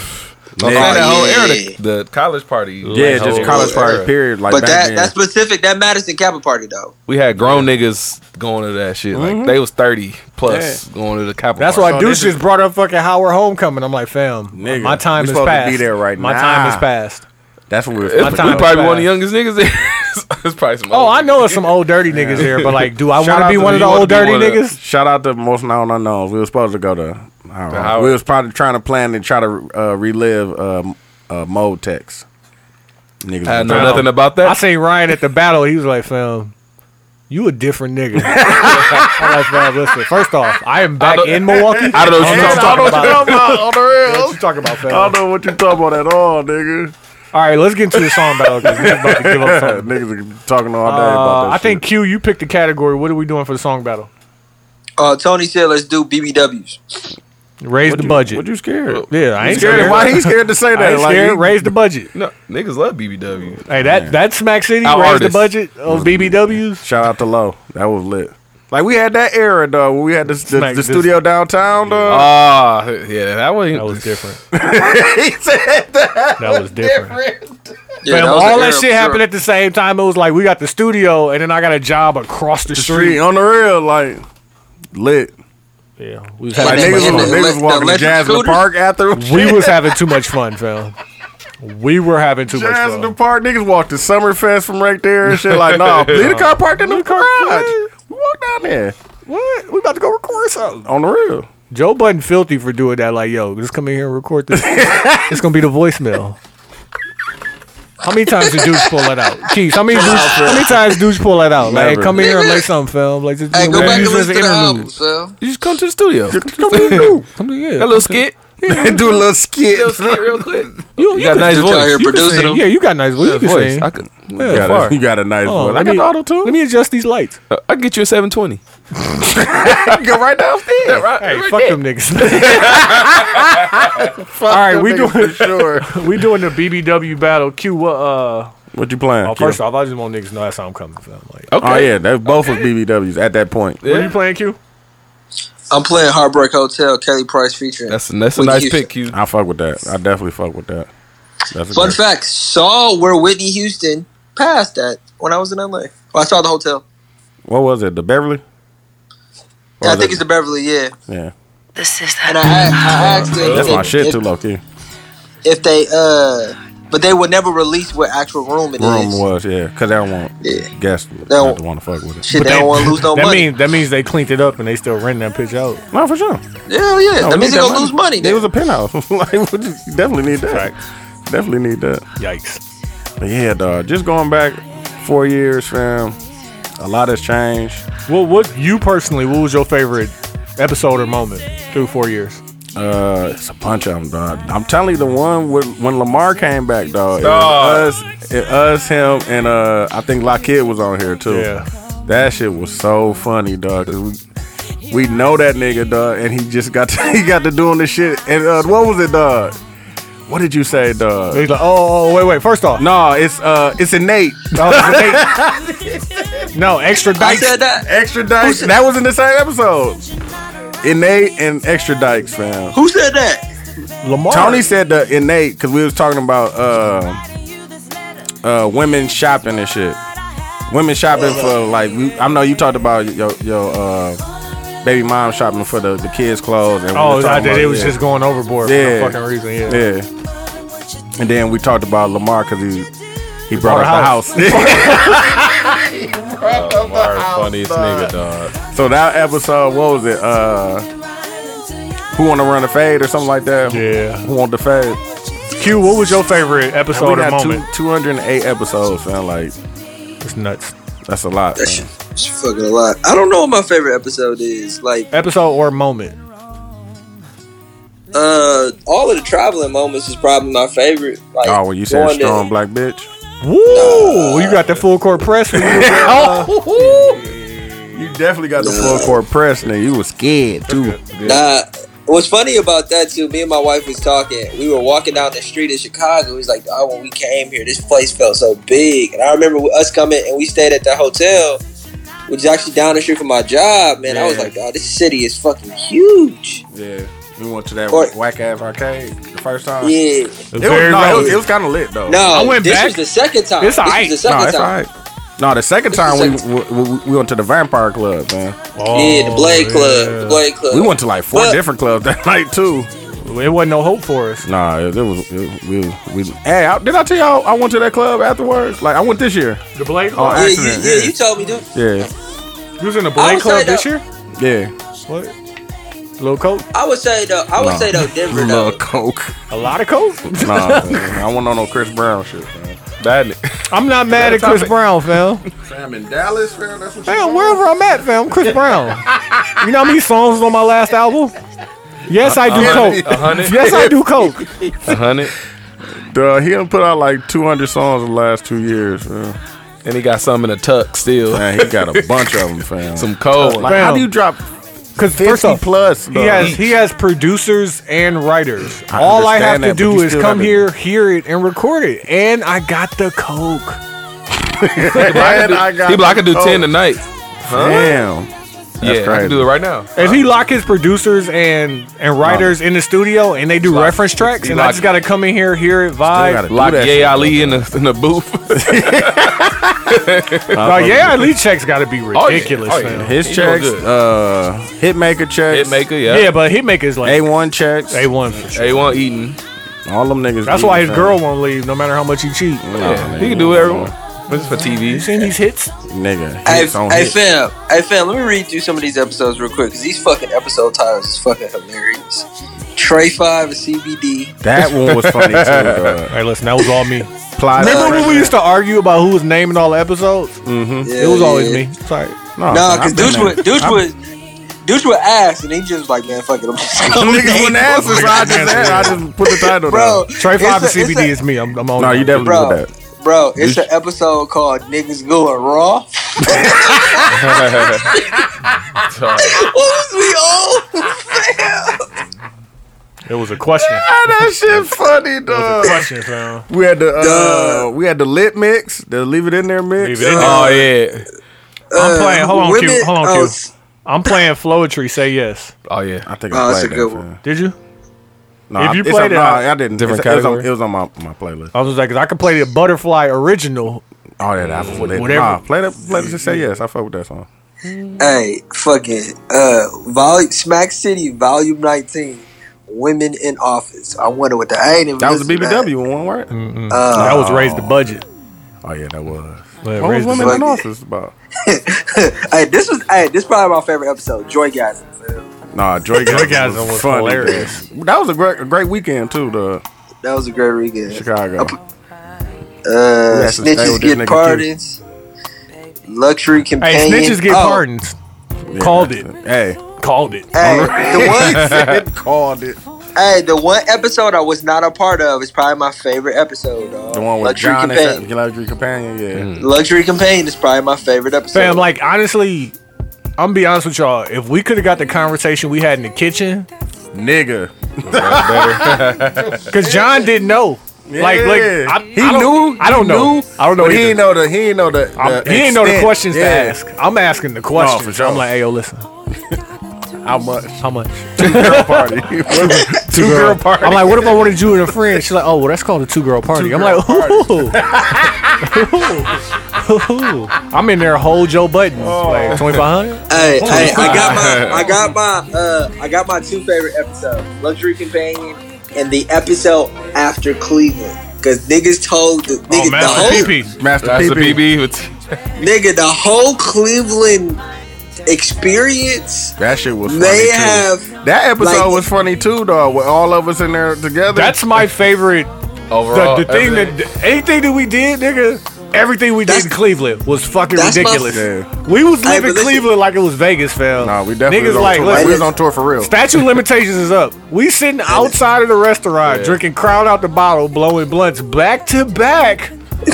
I'm saying
Yeah.
that whole era,
Yeah.
the, the college party.
yeah,
like,
just
whole
college party
era.
period. Like
oh, but
back
that
then.
that specific, that Madison Kappa party though.
We had grown niggas going to that shit.
Mm-hmm.
Like they was thirty plus going to the Capitol.
That's
party.
why
So
Deuce
this is-
just brought up fucking Howard Homecoming. I'm like, fam,
Nigga,
my time
we
is
supposed to
past.
be there right
my time is
now.
past.
That's what we
It's-
were.
My
we
time is
probably one of the
fast.
youngest niggas there. it's probably some.
Oh,
old
I
niggas.
know it's some old dirty niggas here, but like, do I
Shout
want to
out
be
to
one of
you
the
wanna
old
be
dirty
one of the-
niggas?
Shout out to most known unknowns. We were supposed to go to. I don't know.
Howard.
We was probably trying to plan and try to uh, relive um, uh, mode text. Niggas,
I
was
know
down.
nothing about that.
I seen Ryan at the battle. He was like, fam, you a different nigga. I'm like, fam, listen. First off, I am back
don't-
in Milwaukkie.
I don't know what
I
you're
don't
talking
know
about.
what you're talking about.
on the
What
real.
you talking about, fam?
I don't know what you talking about at all, nigga.
All right, let's get into the song battle because we just about to give up something.
Niggas are talking all day about
Uh,
that.
I think Q, you picked the category. What are we doing for the song battle?
Uh, Tony said, "Let's do BBWs."
Raise the budget.
What you scared?
yeah, I ain't
Scared?
scared.
Why he scared to say that?
I ain't
Like,
scared.
he-
Raise the budget.
no, niggas love BBW.
Hey, that that Smack City
Our
raised
artists.
the budget of BBWs.
Shout out to Low. That was lit. Like we had that era though. When we had this, the,
Smack
the
this-
studio downtown though.
Ah, yeah, that was
That was different.
Oh. he said that.
That was different.
Yeah,
Fam,
that was
all
the
that
era
shit
for
happened
sure.
at the same time. It was like we got the studio, and then I got a job across the
Street
street.
on the real, like lit.
Yeah, we was
Like
having,
they
niggas,
was in
was,
the
niggas
elec-
was
the
walking to
electric
jazz in the
scooters?
park after them.
we was having too much fun, fam. We were having too much
jazz in the
fun.
park. Niggas walked to Summerfest from right there and shit. Like no, leave the car parked in the garage. We walked down there
What? We about to go record something.
on the real.
Joe Budden filthy for doing that. Like, yo, just come in here and record this. it's gonna be the voicemail. How many times did dudes pull that out? Keith, how many dudes, how many times dudes pull that out? Like,
Never.
come in here and lay something, film. Like, just
Hey,
you
go
know,
back
use
and
this
listen to the
interlude.
album, fam.
You just come to the studio.
Come here, dude.
Come to- yeah.
That little skit.
do a little skit.
real quick.
You,
You got nice
Dude out here
voice.
you can
producing
sing.
them.
Yeah, you got nice voice. You can
voice.
sing.
I could.
You
Yeah,
got,
far.
a, you got a nice
Oh,
voice. I
let
got
me-
the auto tune.
Let me adjust these lights.
I could get you a 720.
go right downstairs. right,
Hey, fuck them niggas. All right, we doing
sure.
we doing the BBW battle. Q. What? Uh,
What you playing?
oh,
Q?
first off, I just want niggas to know that's how I'm coming from. Like,
Okay.
Oh yeah, that's both of BBWs at that point.
what are
Yeah.
you playing, Q?
I'm playing Heartbreak Hotel, Kelly Price featuring.
That's that's a
Whitney
nice
Houston.
pick, Q.
I fuck with that. I definitely fuck with that. That's a
Fun
great-
fact: saw where Whitney Houston passed at when I was in LA. Well, I saw the
Oh,
hotel.
What was it? The Beverly? Or
I
was
think
it-
it's the Beverly, yeah.
yeah.
And I, a- I asked them
Mm. That's
if,
my shit
if,
too, low key.
if they, uh, but they would never release what actual room it is.
Room was yeah, cause I don't want
Yeah.
guests
don't-
not to want to fuck with it.
Shit, they don't want to lose no
that
money.
means that means they cleaned it up and they still renting that pitch out.
No, for sure.
Hell
No,
yeah, that
we
means
need
they gonna lose money.
It
nigga.
was a penthouse. like, what you you definitely need that. Definitely need that.
Yikes!
But yeah, dog. Just going back four years, fam. A lot has changed.
Well, what you personally? What was your favorite episode or moment through four years?
Uh, it's a bunch of them, dog. I'm telling you, the one with, when Lamar came back, dog. It was us, it, us, him, and uh, I think Lockheed was on here too.
Yeah.
that shit was so funny, dog. 'cause we, we know that nigga, dog, and he just got to, he got to doing this shit. And uh, what was it, dog? What did you say, dog?
He's like, oh, oh, wait, wait. First off,
No, it's uh, it's innate.
no, no extra
I
dice.
said that.
Extra dykes.
said-
That was in the same episode. Innate and extra dykes, fam.
Who said that?
Lamar.
Tony said the innate because we was talking about uh, uh, women shopping and shit. Women shopping for like we, I know you talked about your your uh, baby mom shopping for the, the kids clothes and we
Oh,
was
I
talking
did.
about-
It was
yeah.
just going overboard
Yeah.
for no fucking reason. Yeah.
yeah. And then we talked about Lamar because he he brought
Brought a
up the house.
Lamar's funniest nigga, dog.
so that episode, what was it? Uh, who want to run the fade or something like that?
Yeah.
Who want the fade?
Q, what was your favorite episode
we
or
got
moment?
two hundred and eight episodes, man. Like
It's nuts.
that's a lot.
That
man.
shit, it's fucking a lot. I don't know what my favorite episode is. Like,
Episode or moment?
uh, all of the traveling moments is probably my favorite. Like,
Oh, when you said
going to-
strong black bitch.
Woo! you got that full court press. when you was at, uh,
You definitely got the full court press, nigga. You was scared too.
Nah, what's funny about that too? Me and my wife was talking. We were walking down the street in Chicago. He's like, "Oh, when we came here, this place felt so big." And I remember us coming and we stayed at that hotel, which is actually down the street from my job. Man, I was
Yeah.
like, "Oh, this city is fucking huge."
Yeah, we went to that
Or-
whack ass arcade the first time.
Yeah,
the
It was,
very
no, it
low-
was, kind of lit though.
no,
I went
this
back.
was the second time.
It's
this
alright.
was the
no,
second
it's all
time.
right. No, the second
This is
time we,
the
we, we we went to the Vampire Club, man.
yeah, the
Oh,
Blade Club, the Blade Club.
Oh, We went to like four
But-
different clubs that night too.
It wasn't no hope for us.
Nah, it, it was it, we we. Hey, I, did I tell y'all I went to that club afterwards? Like I went this year.
The Blade
Club?
Yeah, you,
accident,
yeah,
Oh, yeah.
you told me, dude.
Yeah,
You was in the
I
Blade
was
Club
like,
this
uh,
year?
yeah.
What? Little coat?
I would say though, I would
Nah.
say though, Denver though.
Love coke.
A lot of coat?
Nah, man, I went on no Chris Brown shit, man.
That nigga.
I'm not mad at
Another
Chris
topic.
Brown, fam.
Fam in Dallas, fam. That's what
Fam, wherever I'm at, fam, I'm Chris Brown. You know how many songs was on my last album? Yes, I do coke.
A hundred.
Yes, I do coke.
A hundred.
Duh, he done put out like 200 songs in the last two years. Man,
And he got some in a tuck still.
man he got a bunch of them, fam.
Some cold.
like,
ones.
how do you drop
Because
50
first off,
plus?
He has he has producers and writers.
I
All I have
understand
to
that, but
do
you
is
still
come
gotta-
here, hear it, and record it. And I got the coke.
and I got
He be like, I can do ten tonight.
Damn.
yeah, I
crazy.
can do it right now.
If he lock his producers and and writers in the studio and they do
Lock-
reference tracks,
he
and I
lock-
just gotta come in here, hear it,
gotta
vibe.
do
Lock
that
Yay
shit,
Ali in the in the booth.
Like, yeah, elite checks gotta be
yeah.
ridiculous,
Oh,
man.
yeah.
His
He doing
checks,
good.
uh, Hitmaker checks,
Hitmaker,
yeah.
yeah. yeah.
but Hitmaker's like
A1 checks.
A one for sure.
A1 eating.
All them niggas.
That's
beat,
why his
fam.
girl won't leave, no matter how much he cheat.
Nah,
Yeah,
nigga.
he can do everyone. This is for TV.
Seen these hits?
Nigga.
Hey,
hits on
hey
hits.
fam, hey fam, let me read through some of these episodes real quick because these fucking episode titles is fucking hilarious. Trey Five and CBD.
That one was funny too. dog.
All right, listen, that was all me.
Plies-
Remember when we used to argue about who was naming all the episodes?
Yeah,
It was
yeah,
always
yeah.
me. Sorry.
No,
Nah,
I've
because
been
Deuce
there.
was Deuce
I've-
was Dude would ask, and he just was like, man, fuck it, I'm just
Niggas
going.
wouldn't answer, so I just said, I just put the title
Bro,
down.
Trey
it's
Five
a-
and
it's
CBD
a-
is me. I'm, I'm on.
No, you definitely
that.
Bro.
did that.
Bro, it's an episode called Niggas Going Raw. What was we on?
It was a question.
Ah, that shit funny, dog.
question, fam.
We had the uh, we had the lit mix, the leave it in there mix.
Leave it in there.
Oh yeah.
I'm playing. Hold on, Q.
Women-
Hold
oh,
on, Q.
s-
I'm playing Floetry. Say yes.
Oh yeah.
I think
Oh,
I
that's
played
a good
that,
one.
fam.
Did you?
No,
If you
it's
played
on-
it,
no,
I-
I didn't.
Different
It's- it was on-
category?
It was on my my playlist.
I was just like, 'cause I could play the Butterfly original.
Oh yeah, that was lit.
Whatever.
Nah, play that. Play, just say yes. I fuck with that song.
Hey, fucking uh, vol- Smack City Volume 19, Women in Office. I wonder what the I ain't even.
That was a
listened to
BBW in one word.
that was raised the budget.
Oh yeah, that was.
Yeah,
What was
raised the
women
budget.
in office about?
that. Hey, this was hey, this probably my favorite episode. Joygasm. man.
Nah, Drake
Joygasm
was,
was
fun.
hilarious.
That was a great, a great weekend too. The
That was a great weekend.
Chicago.
Uh,
Yes, they were this nigga
snitches get
too.
pardons. Luxury
Hey,
companion.
snitches get
Oh,
pardons. Called it.
Hey,
Called it.
Hey, the one
it called it.
Hey, the one episode I was not a part of is probably my favorite episode, dog.
The one with
Luxury
John and
Companion.
Sa- Luxury Companion. Yeah.
Luxury Companion is probably my favorite episode.
Fam, like honestly, I'm gonna be honest with y'all. If we could have got the conversation we had in the kitchen,
Nigga.
because John didn't know. Like, like
Yeah.
I,
he
I don't,
knew.
I don't
he
know.
knew,
I don't know.
But he
either.
didn't know the. He didn't know the.
I'm,
the
he didn't know the
extent.
questions
Yeah.
to ask. I'm asking the questions.
for sure.
I'm like, hey, yo, listen.
How much?
How much?
Girl party. Two girl party.
I'm like, what if I wanted you and a friend? She's like, oh, well, that's called a two girl party. I'm like, ooh. Ooh. I'm in there, hold Joe Buttons. Like, 2500
hey, hey, I got my, I got my, uh, I got my two favorite episodes: Luxury Companion and the episode after Cleveland. Cause niggas told the
Oh,
nigga the whole
Master,
That's the
PB.
PB. With,
nigga the whole Cleveland experience.
That shit was funny
They
too.
have,
that episode
like-
was funny too, dog. With all of us in there together.
That's my favorite. The,
overall,
the thing
everything.
that, anything that we did, nigga, everything we
That's-
did in Cleveland was fucking
that's my-
ridiculous.
Yeah.
We was
Hey, but
leaving
listen-
Cleveland like it was Vegas, fam.
Nah, we definitely was
Niggas
on
like,
tour.
listen,
we was on tour for real.
Statue of limitations is up. We sitting outside of the restaurant drinking crowd out the bottle, blowing blunts back to back. Like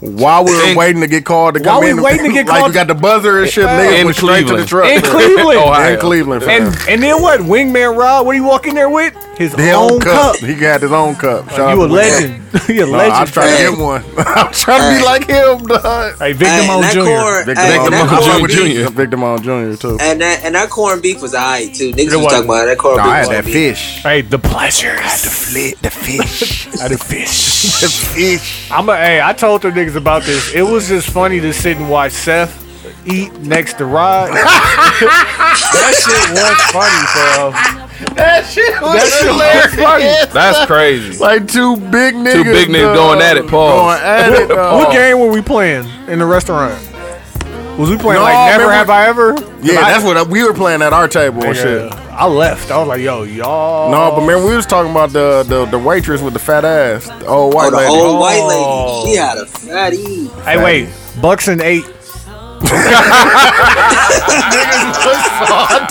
legal.
While we were
In-
waiting to get called to
While
come
we
in,
waiting to get
like
called-
we got the buzzer and shit. Nigga
In
was straight to the
Cleveland.
truck
In
fam.
Cleveland.
in Cleveland, fam.
And and then what? Wingman Rod, what do you walk in there with? His
Their
own cup.
He got his own cup. Shout out
You a
to
legend. you a
No, I'm
legend.
trying to
Hey.
get one. I'm trying to be
Hey.
like him, dog.
Hey, Victim
Hey,
on
that
Jr.
corn-
Victor
hey,
Von-
that
I fuck
corn
with
beef-
Junior. Victor Von Junior too.
And that and that corn beef was alright too. Niggas was
wasn't.
talking about that corn
No,
beef.
I had
was
that
beef.
fish.
Hey, the pleasures.
Lit the fish.
Out of fish.
the fish.
I'm a, hey, I told the niggas about this. It was just funny to sit and watch Seth eat next to Rod. that shit was funny, fam.
That shit was
That shit was funny.
That's crazy.
Like two big niggas.
big niggas going at it, pause.
Going at it,
What
dog.
game were we playing in the restaurant? Was we playing
No,
like Never
remember-
Have I Ever? Oh,
Yeah, that's what I, we were playing at our table and shit.
I left. I was like, yo, y'all.
No, but man, we was talking about the the, the waitress with the fat ass. The old
Oh,
white
the
lady.
old white
Oh.
lady. She had a fatty.
Hey, wait. Bucks and eight.
That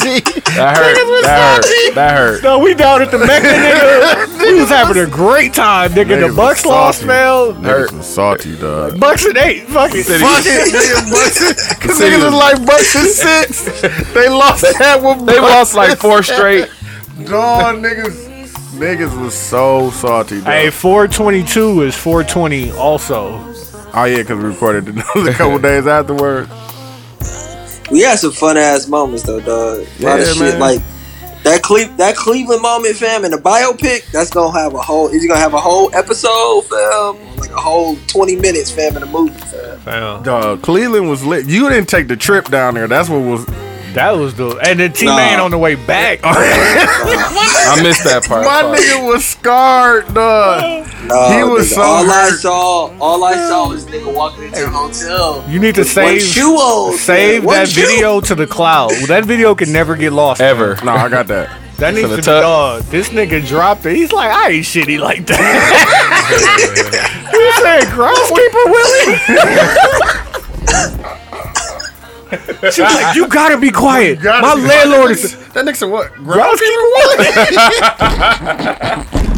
hurt. That hurt. That hurt.
No, we down at the Mecca, nigga. we was having a great time, nigga.
Niggas
the
was
Bucks lost,
saucy.
man.
Niggas was salty, dog.
Bucks and eight. Fuck it.
Fuck it, nigga, Bucks. Cause
City
niggas
was-
was like Bucks and six. They lost that with
They lost like four straight.
Dog, niggas. Niggas was so salty, dog.
Hey, 422 is 420 also.
Oh yeah, because we recorded it a couple days afterwards.
We had some fun ass moments though, dog. A lot of
Yeah,
shit
man.
like that Cle- that Cleveland moment, fam, and the biopic. That's gonna have a whole. Is gonna have a whole episode, fam? Like a whole twenty minutes, fam, in the movie, fam.
Dog, Cleveland was lit. You didn't take the trip down there. That's what was.
That was the and the T Man
Nah.
on the way back.
I missed that part.
My
Fuck.
nigga was scarred, dog.
No,
He was
nigga,
so
all I
hurt.
saw, all I saw was nigga walking into a hotel.
You need to
with one
save
shoe on,
save
man, one
that
shoe.
video to the cloud. That video can never get lost.
Ever.
No, I got that.
That needs
the
to be
tuck.
done. This nigga dropped it. He's like, I ain't shitty like that. he said, groundskeeper Willie. She was like, "You gotta be quiet."
Gotta
My
be-
landlord is.
That nigga said what?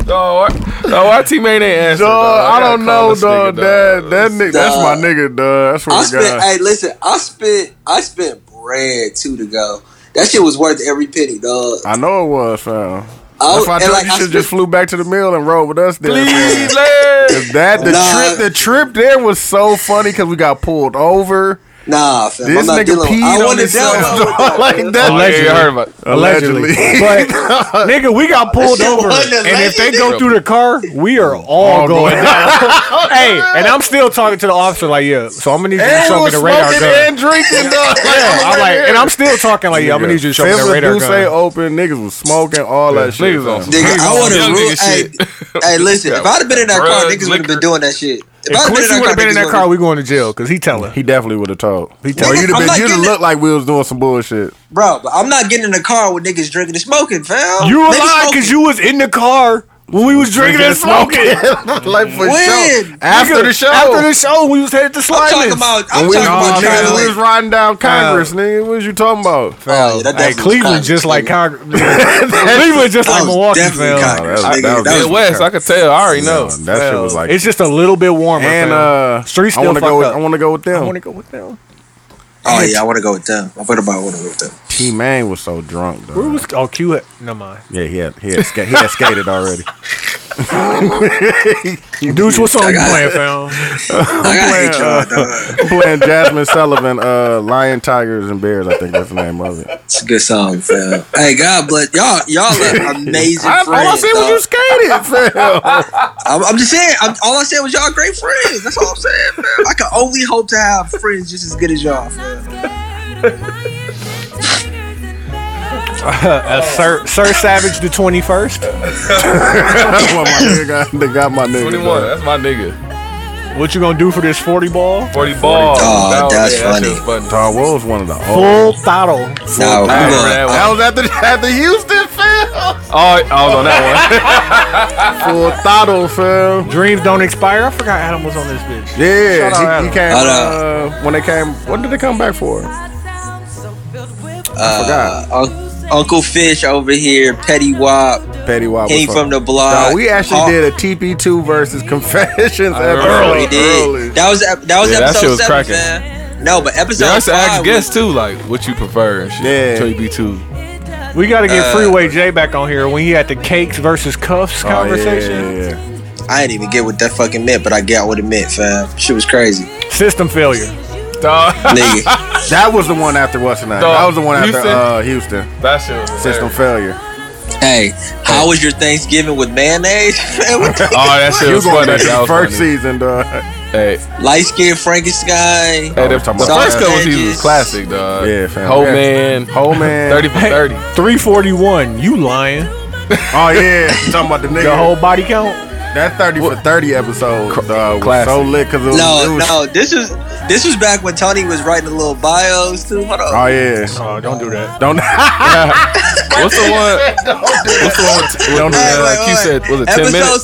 Dog, no, our teammate ain't answer.
Dog, I don't know, dog.
dog.
That that nigga, that's my
Dog.
nigga, dog. That's
I
what
spent.
God.
Hey, listen. I spent. I spent bread two to go. That shit was worth every penny, dog.
I know it was, fam.
I-
If I
and,
told
like,
you, should
I spent-
just flew back to the mill and rode with us. Then, fam.
Please, let.
If that the
Nah.
trip, the trip there was so funny because we got pulled over.
Nah, fam.
This
I'm not
nigga
dealing with. I
peed on
want to
himself,
download with
dog.
that.
Like
fam.
that.
Oh, yeah, you
Allegedly.
heard about
Allegedly.
Allegedly. But nigga, we got pulled
shit
over.
wasn't
And if they go
allegedly.
through the car, we are all
All
going
going
down. hey, and I'm still talking to the officer like, yeah, so I'm gonna need you to
And we
show me
was
the
smoking
radar gun.
and drinking, dog.
Yeah, I'm like, and I'm still talking like, yeah, I'm gonna need you to show me
Fence
the
was
radar
Duce "Oh,
gun.
open, niggas was smoking, all that shit.
Niggas
fam.
on some-
Nigga, I
Young
would have
nigga
ruined. Hey,
shit.
hey, listen. If I'd have been in that car,
Drugs,
niggas would have
liquor.
been doing that shit. If
If
I'd
Quincy would have been in that
niggas
car,
would've-
we going to jail because he telling.
He definitely would have told. Or you'd
told-
have
I'm not
been, you'd have
getting
looked like we was doing some bullshit.
bro. But I'm not getting in the car with niggas drinking and smoking, fam.
You were
Niggas
lying
smoking.
because you was in the car when we was drinking, and smoking.
like for
When?
sure. After the show.
After the show, we was headed to
I'm talking
Sliding.
about.
When
I'm
we,
talking about
nigga,
driving.
we was riding down Congress, nigga. What was you talking about?
Oh, yeah, that
Hey,
definitely was
Cleveland
Congress,
just like
nigga.
Congress. Cleveland just
That
like
was
Milwaukee,
definitely
fam.
Congress,
that was-
nigga.
that was-
That was
Midwest. I could tell. I already know.
That shit was like.
It's just a little bit warmer.
and
fam.
uh,
Streets
I
still
wanna go.
fucked up.
I want to go with
I
them.
want to go with them.
Oh yeah, I want to go with them. I thought about I want to go with them.
T Man was so drunk.
Where
Though.
was oh Q? at- Never mind.
Yeah, he had he had, ska- he had skated already.
Dudes, what song you playing, fam?
Like, I hate y'all, dog.
I'm playing Jasmine Sullivan, uh, Lion Tigers and Bears. I think that's the name of it.
It's a good song, fam. Hey, God bless y'all. Y'all are amazing
I, all
friends.
I said was
dog.
you skated, fam.
I'm, I'm just saying. I'm, all I said was y'all great friends. That's all I'm saying, fam. I can only hope to have friends just as good as y'all, fam.
Uh, Sir Sir Savage the twenty first.
that's what my nigga got. They got my nigga.
Twenty one.
dog.
That's my nigga.
What you gonna do for this forty ball?
Forty balls.
Oh,
That was-
that's
yeah, that
funny.
shit's funny.
Dog, what was one of the old?
Full throttle.
No, we
I
gonna-
remember
That
that one.
was at the at the Houston fam.
Oh, I was on that one.
Full throttle fam.
Dreams don't expire. I forgot Adam was on this bitch. Shout out
Yeah, he,
Adam.
he came
Hold
uh, when they came. What did they come back for? I forgot.
Un- uh, Uncle Fish over here, Petty Wop,
Petty Wop.
King from the block.
Nah, we actually
Hawk-
did a TP2 versus Confessions episode.
remember.
We did. That was ep- that was
Yeah, that shit
episode
was
seven,
cracking.
man. No, but episode
Yeah, I used to
five.
ask
was-
guests too, like what you prefer and
Yeah.
shit. JB two.
We gotta get Freeway J back on here when he had the cakes versus cuffs
Oh, yeah,
conversation.
yeah, yeah.
I didn't even get what that fucking meant, but I got what it meant, fam. Shit was crazy,
System failure.
Dog,
nigga.
That was the one after what's the name?
Dog,
That was the one after
Houston?
uh, Houston
that shit was
system
hilarious.
failure.
hey, how was your Thanksgiving with mayonnaise?
Oh, that shit
You
was
going
funny.
back to
That
the
was
first
funny.
season, dog?
Hey,
Light skinned Frankenstein.
hey, the,
we're talking
the
about
first
that.
couple seasons was classic, dog.
Yeah, fam.
Whole
Yeah.
man,
Whole man.
thirty for thirty.
Three forty one. You lying?
Oh yeah, You talking about the nigga.
The whole body count.
that thirty for thirty episode dog, was
classic.
so lit because it was. it
No,
was
no, this was this was back when Tony was writing the little bios too. Hold on.
Oh yeah.
Oh, don't do that.
Don't
What's the one? What's the one? With,
Don't
with,
do
Hey,
that.
uh,
wait,
Q
wait.
said, was it ten
Episode
minutes?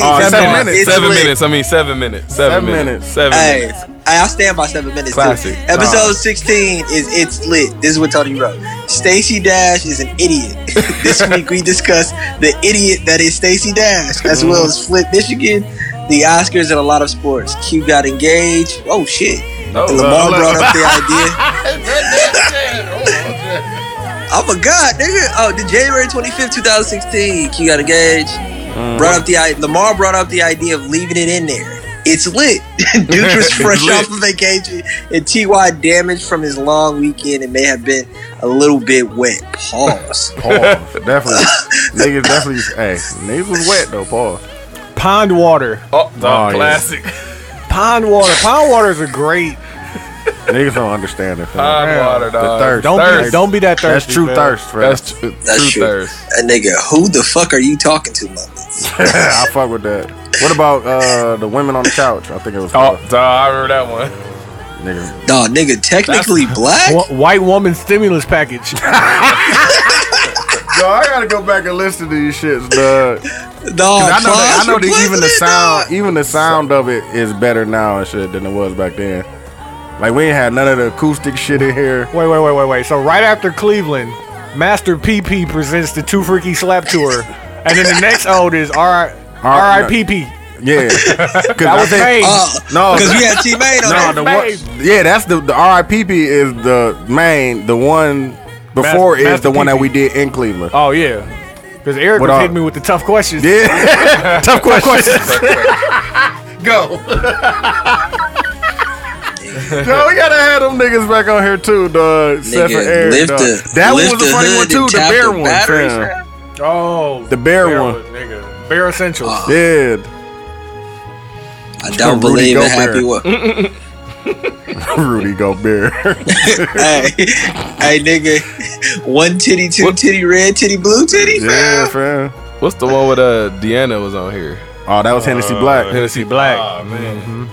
Oh,
Come
seven
on,
minutes.
it's
Seven
lit.
minutes. I mean, seven minutes. Seven,
Seven minutes.
minutes. Seven
Hey,
minutes.
hey, I stand by seven minutes. too.
Classic.
Episode 16 is It's Lit. This is what Tony wrote. Stacy Dash is an idiot. this week we discuss the idiot that is Stacy Dash, as
Mm-hmm.
well as Flint, Michigan, the Oscars, and a lot of sports. Q got engaged. Oh, shit.
Oh,
And Lamar brought up the idea. I forgot, nigga. Oh, the January 25th, 2016. Q got engaged.
Uh-huh.
Brought up the i- Lamar brought up the idea of leaving it in there. It's lit. Duke was fresh off of vacation, and Ty damaged from his long weekend and may have been a little bit wet. Pause.
pause. Definitely, niggas definitely. Hey, niggas was wet though. Pause.
Pond water.
Oh,
Oh,
dog,
yeah.
classic.
Pond water. Pond water is a great.
Niggas don't understand it. fam.
Pond water, dog.
thirst.
Don't be
Thirst.
don't be that
That's
thirsty.
true
fam.
thirst, fam.
That's tr- true
true.
thirst.
A nigga, who the fuck are you talking to, Muppets?
I fuck with that. What about uh, the women on the couch? I think it was.
Oh, dog, I remember that one.
niggas.
Dog, nigga, technically black?
Wh- White woman stimulus package.
Yo, I gotta go back and listen to these shits, dog.
Dog,
I know, that, I know
Claus
that even the
Replacement,
sound,
dog.
even the sound of it is better now and shit than it was back then. Like we ain't had none of the acoustic shit in here.
Wait, wait, wait, wait, wait. So right after Cleveland, Master PP presents the Two Freaky Slap Tour, and then the next ode is R
R-
RIPP.
Yeah, because
That was
think uh,
Paige.
no,
Because Uh, we had T Main on
no,
that.
the one, yeah, that's the the RIPP is the main, the one before
Mas-
is
Master
the one that
PP.
we did in Cleveland.
oh yeah, because Eric
What
was
are-
hitting me with the tough questions.
Yeah, tough question.
Go.
Yo, we gotta have them niggas back on here too, dog. Except for
Nigga,
Eric,
lift
dog.
the-
that
lift
one was
the
a funny
hood
one
and
too. The
tap
bear
the
one,
batteries,
fam.
fam.
Oh,
The bear one. Ah.
nigga. Bear essentials.
Yeah,
I don't
Rudy
believe in
Gobert.
happy work.
Rudy Gobert.
hey, hey, nigga, one titty, two titty, red titty, blue titty.
yeah, fam.
What's the one with uh Deanna was on here?
Oh, that was Hennessy Black.
Tennessee Black.
Oh, man.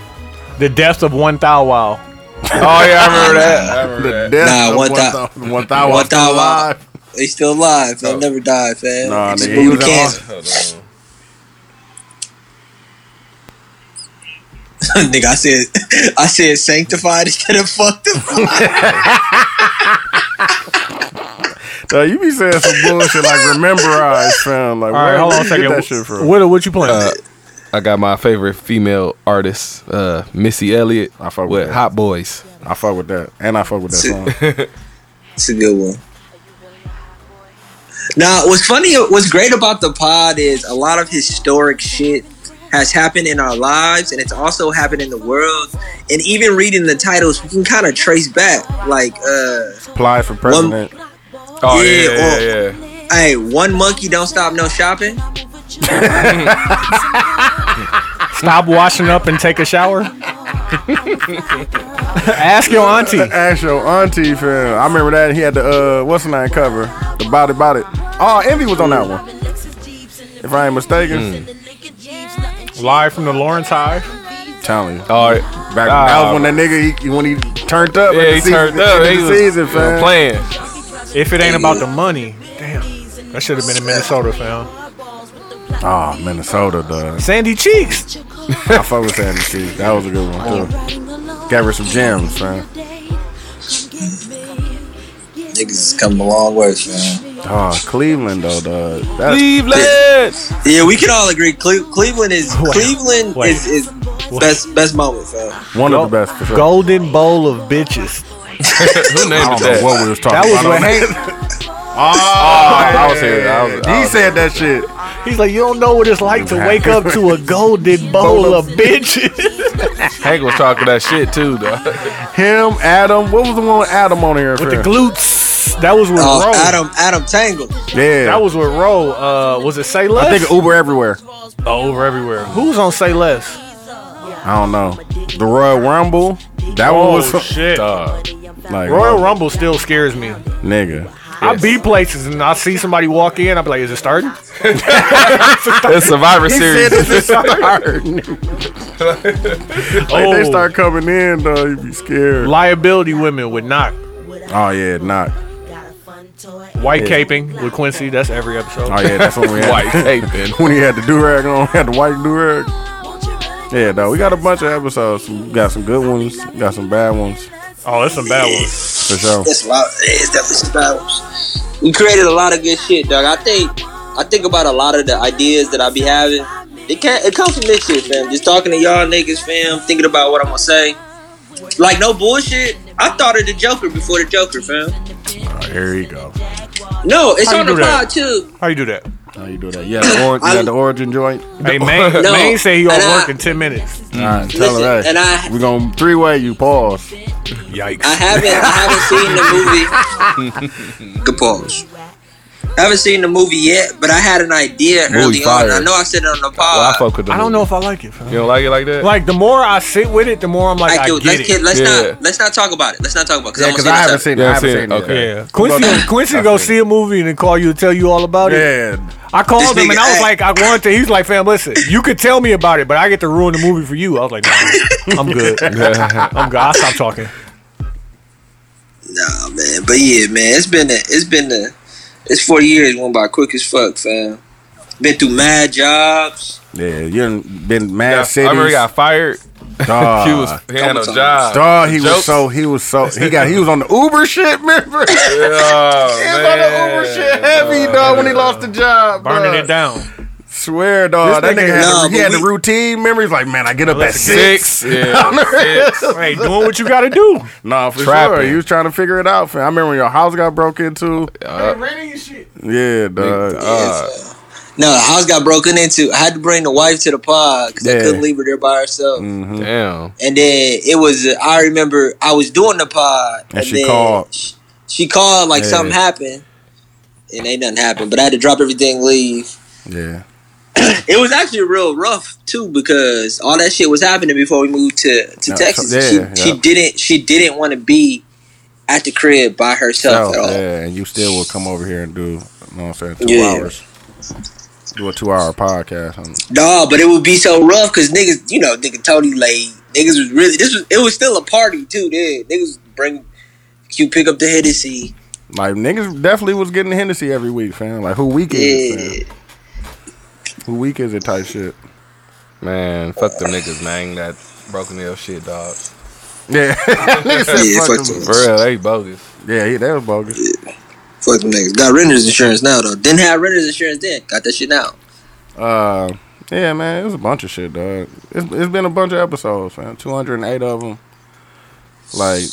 The death of one thou wow.
Oh yeah, I remember that.
I remember
The
that.
death
Nah,
of
one thou-
thou- one thou-
one thou-
alive.
They still alive. They'll never die, fam.
Nah,
They just
nigga,
moved
he
to
was
Kansas.
on.
Hold on.
nigga, I said, I said sanctified instead of fucked up.
Uh, you be saying some bullshit like rememberize, fam. Like,
All right,
where
hold
did
on a
you
second.
Get that shit from?
What what you playing?
Uh, I got my favorite female artist, uh, Missy Elliott,
I fuck with
with
that.
Hot Boys.
I fuck with that, and I fuck with that song.
It's a good one. Now, what's funny, what's great about the pod is a lot of historic shit has happened in our lives, and it's also happened in the world. And even reading the titles, we can kind of trace back, like, uh,
Apply for president.
Oh
Yeah,
yeah, yeah,
or-
yeah.
hey, one monkey don't stop no shopping.
Stop washing up and take a shower. Ask your auntie.
Ask your auntie, fam. I remember that. He had the uh, what's the name cover? The body, body. Oh, Envy was on that one, if I ain't mistaken.
Hmm.
Live from the Lawrence Hive.
Telling you.
All right.
Back
Ah,
that was when that nigga he, when he turned up. in
yeah,
the
he
season,
turned up.
in
He
the
was
season,
uh,
fam.
playing.
If it ain't about the money, damn, that should have been in Minnesota, fam.
Oh, Minnesota, dog.
Sandy Cheeks.
I fuck with Sandy Cheeks. That was a good one too. Got her some gems, fam.
Niggas is coming a long way, man.
Oh, Cleveland though, dog. That's
Cleveland.
Yeah, we can all agree. Cle- Cleveland is Cleveland
wait.
is is best best moment, fam.
one of the best for sure.
Golden bowl of bitches.
Who
I
named
don't
it
know
that?
what we was talking
That was
about.
what
on
Hank.
I was here. I was- I Ah, He was- said that shit.
He's like, you don't know what it's like to wake up to a golden bowl of bitches.
Hank was talking that shit too, though.
Him, Adam. What was the one with Adam on here?
With the
fam?
glutes. That was with
Oh,
Roe.
Adam Adam Tangle.
yeah,
That was with Roe. Uh, was it Say Less?
I think Uber everywhere.
oh, over everywhere. Who's on Say Less?
I don't know. The Royal Rumble. That one
Oh
was
shit.
like
Royal Rumble still scares me.
nigga.
I be places and I see somebody walk in. I'm like, is it starting?
The Survivor
Serious.
Series.
like they start coming in though, you be scared.
liability women would knock.
Oh yeah, not.
White caping with Quincy. That's every episode.
Oh yeah, that's when we had
White taping.
when he had the do rag on, had the white do rag. Yeah, though we got a bunch of episodes. We got some good ones, got some bad ones
Oh, that's some bad ones.
for sure.
That's a lot. It's definitely some battles. We created a lot of good shit, dog. I think I think about a lot of the ideas that I be having. It can't. It comes from this shit, fam. Just talking to y'all niggas, fam. Thinking about what I'm gonna say. Like no bullshit. I thought of the Joker before the Joker, fam.
Here you go.
No, it's
How you
on the
do that?
pod too.
How you do that?
How you do that? Yeah, the or- you got the origin joint.
Hey, man,
No.
man said he
And
gonna
I-
work in ten minutes.
All right, tell
Listen,
her that.
and I-
we gonna three way you pause.
Yikes.
I haven't I haven't seen the movie. Good pause. I haven't seen the movie yet, but I had an idea
Movie
early on.
fire.
I know I said it on the pod.
Well, I fuck with them.
I don't know if I like it. fam.
You don't like it like that?
Like the more I sit with it, the more I'm like,
Like,
I
dude,
get
let's,
it.
kid, let's
Yeah.
not let's not talk about it. Let's not talk about it.
Yeah,
Cause
because I
I'm gonna
haven't
see
seen it.
Yeah,
I
I've
haven't
seen it.
seen it. yet.
Okay.
Yeah, Quincy.
Well,
Quincy
I
go
see.
see a movie and then call you and tell you all about it.
Yeah,
I called
This
him and I
nigga
was
act-
like, I want to. He's like, fam, listen, you could tell me about it, but I get to ruin the movie for you. I was like, nah, I'm good. I'm good. I'll stop talking.
Nah, man. But yeah, man, it's been a, it's been a, it's four years went by quick as fuck, fam. Been through mad jobs.
yeah. You done been mad
Yeah, I
cities.
remember he got fired.
Dog.
Q was he had no
Sometimes.
job.
Dog, he
Jokes.
was so he was so he got he was on the Uber shit, remember? he was
Oh,
on the Uber
man.
shit heavy, dog, when he lost the job.
burning
bruh.
it down.
Swear, dog.
This
that nigga,
nigga-
had,
Nah,
the, he
but
had
we-
the routine memories. Like, man, I get up at six.
Six. Yeah. six.
Hey, doing what you gotta do.
Nah, for sure.
Trapping.
He was trying to figure it out. Fam. I remember when your house got broke into. Yeah, dog. Uh,
Yes, man. no, the house got broken into. I had to bring the wife to the pod because I
Yeah.
couldn't leave her there by
Uh,
herself.
mm-hmm.
Damn.
And then it was, I remember I was doing the pod.
And she
then
called.
She, she called like
Yeah.
something happened. And ain't nothing happened. But I had to drop everything, leave.
yeah.
It was actually real rough too because all that shit was happening before we moved to, to
Yeah,
Texas.
so-
she,
yeah,
she
yeah.
didn't she didn't want to be at the crib by
So,
herself at all.
Oh, yeah, and you still will come over here and do, you know what I'm saying, two
Yeah.
hours. Do a two hour podcast. on-
No, but it would be so rough because niggas, you know, nigga Tony late. Niggas was really this was it was still a party too. Then niggas bring Q pick up the Hennessy.
Like, niggas definitely was getting Hennessy every week, fam. Like, who week is it,
Yeah,
fam? Who week is it type shit?
Man, fuck them niggas, man. That broken hill shit, dog.
Yeah. Niggas said
Yeah,
fuck
fuck
them.
them.
For real, they bogus.
Yeah, he, that was bogus.
fuck them niggas. Got renter's insurance now though. Didn't have renter's insurance then. Got that shit now.
Uh, yeah, man, it was a bunch of shit, dog. It's, it's been a bunch of episodes, man. Two hundred and eight of them. Like,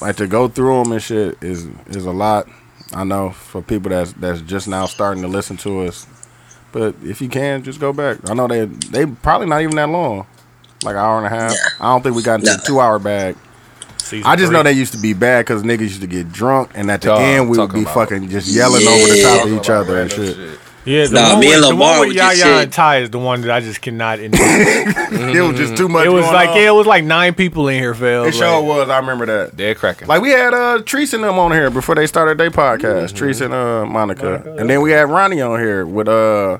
like to go through them and shit is is a lot. I know for people that's that's just now starting to listen to us, but if you can, just go back. I know they they probably not even that long, like an hour and a half. I don't think we got into
Nah.
the two hour bag.
Season
I just
three.
know they used to be bad because niggas used to get drunk, and at the
Dog,
end we would
talking
be
about-
fucking just yelling over the
Yeah.
top of
Talking
each
about
other and
random
shit.
Yeah, the
Nah,
one
me
with,
and
the one
Lamar
with
was just
Yaya
saying-
and Ty is the one that I just cannot endure.
It was just too much.
it was
going
like
on.
yeah, it was like nine people in here, Phil.
It sure was. I remember that.
Dead cracking.
Like we had uh Treese and them on here before they started their podcast. Treese and uh Monica. and then we had Ronnie on here with uh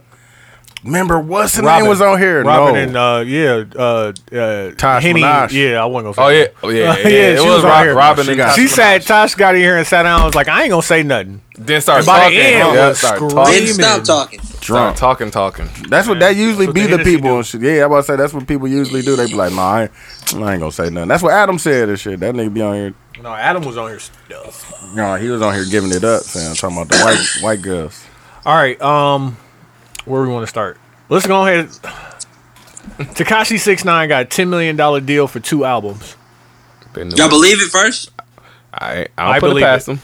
remember what's the
Robin.
name was on here?
Robin
no.
and uh, yeah, uh, uh,
Tosh
Henny.
Minaj.
Yeah, I wasn't gonna. Say
oh
that.
yeah, oh yeah, yeah.
Yeah,
it
she
was,
was on
Rob,
here.
Robin
She
and
got-
She
Tasha.
said Tosh got in here and sat down. I was like, I ain't gonna say nothing.
Then start
by the
talking.
end,
huh?
was
Start
Oh,
screaming.
talking.
Didn't
Demon.
stop talking.
Start
drunk.
talking, talking.
That's what that usually
what
be
the
the
Hennessy
people. and shit. Yeah, I'm about to say that's what people usually do. They be like, nah, I ain't, I ain't gonna say nothing. That's what Adam said and shit. That nigga be on here.
No, Adam was on here. Stuff.
No, he was on here giving it up, saying talking about the white white girls.
All right, um, where we want to start? Let's go ahead. Takashi Six Nine got a ten million dollar deal for two albums.
Been
Y'all
doing-
believe it first?
I, I don't
I
put it
believe
past
it.
them.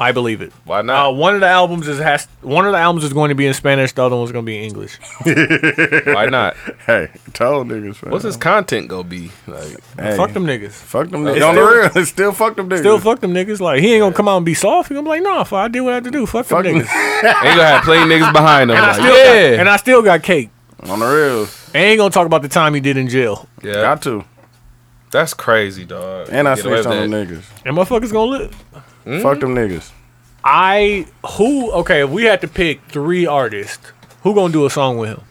I believe it.
Why
Uh,
not?
one of the albums is has one of the albums is going to be in Spanish. The other one's going to be in English.
Why not?
Hey, tell niggas. fam.
What's his content gonna be? Like,
Hey,
Fuck them niggas.
Fuck them niggas.
It's
On the
still-
real, it's still fuck them niggas.
Still fuck them niggas. Like he ain't gonna come out and be soft. He gonna be like, nah, fuck, I did what I had to do. Fuck,
Fuck
them
them-
niggas.
ain't gonna have plain niggas behind him.
And I
like,
still
yeah,
got, and I still got cake.
on the real.
And ain't gonna talk about the time he did in jail.
yeah.
Got to.
That's crazy, dog.
And I
Get
switched
away
on them
with that.
niggas.
And motherfuckers gonna live.
Fuck
Mm-hmm.
them niggas.
I who okay, if we had to pick three artists, who gonna do a song with him?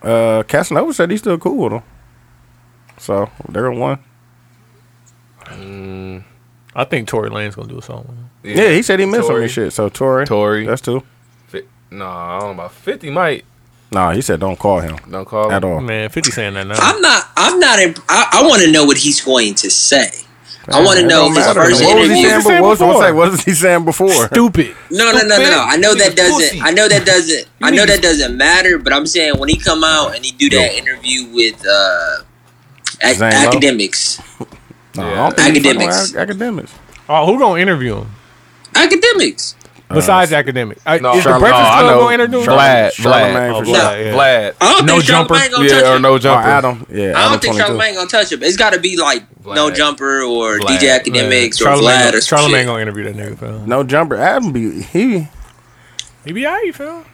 Uh, Casanova said he's still cool with him. So they're one.
I think Tory Lane's gonna do a song with him.
Yeah, he said he missed some
Tory.
of his shit. So Tory,
Tory.
that's two.
Fi- Nah, I don't know about fifty. Might
Nah, he said don't call him
don't call
at
him.
all.
Oh, Man, 50 saying that now.
I'm not. I'm not. Imp- I, I want to know what he's going to say. I want to
It
know
don't
his
matter.
first
What was he
interview.
saying?
What was he
before? What was, what was-
saying before?
what was he saying before?
Stupid.
No, no, no, no, no. I know that
Stupid
doesn't.
pussy.
I know that doesn't. I know
need
that doesn't matter. But I'm saying when he come out and he do that interview with uh, ac-
Zane Lowe?
academics,
Nah,
Yeah.
he fucking
Academics.
with ac- academics.
Oh, who gonna interview him?
academics.
Besides academic. Uh, I,
No,
is the
Charlotte-
Breakfast
no, I
Club
know.
gonna interview him?
Charlotte- Vlad,
Charlamagne
Oh,
for
Vlad,
sure.
yeah.
Vlad.
I don't
No
think Charlamagne
jumper.
gonna touch
Yeah, or
him.
no
Oh,
jumper.
Adam. Yeah,
I
Adam
don't think
22.
Charlamagne gonna touch him. It's got to be like no
Vlad.
jumper or
Vlad.
DJ Academics or
Charlamagne
Vlad
gonna-
or some
Charlamagne
shit.
gonna interview that nigga, fam.
No jumper. Adam be he
He be alright, fam.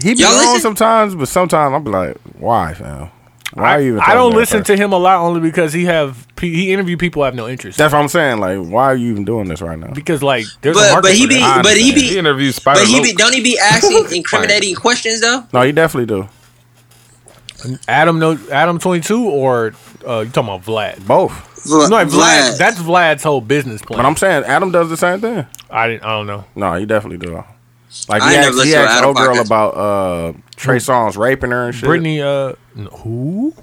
he be
Y'all
on
listen?
sometimes, but sometimes I'm like, why, fam? Why
I,
are you? even
I
talking
don't
that
listen
person?
to him a lot only because he have pe- he interview people I have no interest.
That's what I'm saying. Like, why are you even doing this right now?
because like there's a
But
market
but he
for
be
that.
but he
He
be
interviewed Spider
but he
Luke.
be don't he be asking incriminating questions though?
No, you definitely do
Adam no Adam twenty two or uh, you talking about Vlad?
both.
Vla-
No, Vlad. That's Vlad's whole business plan.
But I'm saying Adam does the same thing.
I didn't. I don't know.
No, he definitely do. Like
I
he asked,
ain't never
he
listened to
asked
Adam
old girl
podcast.
about uh, Trey Songz raping her and shit.
Brittany. Uh, n- who?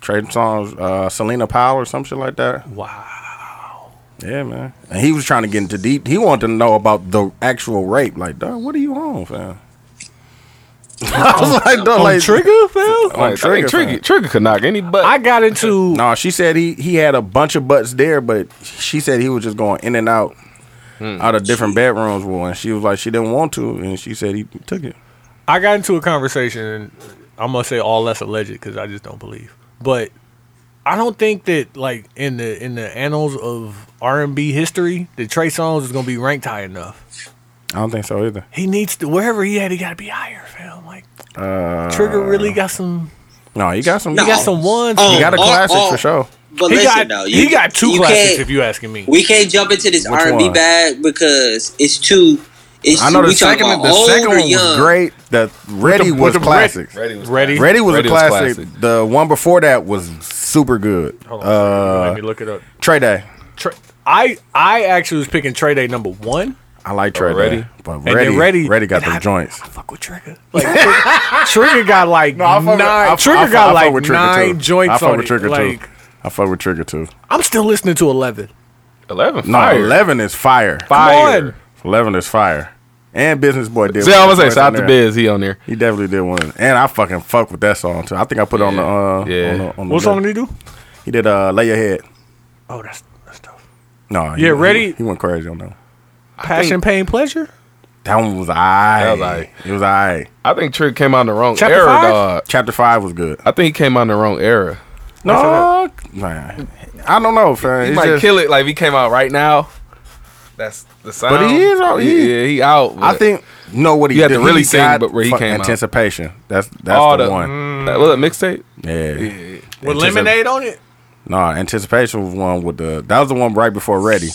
Trading songs, uh, Selena Powell or some shit like that.
Wow.
Yeah, man. And he was trying to get into deep. He wanted to know about the actual rape. Like, dog, what are you on, fam? I was like, dog, like
Trigger, Phil?
on
Like, I
trigger,
think
fam.
trigger, trigger could knock any butt.
I got into
uh, No, she said he he had a bunch of butts there, but she said he was just going in and out
Hmm.
out of different bedrooms. Well, and she was like she didn't want to, and she said he took it.
I got into a conversation, and I'm gonna say all that's alleged because I just don't believe. But I don't think that like in the in the annals of R&B history, the Trey Songz is gonna be ranked high enough.
I don't think so either.
He needs to wherever he at, he gotta be higher, fam. Like Trigger really got some.
No, he got some.
He
he
got some ones.
got,
he
a
got,
Oh,
classic
oh.
for sure.
But
he got,
listen, though,
he got 2
you
classics
can't-
if you asking me.
we can't jump into this
Which
R and B
one?
bag because it's too. It's
I know
too,
the
we talking
second
about
the
old
second
or
one was
young.
great. The ready
with
was
the Red-
classic.
Ready was
Ready?
Ready was
Ready
a
was
classic.
classic.
The one before that was super good.
Hold on,
Uh,
let me look it up.
Trey Day.
Trey, I I actually was picking Trey Day number one.
I like Trey
Oh, Ready?
Day, but
then
ready, ready,
Ready-
got
and
them
I-
joints.
I fuck with Trigger. Like Trigger got like
I fuck with-
nine.
I- I
Trigger
fuck- I
got
fuck
like
with Trigger,
nine
too.
joints
I fuck
on
with
it.
Trigger
like
too. I fuck with Trigger too.
I'm still listening to Eleven.
eleven.
No,
fire.
eleven is fire.
Fire.
Fire.
Eleven is fire. And Business Boy did.
See, I was gonna say
one
shout out
on
to
there.
Biz. He on there.
He definitely did one. And I fucking fuck with that song too. I think I put it on the uh
Yeah.
on the, on the
What song
list.
did he do?
He did uh Lay Your Head.
Oh, that's that's tough.
No, he-
Yeah,
he-
Ready-
He, went crazy on that. one.
Passion, pain, pleasure.
That one was I.
That was aight. Uh,
It was I.
I think Trigger came out in the wrong
Chapter
era,
five?
dog.
Chapter five was good.
I think he came out in the wrong era.
No, man. I don't know, fam.
He
It's
might
just-
kill it like if he came out right now. That's the sound.
But he is out- he-
yeah, he out.
I
but
think no what he
You had
did.
to really
he
sing,
got
but where he
fuck-
came out.
anticipation. That's that's
all
the, one.
That, was it mixtape?
Yeah.
With
Antici-
lemonade on it.
No, anticipation was one with the that was the one right before Ready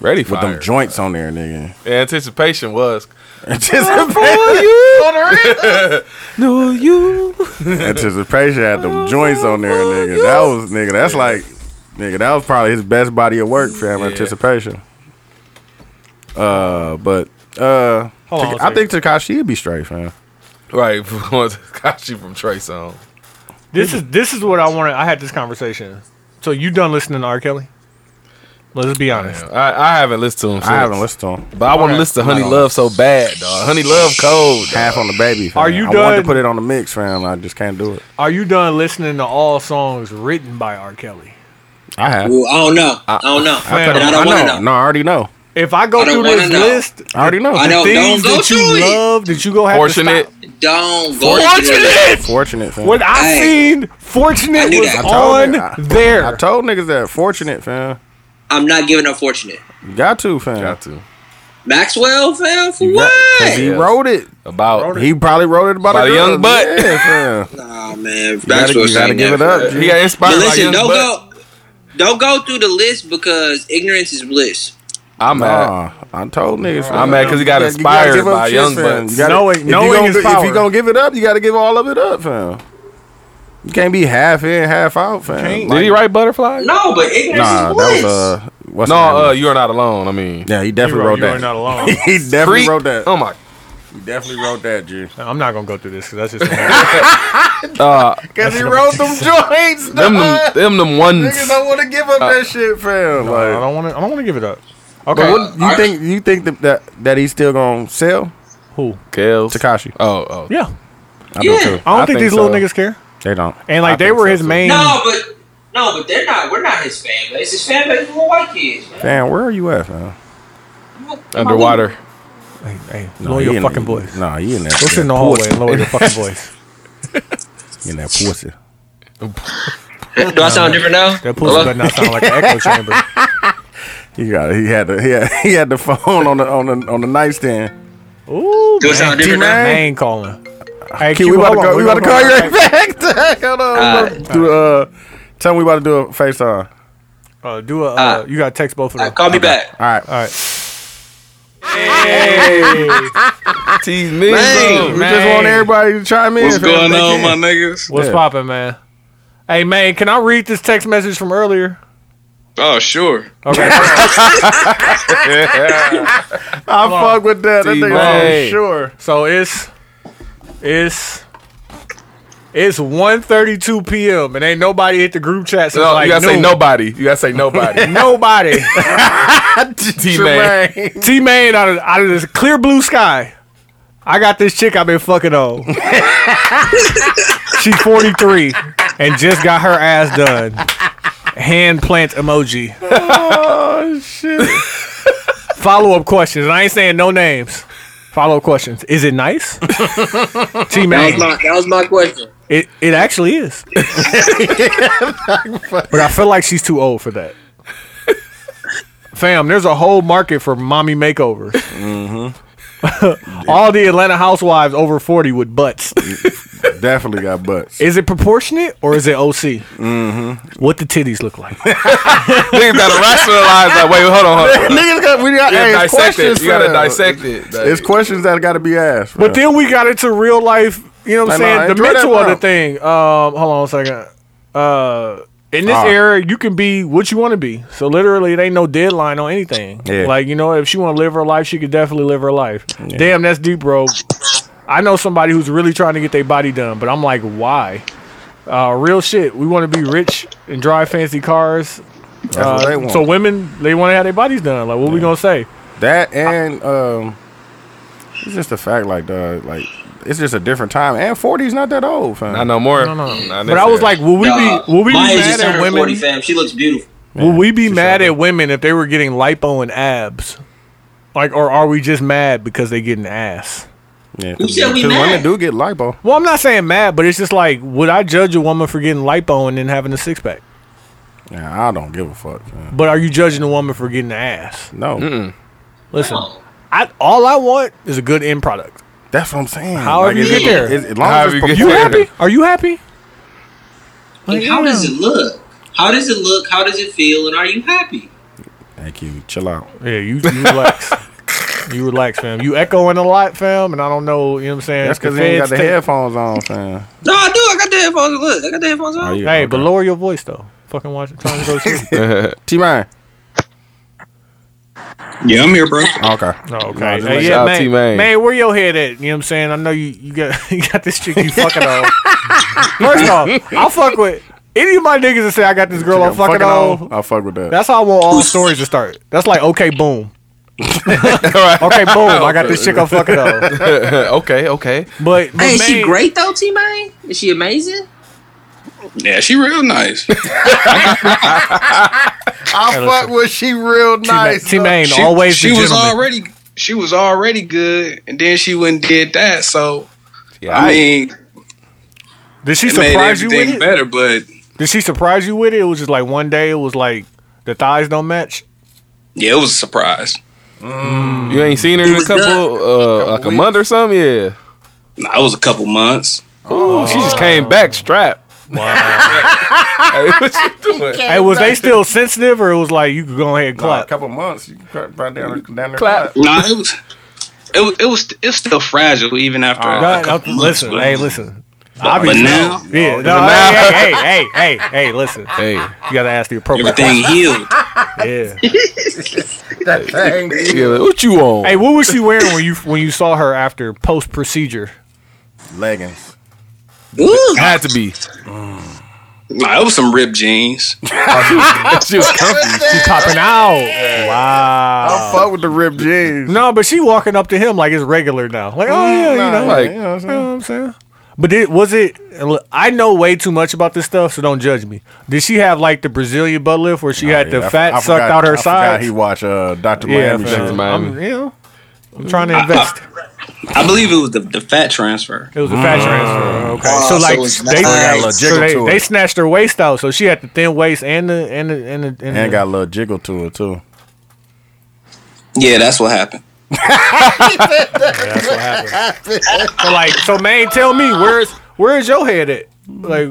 Ready
with
for them
them joints on there, nigga.
Anticipation was.
Anticipation,
No, you.
anticipation had them joints on there, nigga. That was nigga. That's like nigga. That was probably his best body of work, fam. Anticipation. Uh, but uh,
Hold on,
Taka-
one
I think Takashi would be straight, fam.
Right, got you from Trey Song.
This is this is what I wanted. I had this conversation. So you done listening to R. Kelly? Let's be honest.
I, I haven't listened to him. Since,
I haven't listened to him.
but I want to listen to Honey Love so bad, dog. Honey Love cold. dawg.
Half on the baby. Fam.
Are you
I wanted to
done?
put it on the mix, fam. I just can't do it.
Are you done listening to all songs written by R. Kelly?
I have.
Ooh, I don't know. I don't know.
Man,
but I don't want to
know.
know.
No, I already know.
If I go
I don't
through
wanna
this
know.
list,
I already know.
I know.
things
Don't go
that you
through it.
love that you go have
Fortunate.
to
Don't go.
stop.
into it.
Fortunate, fam.
When I
Hey.
seen
I
Fortunate
knew
was
that.
I told
on
you. I-
there.
I told niggas that. Fortunate, fam.
I'm not giving up fortunate.
You got to, fam.
Got to
Maxwell fell for
got- 'Cause
what?
He
Yeah.
wrote it.
about.
He probably wrote it about,
About a
a
young
girl.
butt.
Yeah, fam.
Nah, man.
You gotta,
Maxwell
you gotta
sang
give it
that.
up.
He
G.
got
But
inspired by
listen,
Young
don't
Buck.
go. Don't go through the list because ignorance is bliss.
I'm mad.
Nah, I told niggas. fam.
I'm mad 'cause he got
You gotta- you gotta
inspired
give up
by
shit,
Young
fam.
Bucks.
You gotta-
Knowing-
if you
knowing
gonna
is
do- If
power.
you gonna give it up, you gotta give all of it up, fam. You can't be half in, half out, fam.
Did he write Butterfly?
No, but ignorance
Nah, that
is bliss.
was uh, what's
No,
his name?
uh, you're not alone. I mean,
yeah, he definitely wrote,
you are not
that.
alone.
he definitely
Creep.
wrote that.
Oh my
He definitely wrote that, G.
I'm not gonna go through this because that's just.
Cause he wrote them joints.
them them, them, them ones.
Niggas don't want to give up that shit, fam.
I
like,
don't want to. I don't want to give it up.
but
Okay.
what, you think you think that, that that he's still gonna sell
Who?
Kels.
Takashi?
Oh, oh.
Yeah.
I
I
Yeah.
don't
I
think,
think
these
so.
little niggas care.
They don't.
And like
I
they
think
were
so,
his
too.
main.
No, but no, but they're not. We're not his fan base. His fan base is white kids. man.
Damn, where are you at, man?
Underwater.
Hey, hey, lower your fucking voice.
No, you in there.
Go sit in the hallway and lower your fucking voice.
in that pussy.
Do I sound different now?
That pussy
Hello?
better not sound like an echo chamber.
He got. He had. The, he had. He had the phone on the on the on the nightstand.
Ooh,
Do I
T-Man.
sound different now?
man calling. Hey,
Q,
Q,
we about to
hold on,
go. We about to
gonna
call you
go
right back. Hold on.
All
we about to do, uh, tell me we about to do a FaceTime.
Uh, do a. Uh,
Uh,
you gotta text both of
Uh,
them.
call me back.
All right.
All right.
Tease me.
Man.
We just
bro.
Man.
want everybody to chime in. if they can.
niggas?
What's
Yeah.
poppin', man? Hey, man, can I read this text message from earlier?
Oh, sure.
Okay.
I fuck
Oh,
with that. That
T-Man.
nigga, for sure.
So it's it's It's 1.32 p.m. and ain't nobody hit the group chat. So
No,
like
you gotta say
noon.
nobody. You gotta say nobody.
Nobody.
T-Man.
T Main out of out of this clear blue sky. I got this chick I've been fucking on. She's 43 and just got her ass done. Hand plant emoji. Oh shit. Follow up questions. And I ain't saying no names. Follow up questions. Is it nice? T
That was
Main.
my, that was my question.
It it actually is. but I feel like she's too old for that. Fam, there's a whole market for mommy makeovers. All the Atlanta housewives over 40 with butts.
Definitely got butts.
Is it proportionate or is it OC? Mm-hmm. What the titties look like?
Niggas gotta rationalize. Like, wait, hold on, hold on.
Niggas got we got
You gotta
hey, it's
dissect
questions.
it. You gotta
fam.
dissect it. Like,
It's questions that gotta be asked. fam.
But then we got into real life, you know what
Like,
I'm
no,
saying? the
enjoy that
mental of the
now.
thing. Um, hold on a second. Uh, in this
Ah.
era, you can be what you want to be. So literally, it ain't no deadline on anything.
Yeah.
Like you know, if she want to live her life, she could definitely live her life. Damn, that's deep, bro. I know somebody who's really trying to get their body done, but I'm like, why? Uh, real shit. We want to be rich and drive fancy cars.
that's what they want.
uh, So women, they want to have their bodies done. Like, what we gonna say?
That and um, it's just a fact. Like the like, it's just a different time. And 40's not that old, fam.
not no more.
No, no.
Nah,
But I was like, will we
Nah,
be will we be
my age
mad
just
at
turned
women?
40, fam. She looks beautiful.
Will we be
she
mad
said
at
that.
women if they were getting lipo and abs? Like, or are we just mad because they getting ass?
Yeah,
Who said we
because women
mad?
do get lipo.
Well, I'm not saying mad, but it's just like, would I judge a woman for getting lipo and then having a six pack?
Yeah, I don't give a fuck. Man.
But are you judging a woman for getting the ass?
No,
Listen,
No.
I all I want is a good end product.
that's what I'm saying.
However you
is
get
it-
there.
is- as long
However
as
you
it's
get
You
proportionate.
there.
happy? Are you happy?
Like, how does it look? How does it look? How does it feel? And are you happy?
Thank you. Chill out.
Yeah, you, you relax. You relax, fam. You echoing a lot, fam, and I don't know. You know what I'm saying?
That's because
The
you ain't got
feds
the
take-
headphones on, fam.
No, I do. I got the headphones. on. Look, I got the headphones on.
Oh, yeah,
Hey,
okay.
but lower your voice though. Fucking watch it. Tell them to go to sleep.
T man.
Yeah, I'm here, bro.
Okay.
Oh, okay.
No, just like-
Hey, yeah,
shout out
man,
T-Main.
man, where your head at? You know what I'm saying? I know you, you got you got this chick you fucking on. First off, I'll fuck with any of my niggas that say I got this girl I'm fucking on.
I fuck with that.
That's how I want all stories to start. That's like okay, boom. Okay, boom. I got this chick I'm fucking on.
okay, okay.
But, but
Hey, is she
man,
great though, T Main? Is she amazing?
Yeah, she real nice.
I fuck with she real nice.
T Main
She,
always
she
the
was
gentleman.
already she was already good, and then she went and did that. So
Yeah,
I mean,
Did she
it made
surprise you
everything
with it?
better. But
Did she surprise you with it? It was just like one day. It was like the thighs don't match.
yeah, it was a surprise.
you ain't seen her in a couple, uh, like a month or something. Yeah.
Nah, it was a couple months.
Oh,
Ooh, she just came back strapped. Wow. hey, what you doing?
Hey, was they still sensitive, or it was like you could go ahead and
Nah, a
clap?
couple months, you can clap right down, down there.
Clap.
Nah, it was. It was, it was it's still fragile even after a
Right,
couple
uh,
months,
listen,
but-
hey, listen.
but
Obviously,
now
yeah, no,
now-
hey, hey, hey, hey, hey, listen. You
Hey,
gotta ask the appropriate.
everything healed.
Yeah.
yeah, what you on?
hey, what was she wearing when you when you saw her after post procedure?
Leggings.
Ooh,
had to be.
Nah, it was some ripped jeans.
She was comfy.
She popping out. Wow.
I fuck with the ripped jeans.
No, but she walking up to him like it's regular now. Like, oh yeah, you know,
like-
you know what I'm
you know
saying?
what I'm saying. But did, was it? and look, I know way too much about this stuff, so don't judge me. Did she have like the Brazilian butt lift where she had
Oh, Yeah,
the
I-
fat
I
sucked
forgot-
out
I
her
forgot
sides?
He watch uh, Doctor
Yeah,
Miami.
fam.
shit.
I'm,
Miami.
you know, I'm trying to invest.
I believe it was the, the fat transfer.
It was a fat transfer. Okay,
Oh,
so
so
like
it's
they,
nice. Got a
little
so
jiggle
they,
to it.
they snatched her waist out, so she had the thin waist and the and the and the and, the,
And got a little jiggle to it too.
Yeah, that's what happened.
so like so. Man, tell me where's where's your head at? Like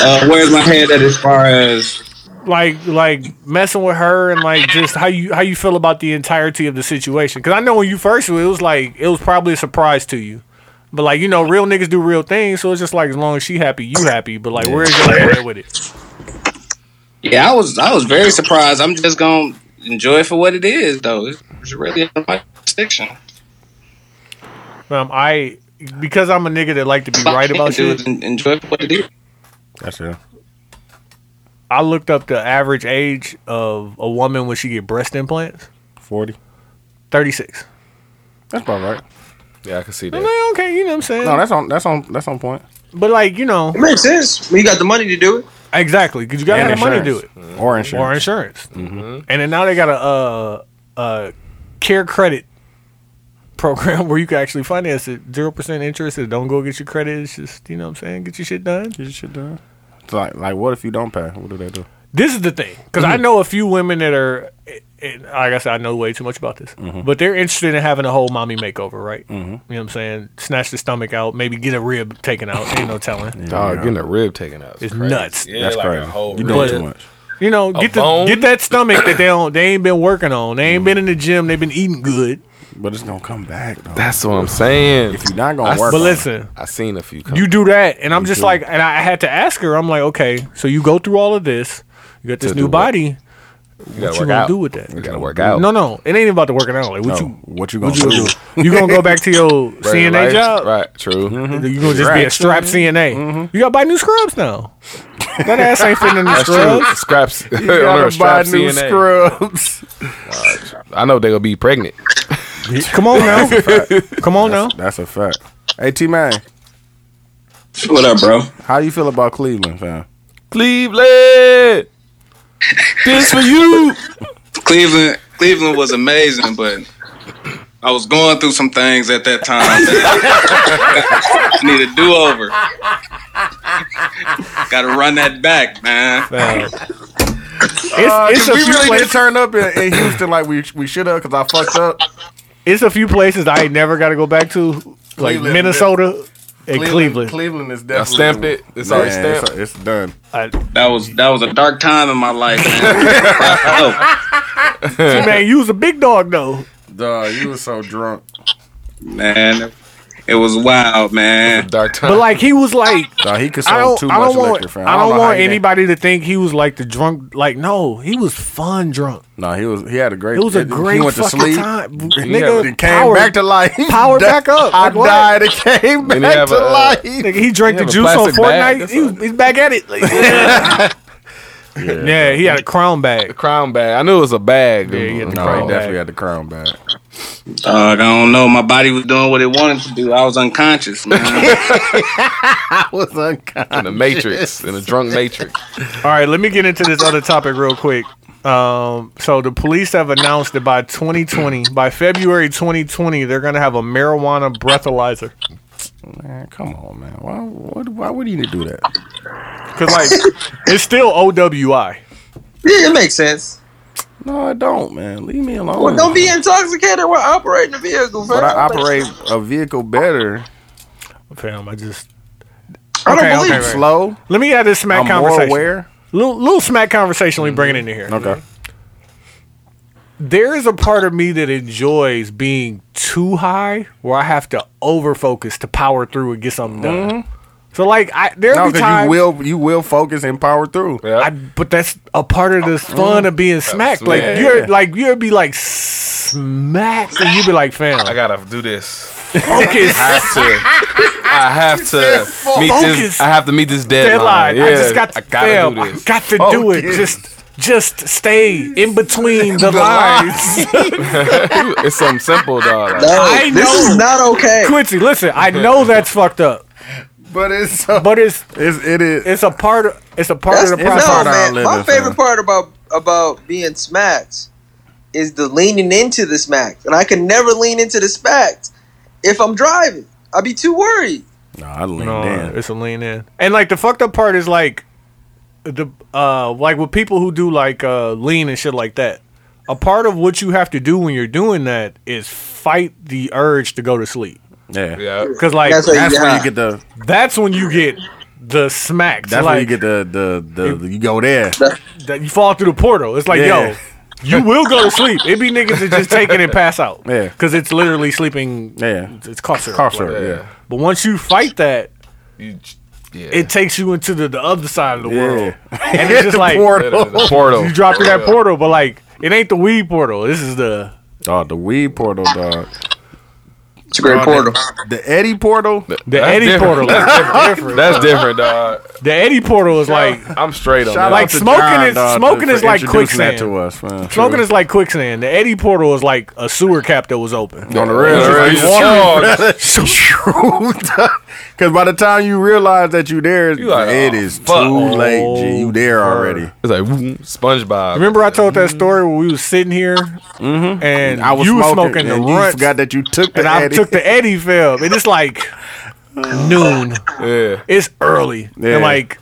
Uh, where's my head at as far as
like like messing with her and like just how you how you feel about the entirety of the situation? Because I know when you first it was like it was probably a surprise to you, but like you know real niggas do real things, so it's just like as long as she happy, you happy. But like where's your head at with it?
Yeah, I was I was very surprised. I'm just gonna enjoy it for what it is, though. It's, it's really out of my jurisdiction.
Um, I because I'm a nigga that like to be right about
do
shit.
it and enjoy what you do.
That's it.
I looked up the average age of a woman when she get breast implants.
Forty.
36.
That's about right.
Yeah, I can see
I'm
that.
like, okay, you know what I'm saying?
No, that's on. That's on. That's on point.
but like, you know,
It makes sense. When you got the money to do it.
exactly, because you got to have the money to do it.
insurance. Or insurance.
Or insurance. And then now they got a, uh a care credit program where you can actually finance it. 0% interest. It don't go get your credit. It's just, you know what I'm saying? Get your shit done.
Get your shit done. It's like, like, what if you don't pay? What do they do?
This is the thing, because
Mm-hmm.
I know a few women that are, and like I said, I know way too much about this,
Mm-hmm.
but they're interested in having a whole mommy makeover, right? You know what I'm saying? Snatch the stomach out, maybe get a rib taken out. Ain't no telling.
Dog, getting a rib taken out. is
It's
crazy.
nuts.
Yeah,
That's
like
crazy.
A whole
you
rib.
doing
But-
too much.
You know,
A
get the,
bone?
get that stomach that they don't they ain't been working on. They
Mm-hmm.
ain't been in the gym. They've been eating good.
But it's gonna come back. Though.
That's what I'm saying.
If you're not gonna
I-
work, on
But
it,
listen,
I seen a few.
you
You
do that, and I'm just like, and I had to ask her. I'm like, okay, so you go through all of this. You got this
To do
new
what?
body.
you gotta
what you
work
gonna
out.
do with that?
You gotta work out.
No, no, it ain't even about the working out. Like, what
oh,
you
what you gonna do?
you gonna go back to your
Right,
CNA
right,
job?
Right. True.
You gonna just be a strap
Mm-hmm.
CNA? You gotta buy new scrubs now. That ass ain't fitting in the
That's true.
scrubs.
Scraps. You
gotta buy new
scrubs. I know they gonna be pregnant.
Come on now, come on now.
That's a fact. Hey, T man,
What up, bro?
how you feel about Cleveland, fam?
Cleveland. This for you.
Cleveland, Cleveland was amazing, but I was going through some things at that time. That I need a do over. Got to run that back, man.
It's, it's a
Uh, we
few
really
places.
didn't turn up in, in Houston like we we should have because I fucked up.
It's a few places I ain't never got to go back to, like
Cleveland.
Minnesota and Cleveland.
Cleveland is definitely.
I stamped it. It's
Man,
already stamped.
It's, it's done.
That was that was a dark time in my life, man. Oh,
Hey, man, you was a big dog though.
Dog, uh, you was so drunk.
man, it was wild, man.
Dark time.
But like he was like,
Dog, he
I
consumed
don't,
too
I
much
don't
liquor,
want,
fam.
I don't
know how
want
he didn't-
anybody to think he was like the drunk. Like no, he was fun drunk.
No, he was. He had a great.
It was a
he
great
went to
fucking
sleep.
time.
Nigga, came
Nigga, power-
back to life.
power back up.
I
Like, what?
died. It came
Then he
back
have
to
a, uh,
life.
Nigga, he drank the
He have a
juice on
plastic bag,
Fortnite.
that's
He was, he's back at it. Like, yeah. he had a crown bag.
crown bag. I knew it was a bag.
Yeah, he had the
No,
crown
he definitely
bag.
had the crown back.
Dog, I don't know. My body was doing what it wanted to do. I was unconscious, man.
was unconscious.
in the matrix. In a drunk matrix.
All right, let me get into this other topic real quick. Um, so the police have announced that by 2020, by February 2020, they're gonna have a marijuana breathalyzer.
Man, come on, man. Why? What, why would he need to do that?
Cause like it's still OWI.
yeah, it makes sense.
No, I don't, man. Leave me alone.
Well, don't be intoxicated while operating a vehicle,
But I
fam.
operate a vehicle better.
Fam, I just
I don't
Okay,
believe
okay,
you.
right.
Slow.
let me have this smack
I'm more
conversation.
aware. Mm-hmm.
Little, little smack conversation. Let me bring it into here.
Okay.
There is a part of me that enjoys being too high, where I have to over focus to power through and get something done.
Mm-hmm.
So like, I there
No,
be
because
times
you will you will focus and power through.
I, but that's a part of the fun of being smacked. Like
Mm-hmm. yeah.
you're like you'd be like smacked, and you'd be like,
I
"Fam,
gotta do this.
focus,
I have to. I have to meet
Focus.
this. I have to meet this deadline.
deadline.
Yeah,
I just got to,
I gotta
fam,
do this. Oh,
I got to do it. Just, just stay in between the, lines."
it's something simple, dog. Like,
No,
I
this
know.
is not okay.
Quincy, listen, I know that's fucked up,
But it's so.
but it's
It's it is.
it's a part of it's a part
That's
of the
no,
part
process.
of our
man.
living,
My
fam.
favorite part about about being smacked is the leaning into the smack, and I can never lean into the smack if I'm driving. I'd be too worried.
no, I leaned
No,
in.
it's a lean in. And like the fucked up part is like the uh like with people who do like uh lean and shit like that. A part of what you have to do when you're doing that is fight the urge to go to sleep.
Yeah.
yeah.
Cause like
That's
that's,
what-
That's where
Yeah.
you get the.
when you get the smack.
That's
like,
where you get the the the. you go there.
that you fall through the portal. It's like
Yeah.
yo. You will go to sleep. It be niggas that just take it and pass out.
Yeah.
Cause it's literally sleeping.
Yeah.
It's cough syrup.
Cough syrup,
Like,
yeah.
But once you fight that,
You, yeah.
it takes you into the, the other side of the world.
Yeah.
And it's just like
portal.
The portal.
you drop through that portal, but like it ain't the weed portal. This is the
Oh, the weed portal, dog.
It's a great
Oh,
portal.
The, the Eddie portal.
The Eddie portal
different.
is
That's
different.
That's different, dog.
The Eddie portal is like
I'm straight
Shout
on that.
out
Like
to
smoking
John,
is-
dog,
smoking
for
is like
introducing that
quicksand.
to us, man.
smoking is like quicksand. The Eddie portal is like a sewer cap that was open.
on the real.
Yeah, right.
It's Because by the time you realize that you there,
You like,
it
oh,
is
fuck.
too late. G. You there already?
It's like woo, SpongeBob.
Remember I told that story where we was sitting here and
Mm-hmm. I was
you was
smoking,
smoking the
and you
runt
forgot that you took the
and I
Eddie.
took the Eddie film and it's like noon.
Yeah.
It's early.
Yeah.
And like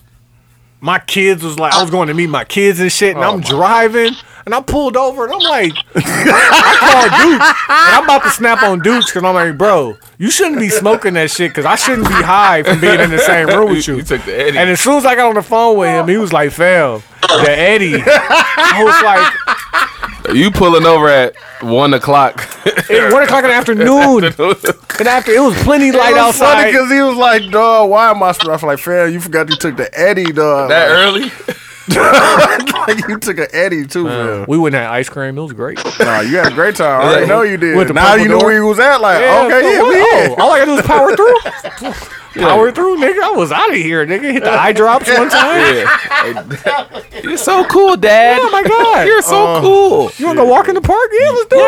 my kids was like I was going to meet my kids and shit and I'm driving and I pulled over and I'm like I called Dukes and I'm about to snap on Dukes because I'm like, bro, you shouldn't be smoking that shit because I shouldn't be high from being in the same room with you.
You took the Eddie.
And as soon as I got on the phone with him, he was like, fam, the Eddie. I was like,
you pulling over at one o'clock.
It, one o'clock in the afternoon. and after it was plenty light outside.
because he was like, "Dog, why am I?" sm-" I was like, "Fam, you forgot you took the Eddie, dog.
that early?
like, you took an Eddie too, man.
We went and had ice cream. It was great.
Nah, you had a great time. I already
Yeah.
know you
With
did.
the
Now
purple
you knew
door.
where you was at. Like, okay, yeah,
so
we
what?
here.
Oh, all I gotta do is power through. Power through, nigga. I was out of here, nigga. Hit the eye drops one time.
You're so cool, Dad.
Oh my god.
You're so cool.
you wanna go walk in the park? Yeah, let's do it.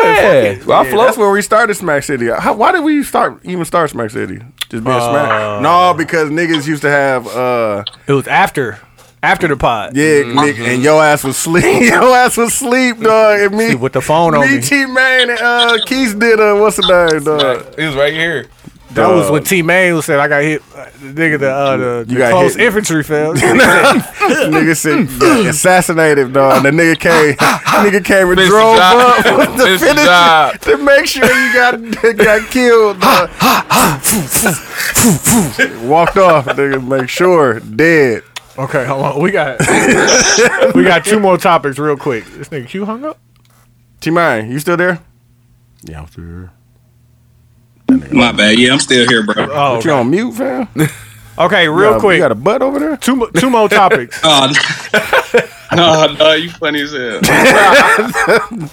Yeah. Well, I
Yeah,
flow.
that's where we started Smack City. How, why did we start even start Smack City? Just being smack? No, because niggas used to have uh
It was after. After the pod.
yeah, nigga, and your ass was sleep. your ass was sleep, dog. And me,
With the phone on
me,
me.
T Man, and uh, Keith did uh, what's the name, dog?
He was right here.
That was when T Main said I got hit uh, the nigga the uh the,
You
the
got
close
hit.
infantry fell.
nigga said "Yeah, assassinated, dog. And the nigga came, nigga came and
Finish the
drove
job.
up with the
Finish the
finish
job.
to make sure you got got killed. dog. Walked off, nigga. Make sure dead.
okay, hold on. We got we got two more topics real quick. This nigga Q hung up?
T Mine, you still there? Yeah, I'm still here.
My bad. Yeah, I'm still here, bro.
Oh
But you on mute, fam?
Okay, real
Uh,
quick.
You got a butt over there?
two mo- two more topics.
Oh, no, no, you funny as hell.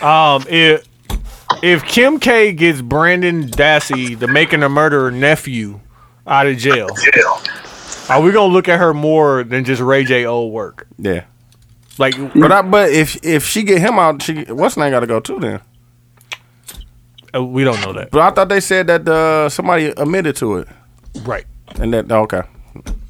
Um, if if Kim K gets Brandon Dassey, the making a murderer nephew, out of jail, are we gonna look at her more than just Ray J old work?
Yeah.
Like,
But I, but if if she get him out, she what's name got to go too then?
uh, we don't know that,
But I thought they said that uh, somebody admitted to it,
right?
and that okay.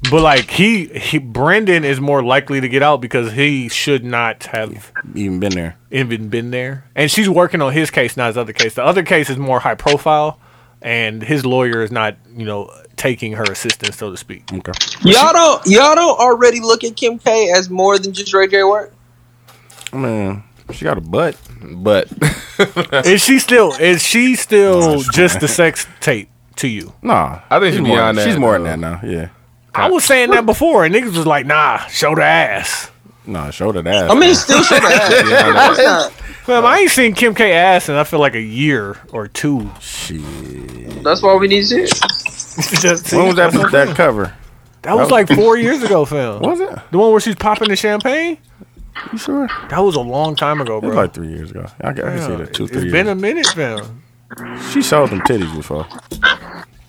But like he, he Brandon is more likely to get out because he should not have
Even been there.
even been there, and she's working on his case, not his other case. The other case is more high profile, and his lawyer is not, you know, taking her assistance, so to speak.
Okay.
Y'all don't y'all don't already look at Kim K as more than just Ray J work.
Man, she got a butt.
But
Is she still? Is she still just the sex tape to you?
Nah,
I think she
she's more.
beyond that,
she's more than
though.
that now. Yeah.
I was saying that before, and niggas was like, "Nah, show the ass."
Nah, show that ass.
I mean, it's still should have. No, it's not.
Well, I ain't seen Kim K ass in I feel like a year or two.
That's why we need to.
when was
that
that that cover?
was like four years ago, fam.
Was it?
The one where she's popping the champagne?
You sure? It
That was a long time ago,
was
bro.
like three years ago. I can, I can see
Yeah,
that two,
it's
three
been
years.
a minute, fam.
she showed them titties before.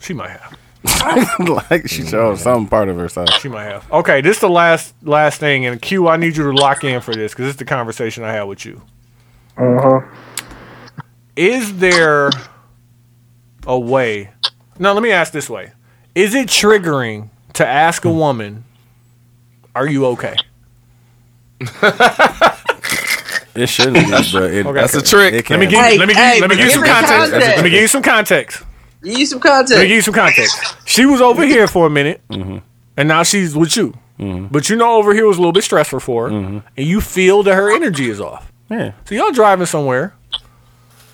She might have.
like she showed some part of herself.
She might have. Okay, this is the last last thing, and Q, I need you to lock in for this because this is the conversation I had with you. Uh huh. Is there a way? No, let me ask this way: Is it triggering to ask a woman, "Are you okay?"
It shouldn't be, but it,
Okay. That's
a trick.
It
Let
can.
me give
Hey,
let me give,
hey,
let me
but
give you
give
some
me
context.
context.
Let me give you some context.
You need some
Let me give
context.
you some context. She was over here for a minute,
Mm-hmm.
and now she's with you. But you know, over here was a little bit stressful for her,
Mm-hmm.
and you feel that her energy is off.
Yeah.
So y'all driving somewhere,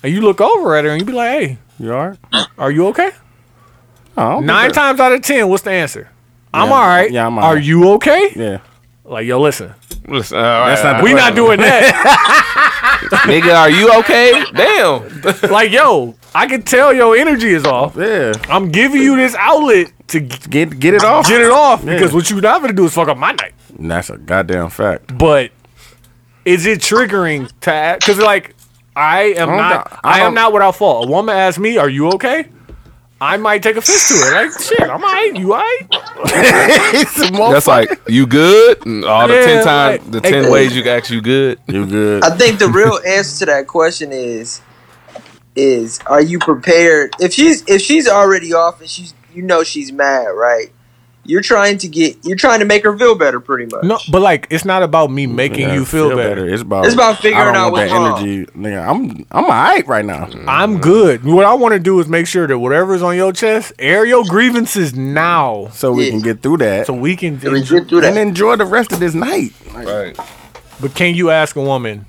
and you look over at her and you be like, "Hey,
You all right?
are you okay?"
Oh,
Nine times out of ten, what's the answer? I'm
Yeah,
all right.
yeah, I'm all
Are
right."
you okay?
Yeah. Uh,
Like, yo, listen,
listen, all right,
That's not
we not doing that.
nigga, are you okay? Damn.
like, yo, I can tell your energy is off.
Yeah.
I'm giving you this outlet to g-
Get get it off.
get it off because what you not gonna do is fuck up my night.
And That's a goddamn fact.
But is it triggering to? Because like, I am
I don't
not.
know. I
I, am
don't-
not without fault. A woman asks me, "Are you okay?" I might take offense to it. Like shit, I'm alright. You alright?
That's like you good. And All the
Oh, Yeah,
ten times,
like-
the ten
Hey,
ways you can ask you good.
you good.
I think the real answer to that question is is are you prepared if she's if she's already off and she's you know she's mad, right? You're trying to get you're trying to make her feel better pretty much.
No, but like it's not about me making
Yeah,
you feel, better.
It's about
It's about figuring
I don't
out
want
what's
that
wrong.
energy, nigga. I'm I'm alright right now.
Mm-hmm.
I'm good. What I want to do is make sure that whatever is on your chest, air your grievances now,
So we
Yeah.
can get through that
so we can.
Can we get through that?
and enjoy the rest of this night.
Right.
But can you ask a woman?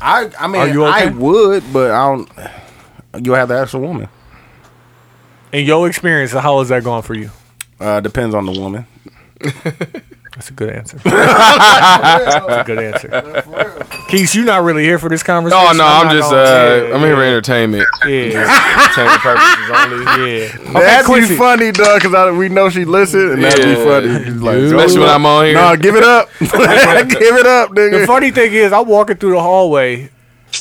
I I mean
Are you okay?
I would, but I don't. You have to ask a woman.
In your experience, how is that going for you?
Uh, depends on the woman.
That's a good answer. That's a good answer. Keith, you're not really here for this conversation.
Oh no, I'm
not
just
gonna-
uh,
yeah,
I'm here for entertainment.
Yeah,
entertainment purposes only.
yeah. yeah.
That'd
Quincy.
be funny, dog, because we know she listened, and that'd
Yeah.
be funny. She's Like,
Especially when I'm on here.
Nah, give it up. give it up,
The
nigga.
funny thing is, I'm walking through the hallway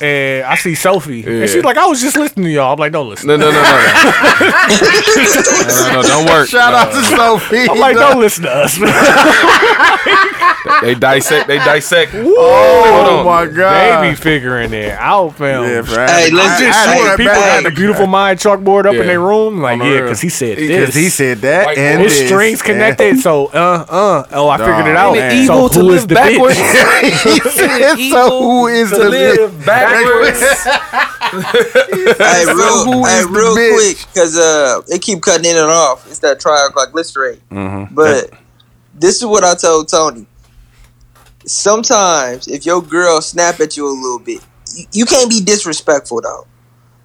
and I see Sophie,
Yeah.
and she's like, "I was just listening to y'all." I'm like, "Don't listen."
No, no, no, no, no. no, no, no don't work.
Shout
No.
out to Sophie.
I'm like,
dog.
"Don't listen to us."
They dissect. They dissect.
Oh,
Hold on.
my god.
they be figuring it out, fam.
Yeah, for-
Hey, let's
I-
just
I-
say
I-
it,
People
Hey.
had the beautiful mind chalkboard up
Yeah.
in their room, like,
On
yeah,
real.
because he said this.
because he said that
Like,
and
his
this,
strings
and-
connected, so uh uh. Oh, I figured it
Dog,
out.
man.
So
Evil
who is the bitch?
He said, so who is the bitch?
Hey,
So
real,
who
hey,
is the
real
bitch?
quick, because uh, they keep cutting in and off. It's that trialglycerate.
Mhm.
But this is what I told Tony. Sometimes, if your girl snap at you a little bit, you, you can't be disrespectful though.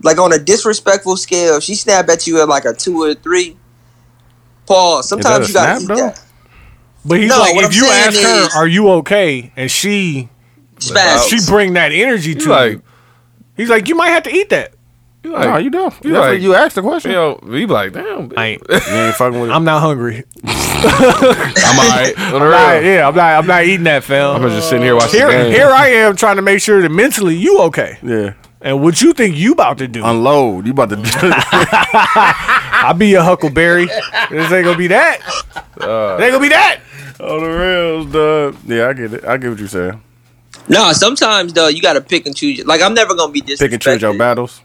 Like on a disrespectful scale, if she snap at you at like a two or a three. Pause. Sometimes
a
you gotta
snap,
eat
though?
that.
But he's
No,
like,
what
if
I'm
you
saying
ask
is-
her, "Are you okay?" and she
Spaz.
she bring that energy to
You like,
you, he's like, "You might have to eat that."
you
No,
like,
you don't. That's
You
what
like-
you asked the question.
you know, we be like, damn. Bitch.
I ain't.
You ain't fucking with it.
I'm not hungry.
I'm alright. On the
Right,
real.
yeah, I'm not. I'm not eating that, fam.
I'm just sitting here watching the
Here,
game.
here I am trying to make sure that mentally you okay,
yeah.
and what you think you about to do.
Uh, Unload. You about to
I'll be your Huckleberry. this ain't gonna be that. it ain't gonna be that.
on the rails, dog. Yeah, I get it. I get what you're saying.
No, sometimes though you gotta pick and choose. Like I'm never gonna be disrespectful.
Pick and choose your battles.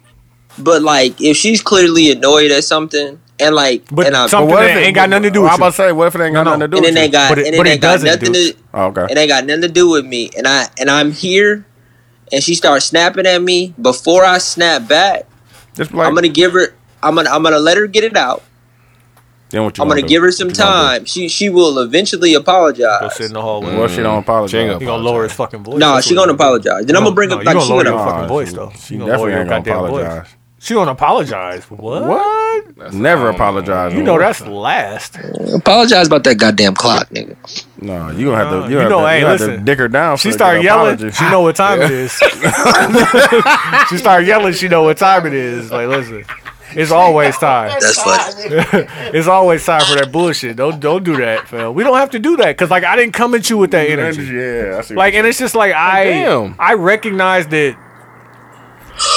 But like if she's clearly annoyed at something and like
But
and I
some- But what if it-
I'm
I'm
about
about
to say, what if it ain't got nothing
nothing to
to do
and
with
it ain't got
But it-
and it
but it
ain't got
doesn't,
nothing
dude.
to
Oh, okay.
it ain't got nothing to do with me. And I and I'm here and she starts snapping at me before I snap back,
Just like,
I'm gonna give her I'm gonna I'm gonna let her get it out.
then what you
I'm gonna
do?
give her some
What you gonna
time. She she will eventually
Go
apologize.
sit in the hallway.
do? Well, she don't apologize.
She ain't gonna
He gonna lower his fucking voice.
No,
That's
she
what
gonna
he gonna do.
apologize. Then I'm gonna bring
No,
up
you
like
gonna
she
lower
went
your
up.
fucking
Nah,
voice
she-
though.
she
You
definitely
lower
ain't
your
gonna
goddamn voice.
apologize.
She gonna apologize. What?
What? Never apologize.
You know that's last.
Apologize about that goddamn clock, nigga.
No, you gonna have to.
Nah,
You,
you
have
know,
to,
hey,
you have to
listen.
dick her down.
She
for the
started yelling.
apology.
She know what time it is. she started yelling. She know what time it is. Like, listen, it's always time.
That's funny.
It's always time for that bullshit. Don't don't do that, fam. We don't have to do that because like I didn't come at you with that energy.
Yeah, I see.
Like, and it's just like I
Damn.
I recognize that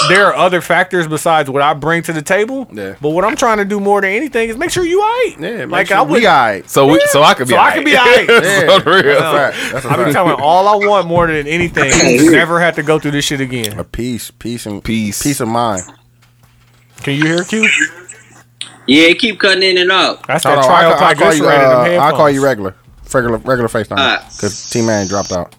there are other factors besides what I bring to the table.
Yeah.
But what I'm trying to do more than anything is make sure you alright.
yeah, make
like
sure
I
we
would.
alright.
So we, so I could be,
So I could be alright.
Yeah,
on the real.
that's a fact. That's a
I've been
fact.
telling all I want more than anything. is never had to go through this shit again.
A peace, peace, and
Peace.
peace of mind.
Can you hear Q?
Yeah, it keep cutting in and out.
That's
Hold
that
on,
trial
I'll, call you.
triglyceride in them
I'll call you
headphones.
regular, regular, regular
Alright.
FaceTime because T Man dropped out.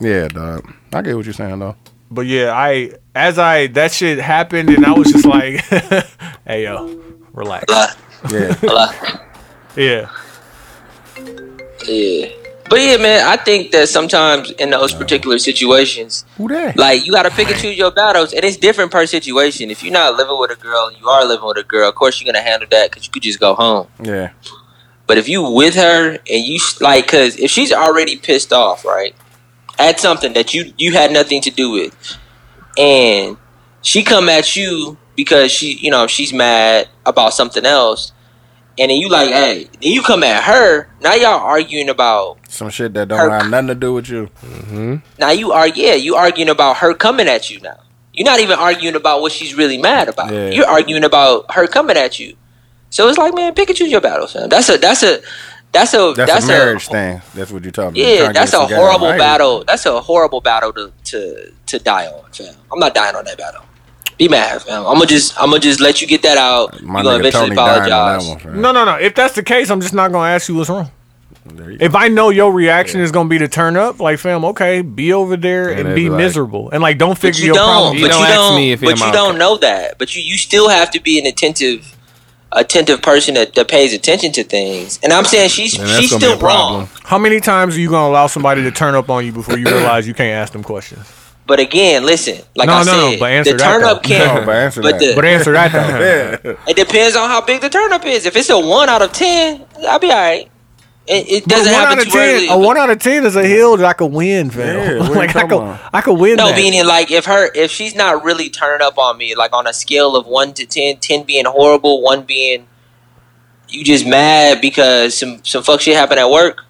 Yeah, dog. I get what you're saying though.
But yeah, I as I that shit happened and I was just like, hey yo, relax.
Yeah,
Yeah.
Yeah. But yeah, man, I think that sometimes in those particular situations,
who that?
like you gotta pick and choose your battles, and it's different per situation. If you're not living with a girl, you are living with a girl. Of course, you're gonna handle that because you could just go home.
Yeah,
But if you with her and you like, cause if she's already pissed off, right, at something that you you had nothing to do with, and she come at you because she, you know, she's mad about something else, and then you like, hey, then you come at her. Now y'all arguing about
Some shit that don't
Her-
have nothing to do with you.
Now you are yeah, you arguing about her coming at you now. You're not even arguing about what she's really mad about.
Yeah.
You're arguing about her coming at you. So it's like, man, pick and choose your battles, fam. That's a that's a that's a
That's, a marriage
a,
thing. That's what you're talking about. You're
Yeah,
trying to
that's
get
a
some goddamn
horrible
money.
battle. That's a horrible battle to to to die on, fam. I'm not dying on that battle. Be mad, fam. I'm gonna just I'm gonna just let you get that out.
My
You're gonna
nigga
eventually
Tony dying on
apologize.
that one. fam.
No, no, no. If that's the case, I'm just not gonna ask you what's wrong.
There you go.
If I know your reaction is gonna be to turn up, like fam, okay, be over there and,
they'd
be
be like-
miserable and like don't
But
figure
you
your
don't.
problem.
You
But
don't
you
ask
don't.
me if
but
I'm
you
out.
don't know that. But you you still have to be an attentive, attentive person that, that pays attention to things. And I'm saying she's
And that's
she's
gonna be
still
a problem.
wrong.
How many times are you gonna allow somebody to turn up on you before you realize you can't ask them questions?
But again, listen. Like
No,
I
no, no,
said,
but answer
the
that,
turn up
No,
though.
can.
but answer
but
that.
the,
But answer that though.
Yeah.
it depends on how big the turn up is. If it's a one out of ten, I'll be all right. It, it doesn't
But
happen
out of
too
ten,
early.
a one out of ten is a hill that I could win, fam.
Yeah, what
like
you
I
talking
could,
about?
I could win.
No,
that.
meaning like if her if she's not really turning up on me, like on a scale of one to 10, 10 being horrible, one being you just mad because some some fuck shit happened at work.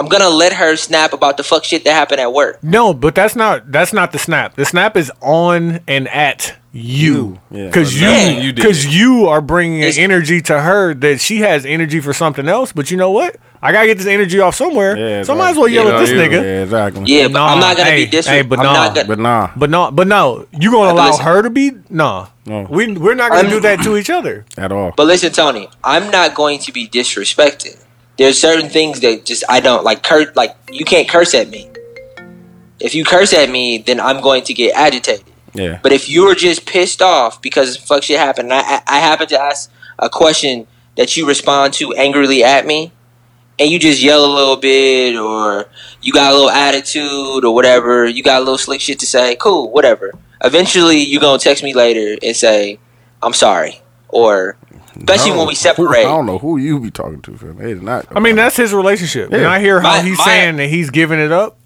I'm gonna let her snap about the fuck shit that happened at work.
No, but that's not that's not the snap. The snap is on and at
You.
you
Yeah.
because
Yeah.
you
Yeah,
you did
because you, are bringing an
It's-
energy to her that she has energy for something else. But you know what? I gotta get this energy off somewhere.
Yeah,
so I might as
exactly.
well yell
You
at
know,
this
you-
nigga.
Yeah, exactly.
Yeah, but I'm
Nah,
not gonna
hey,
be disrespectful.
hey, but
I'm
nah,
not gonna.
But nah.
But no, but no, you gonna
But
allow
listen-
her to be? Nah,
No.
we we're not gonna
I'm-
do that to each other.
At all.
But listen, Tony, I'm not going to be disrespected. There's certain things that just I don't like. Cur- like you can't curse at me. If you curse at me, then I'm going to get agitated.
Yeah.
But if you're just pissed off because fuck shit happened, and I, I, I happen to ask a question that you respond to angrily at me, and you just yell a little bit, or you got a little attitude, or whatever, you got a little slick shit to say, cool, whatever. Eventually, you're going to text me later and say, I'm sorry. Or, especially
No.
when we
I
separate.
don't know who you be talking to, fam. It is not.
I mean, that's his relationship, and
Yeah.
I hear how
My-
he's
my-
saying that he's giving it up.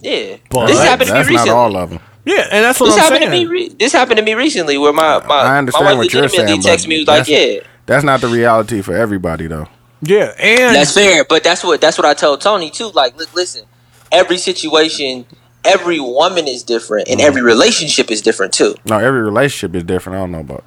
Yeah.
But
this
That-
happened to me Uh,
That's
recently.
not all of them.
Yeah, and that's what
This
I'm saying.
happened to me. Re- this happened to me recently, where my my,
I understand
my wife
what you're
legitimately
saying,
texted
but
me was like,
that's-
"Yeah,
That's not the reality for everybody, though.
yeah, and
That's fair, but that's what that's what I told Tony too. Like, look, listen, every situation, every woman is different, and
Mm-hmm.
every relationship is different too.
No, every relationship is different. I don't know about.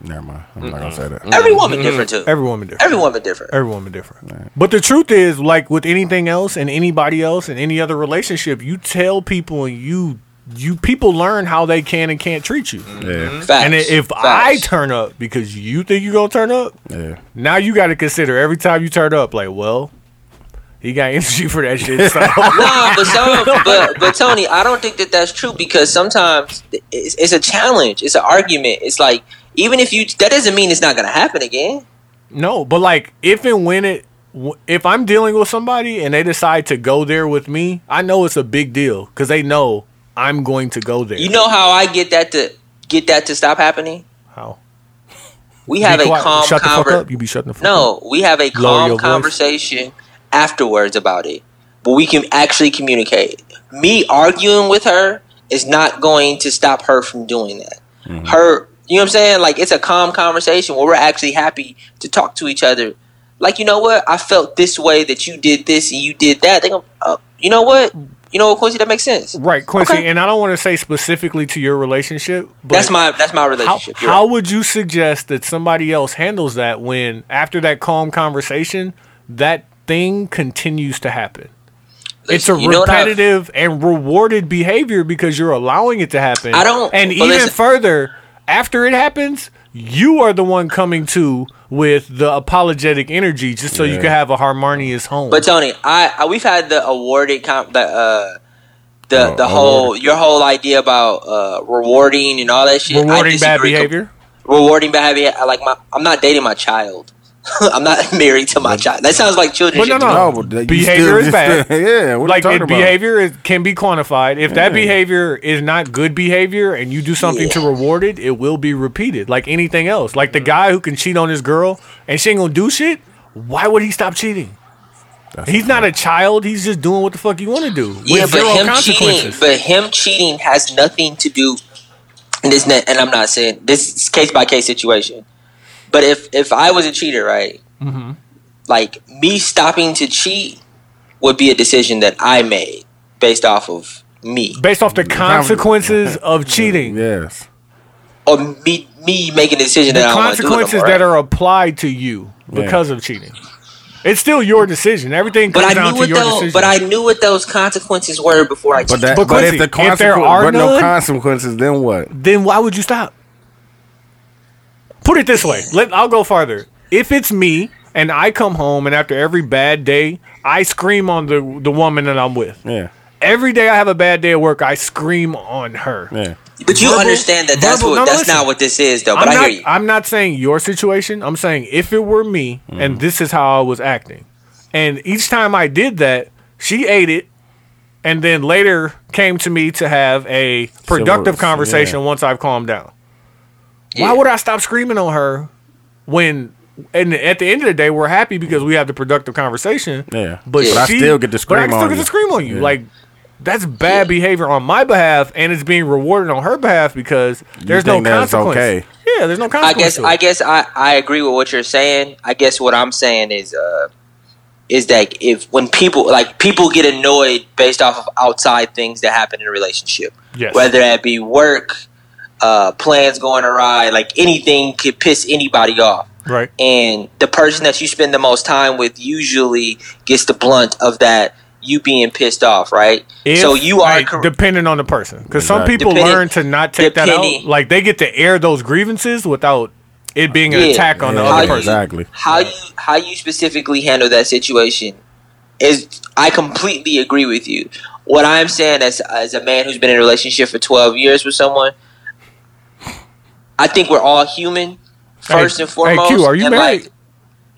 Never mind. I'm not gonna say that.
Every woman different too.
Mm-hmm. every woman different.
Every woman different.
Every woman different. But the truth is, like with anything else and anybody else and any other relationship, you tell people and you you people learn how they can and can't treat you.
Yeah,
Facts.
And if I
Facts.
turn up because you think you're gonna turn up,
yeah.
now you got to consider every time you turn up, like, well, he got energy for that shit. So
nah, but some, but but Tony, I don't think that that's true because sometimes it's, it's a challenge, it's an argument. It's like even if you that doesn't mean it's not gonna happen again.
no, but like if and when it. w- If I'm dealing with somebody and they decide to go there with me, I know it's a big deal because they know I'm going to go there.
You know how I get that to get that to stop happening?
how?
We have
Be
a
quiet.
calm
Shut the fuck
conver-
up. You be shutting the fuck up.
No, we have
Lower
a
your
calm
voice.
conversation afterwards about it, but we can actually communicate. Me arguing with her is not going to stop her from doing that.
Mm-hmm.
Her, you know what I'm saying? Like it's a calm conversation where we're actually happy to talk to each other. Like you know what? I felt this way that you did this and you did that. They gonna, uh, you know what? You know what, Quincy? That makes sense.
Right, Quincy,
Okay.
and I don't want to say specifically to your relationship, but
That's my that's my
how,
relationship. You're
how
right.
would you suggest that somebody else handles that when after that calm conversation, that thing continues to happen? It's a
You know what I-
repetitive and rewarded behavior because you're allowing it to happen.
I don't-
and
but
even
listen-
further, after it happens, you are the one coming to with the apologetic energy just so you
Yeah.
can have a harmonious home.
But uh, Tony, I, I we've had the awarded comp the uh the
Oh,
the whole
awarded.
your whole idea about uh rewarding and all that shit. I
rewarding bad
disagree com-
behavior.
Rewarding bad behavior. I Like my, I'm not dating my child. I'm not married to my child. That sounds like children.
But
shit
no,
to me.
no,
No, but that- you
behavior
still-
is
you
bad.
still- yeah, what are you
like
talking
it,
about?
behavior is, can be quantified. If that behavior is not good behavior and you do something to reward it, it will be repeated. Like anything else, like the guy who can cheat on his girl and she ain't gonna do shit. Why would he stop cheating? he's not a child. He's just doing what the fuck you want to do.
Yeah,
with
but
zero
him cheating,
consequences.
but him cheating has nothing to do. And this, not- and I'm not saying this is case by case situation. But
Mm-hmm.
if if I was a cheater, right? Like me stopping to cheat would be a decision that I made based off of me
Based off the consequences of cheating.
Yes.
or me me making a decision
The
that I don't want to do it no
consequences
more,
that
right?
are applied to you because of cheating. It's still your decision. Everything
But
comes
I
down
knew
to
what
your
those.
decision.
But I knew what those consequences were before I.
But
cheated.
that,
But
but if
Quincy,
the
if
consequences,
there are
but no
none-
consequences, then what?
then why would you stop? Put it this way. Let I'll go farther. If it's me and I come home and after every bad day, I scream on the the woman that I'm with.
Yeah.
Every day I have a bad day at work, I scream on her.
Yeah.
But you understand that that's
verbal-
what
no, no,
that's
listen.
not what this is though.
I'm
But I
not,
hear you.
I'm not saying your situation. I'm saying if it were me and this is how I was acting. And each time I did that, she ate it and then later came to me to have a productive
yeah.
conversation once I've calmed down.
Yeah.
Why would I stop screaming on her when and at the end of the day we're happy because we have the productive conversation.
Yeah.
But,
But I
she-
still get to
but I
scream
still
on
get
you.
to scream on you.
Yeah.
Like that's bad behavior on my behalf, and it's being rewarded on her behalf because there's
think
no
that's
consequence.
okay?
Yeah, there's no
I
consequence.
guess
to it.
I guess I, I agree with what you're saying. I guess what I'm saying is uh is that if when people like people get annoyed based off of outside things that happen in a relationship,
Yes.
whether that be work, uh, plans going awry, like anything could piss anybody off.
right.
And the person that you spend the most time with usually gets the blunt of that you being pissed off, right?
If-
so you are
like,
cor-
depending on the person, because some
Exactly.
people
Depending-
learn to not take that out.
depending-
Like they get to air those grievances without it being an
Yeah.
attack on the
Yeah,
How
other
you-
person.
Exactly.
how you how you specifically handle that situation is I completely agree with you. What I'm saying as as a man who's been in a relationship for 12 years with someone, I think we're all human first
Hey-
and foremost.
Hey Q, are you
and,
married?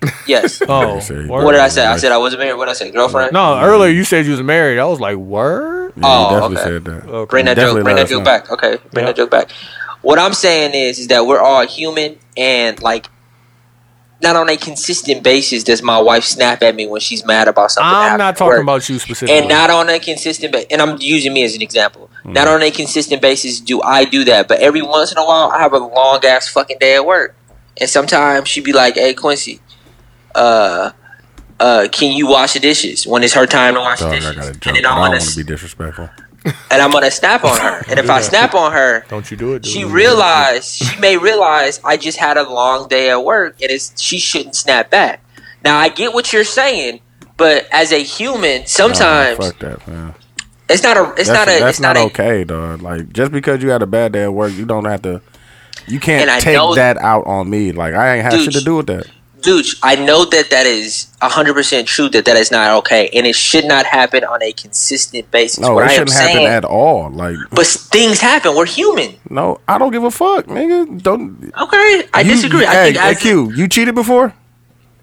like, yes.
oh,
Sorry.
word.
what did I say? I said I wasn't married. What did I say? Girlfriend?
No, earlier you said you was married. I was like, word.
Yeah,
Oh,
you definitely
okay.
said that.
Okay.
Bring that
Definitely
joke. Bring
let
that
us
joke
know.
back. Okay. Bring
Yeah.
that joke back. What I'm saying is, is that we're all human, and like, not on a consistent basis does my wife snap at me when she's mad about something. that
I'm
happened
not
at
talking
work.
about you specifically.
And not on a consistent basis. And I'm using me as an example.
Hmm.
Not on a consistent basis do I do that, but every once in a while I have a long ass fucking day at work, and sometimes she'd be like, "Hey Quincy, uh." Uh, can you wash the dishes when it's her time to wash
Dog,
the
I
dishes?
got a joke.
and
but
then
I
I'm
don't
gonna,
want to be disrespectful.
and I'm gonna snap on her. And if I snap on her,
Don't you do it? Dude.
she realized she may realize I just had a long day at work and it's she shouldn't snap back. Now I get what you're saying, but as a human, sometimes
Nah, fuck that, man.
it's not a it's
That's,
not a
that's
it's not,
not
a
okay, dog. Like just because you had a bad day at work, you don't have to. You
And
can't
I
take
know-
that out on me. Like I ain't had
Dude,
shit to do with that.
dude. I know that that is hundred percent true that that is not okay and it should not happen on a consistent basis.
No,
what
it
I am
shouldn't happen
saying,
at all. Like
but things happen. We're human.
no, I don't give a fuck, nigga. Don't.
Okay, I
you-
disagree.
You,
I think
hey,
as
hey, Q, you cheated before.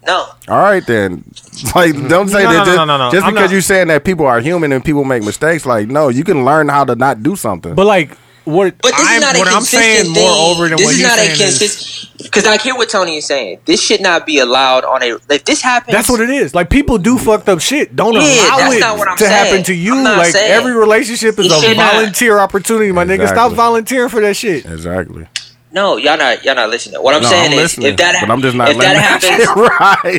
no,
All right then. Like don't say
No,
that
no,
just,
no, no, no.
just
I'm
because
not-
you're saying that people are human and people make mistakes. Like no, you can learn how to not do something.
But like what?
But this
I'm,
is not a
what I'm
consistent
saying
thing.
moreover than
this
what
is
you're
not
saying
a
is-
consistent. Because I hear what Tony is saying. This should not be allowed on a. If this happens,
That's what it is. Like people do fucked up shit. Don't
Yeah,
allow
that's
it
not what I'm
to happen
saying.
to you.
I'm not
Like
saying.
every relationship is
You
a
should not.
volunteer opportunity, my nigga. Stop
Exactly.
volunteering for that shit.
exactly.
No, y'all not. Y'all not listening. What I'm
No,
saying
I'm
is,
listening,
if that,
but I'm just not
if that
letting
happens,
shit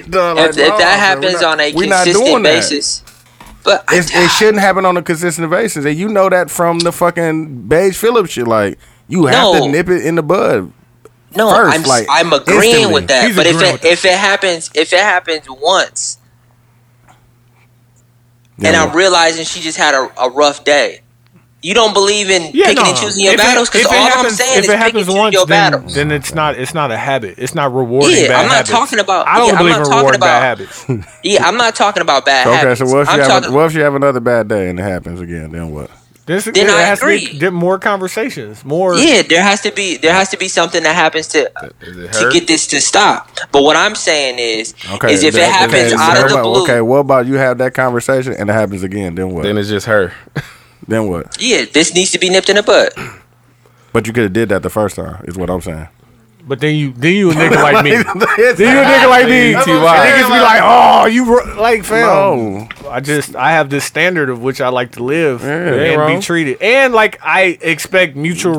right. dog. Like,
if, if
no, man,
that
we're
happens
not-
on a
we're not
consistent
doing that.
basis, but I,
It's, it shouldn't happen on a consistent basis, and you know that from the fucking Beige Phillips shit. Like you have
No.
to nip it in the bud.
no,
first,
I'm
like,
I'm agreeing
instantly.
with that.
He's
but if
agreeing
it
with that.
if it happens if it happens once, and I'm realizing she just had a, a rough day. You don't believe in
Yeah,
picking
no.
and choosing your
If it-
battles because
if it
all I'm
happens-
saying
if
is
it
pick and
happens
choose
once,
your
then,
battles.
then it's not it's not a habit. It's not rewarding.
Yeah,
bad
I'm not
habits.
talking about-
I don't
yeah, I'm
believe
not
in
talking
rewarding bad
about-
habits.
Yeah, I'm not talking about bad
Okay,
habits.
so what if,
I'm
you have,
talking
a, what if you have another bad day and it happens again? Then what?
This,
Then
it
I
has to be-
agree.
get more conversations. More.
Yeah, there has to be there has to be something that happens to
Is it
to
her?
get this to stop. But what I'm saying is,
Okay,
is if it
then- okay,
happens out
so
of the
what about-
blue,
Okay, what about you have that conversation and it happens again? Then what?
Then
Then,
it's just her.
what?
yeah, this needs to be nipped in the butt.
But you could have did that the first time. Is what I'm saying.
But then you then you a nigga like me. then you a nigga like me.
That's what I'm
And
saying,
niggas be like, oh, you ru- like fam.
No.
I just I have this standard of which I like to live and
bro.
be treated, and like I expect mutual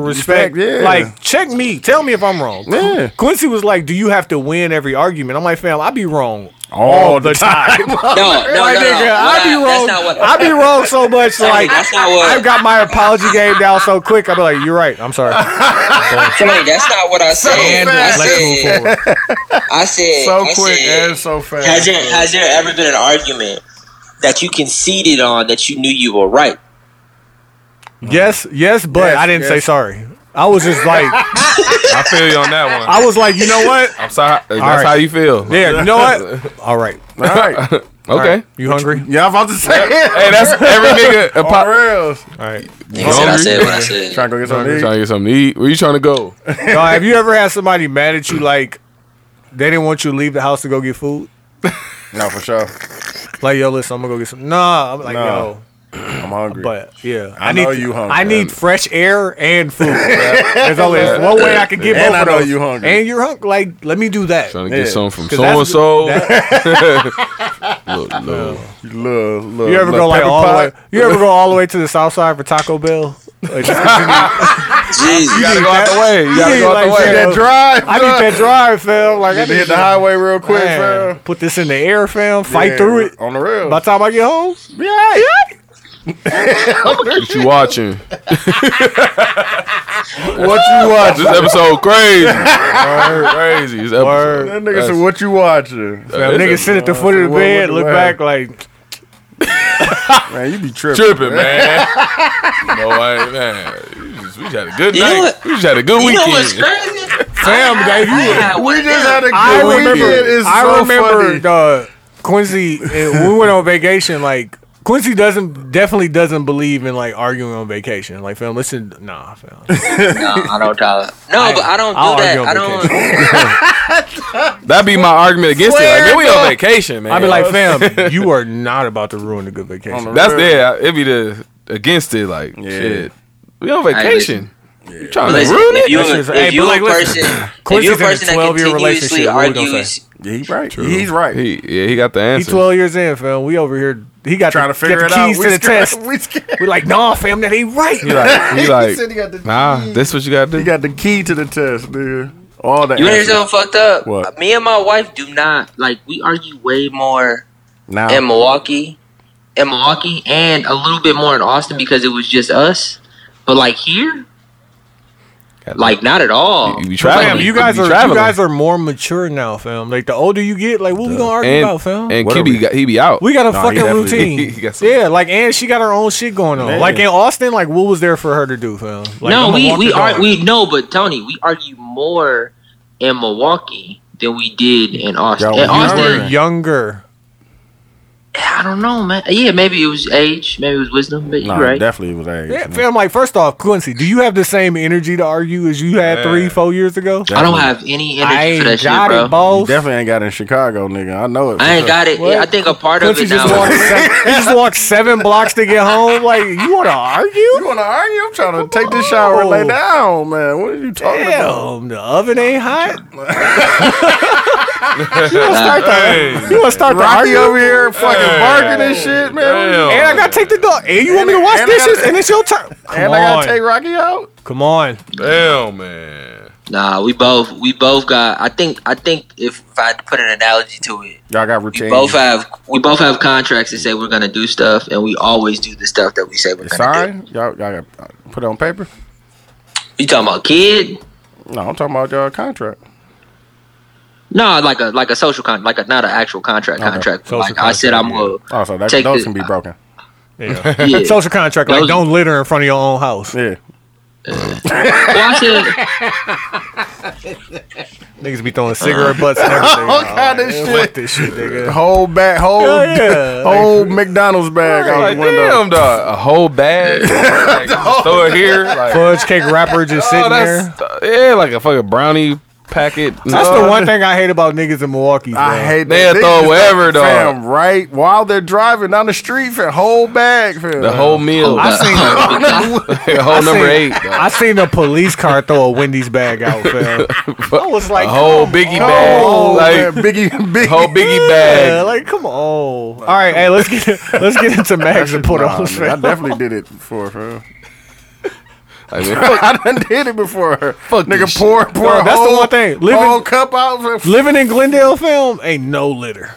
Respect,
respect.
yeah.
Like check me, tell me if I'm wrong.
Yeah.
Quincy was like, "Do you have to win every argument?" I'm like, "Fam, I be wrong
all the time.
No, no, no,
Like,
no.
nigga, I be
Nah, That's
wrong.
not what.
I be wrong so much. Like
that's not what.
I've got my apology game down so quick. I'm like, you're right. I'm sorry.
Clay, that's not what I said.
And
I
fast.
Let's move
said.
forward.
I said.
so
I
quick
said,
and so fast.
Has there has there ever been an argument that you conceded on that you knew you were right?
Yes, yes, but
Yes,
I didn't say
yes.
sorry. I was just like,
I feel you on that one.
I was like, you know what?
I'm sorry. That's
right.
how you feel.
Yeah, you know what? All right,
all right.
Okay.
you hungry?
Yeah, I'm about to say it.
Hey, that's every nigga. a
For
pop-
reals.
All right.
Nigga said I
Hungry?
said what I said.
Trying to go get
Trying
something to eat.
to get something to eat. Where you trying to go?
Dog, have you ever had somebody mad at you like they didn't want you to leave the house to go get food?
No, for sure.
Like, yo, listen, I'm gonna go get some. Nah, I'm like,
No.
yo,
I'm hungry.
but yeah,
I
need
know you hungry.
I need fresh air and food. bruh. There's only one way I can get
And
both
I
of
know
those.
you hungry.
and you're hungry. Like, let me do that.
Trying to
Yeah.
get something from
'Cause
so and
that's-
so.
that-
Look, look.
little, little,
you ever
little
go like
pepper
all the
pot.
way? You ever go all the way to the south side for Taco Bell? Like, just continue-
Jesus.
You gotta go out the way. You gotta
Yeah,
go out
like,
the way.
yeah.
That drive.
I need that drive, fam. Like, I
You
need
hit the highway real quick,
Man,
fam.
Put this in the air, fam. Fight
Yeah,
through it.
on the real.
By the time I get home, yeah, yeah.
What you watching?
What you watching?
This episode crazy. crazy. This episode.
Word.
That nigga said, "What you watching?"
Fam, nigga sit at the foot of the
What-
bed,
what-
look
what
back like,
Man, you be tripping.
tripping, man. no way, man. We just- We just had a good
You know
night.
what-
We just had a good
You know what's
weekend.
crazy?
fam, that you.
We just had a good
I remember.
weekend. It's
I
so
remember
funny.
the Quincy. eh, when we went on vacation. Like Quincy doesn't definitely doesn't believe in like arguing on vacation. Like, fam, listen, nah, fam.
No, I don't doubt it. No, but I don't do
I'll
that.
argue on
I don't.
vacation.
That'd be my argument against it. Like,
Swear
then we on
to-
vacation, man.
I'd be like, fam, you are not about to ruin a good vacation.
On the-
that's there. It'd be the against it. Like,
Yeah.
shit. We on vacation. You trying
Listen,
to ruin
if
it?
you,
That shit's-
if
hey,
you
but
a
like, listen,
person, if you a
Quincy's in a
person that
12-year
continuously
relationship, what we gonna
argues,
Yeah, he right. He's right.
He, yeah, he got the
He
answer.
twelve years in, fam. We over here. He got
Trying to
the, got
figure
the
it out.
keys
We
to the
scared-
test.
We scared.
We're like, nah, fam, that ain't right.
He like, he like
said he got the
nah,
keys.
this what you gotta do.
He got the key to the test, nigga. All the
you
answers.
want to hear something fucked up?
What?
Me and my wife do not like. We argue way more
Now,
in Milwaukee, in Milwaukee, and a little bit more in Austin because it was just us. But like here, like not at all.
you, you traveling.
Fam, you guys
be
are you
traveling.
guys are more mature now, fam. Like the older you get, like what we gonna argue
and,
about, fam?
And
What are we-
QB got, he be out.
We got a
Nah, he
fucking
definitely-
routine.
he got some-
yeah, like and she got her own shit going on.
Man.
Like in Austin, like what was there for her to do, fam? Like,
no,
I'ma
we
walk
we
the
are
dog.
we no, but Tony, we argue more in Milwaukee than we did in Austin.
Y'all
In
were
You
Austin,
were younger.
I don't know, man. Yeah, maybe it was age, maybe it was wisdom, but
nah,
you're right.
definitely was age.
Yeah,
man.
fam. Like first off, Quincy, do you have the same energy to argue as you had three, four years ago?
I don't have any energy
I
for that
ain't
shit,
got
bro.
it, boss.
Definitely ain't got in Chicago, nigga. I know it.
I ain't got it.
What?
I think a part of
Quincy
it
just
now.
walked. Seven, he just walked seven blocks to get home. Like you want to
You
argue?
want to argue? I'm trying to take this shower and lay
Oh.
down, man. What are you talking about?
Damn, the oven ain't hot.
Nah.
You want to start the
Rocky
argue
over here fucking barking and shit, man.
And I gotta take the dog. And you want me to
And I-
wash
and I gotta-
dishes? and it's your turn. Come
And
on,
I gotta take Rocky out.
come on.
Damn, man.
Nah, we both we both got. I think I think if, if I had to put an analogy to it,
Y'all got
we
routine.
both have we both have contracts that say we're gonna do stuff, and we always do the stuff that we say we're gonna
Sorry,
do.
y'all, y'all got uh, put it on paper.
You talking about kid?
No, I'm talking about y'all contract.
No, like a like a social con, like a not an actual contract
Okay,
contract. but
social
like I said, I'm
contract,
gonna.
Oh, so that,
Take
those
the-
can be broken.
Yeah.
Yeah.
Social contract, like
Those-
don't litter in front of your own house.
Yeah,
Well, I said,
Niggas be throwing cigarette butts and everything.
all kind of
Man,
shit. Oh.
Fuck this shit, nigga.
whole bag, whole
Yeah, yeah.
whole McDonald's bag out
Like,
the window.
damn, dog. A whole bag. like, just throw it here. Like,
Fudge cake wrapper just
oh,
sitting there.
that's, yeah, like a fucking brownie packet.
That's
No,
the one thing I hate about niggas in Milwaukee.
I
bro.
hate
They'll
that.
throw
just-
whatever, dog.
Fam, right while they're driving down the street, for whole bag, fam.
The whole meal.
I
seen
whole
I
number
seen-
eight. dog.
I seen a police car throw a Wendy's bag out, fam. I was like,
a whole
come
biggie
on.
bag.
Oh,
like,
man, Biggie, Biggie.
whole
Yeah,
biggie bag.
like come on. All right, hey, let's get let's get into Max and put
Nah,
on.
man, I definitely did it before, fam.
Like, man, fuck
I done did it before.
Fuck
nigga,
this
pour, pour.
Dog, that's the
whole-
one thing. Living-
whole cup out. fam.
Living in Glendale, film ain't no litter.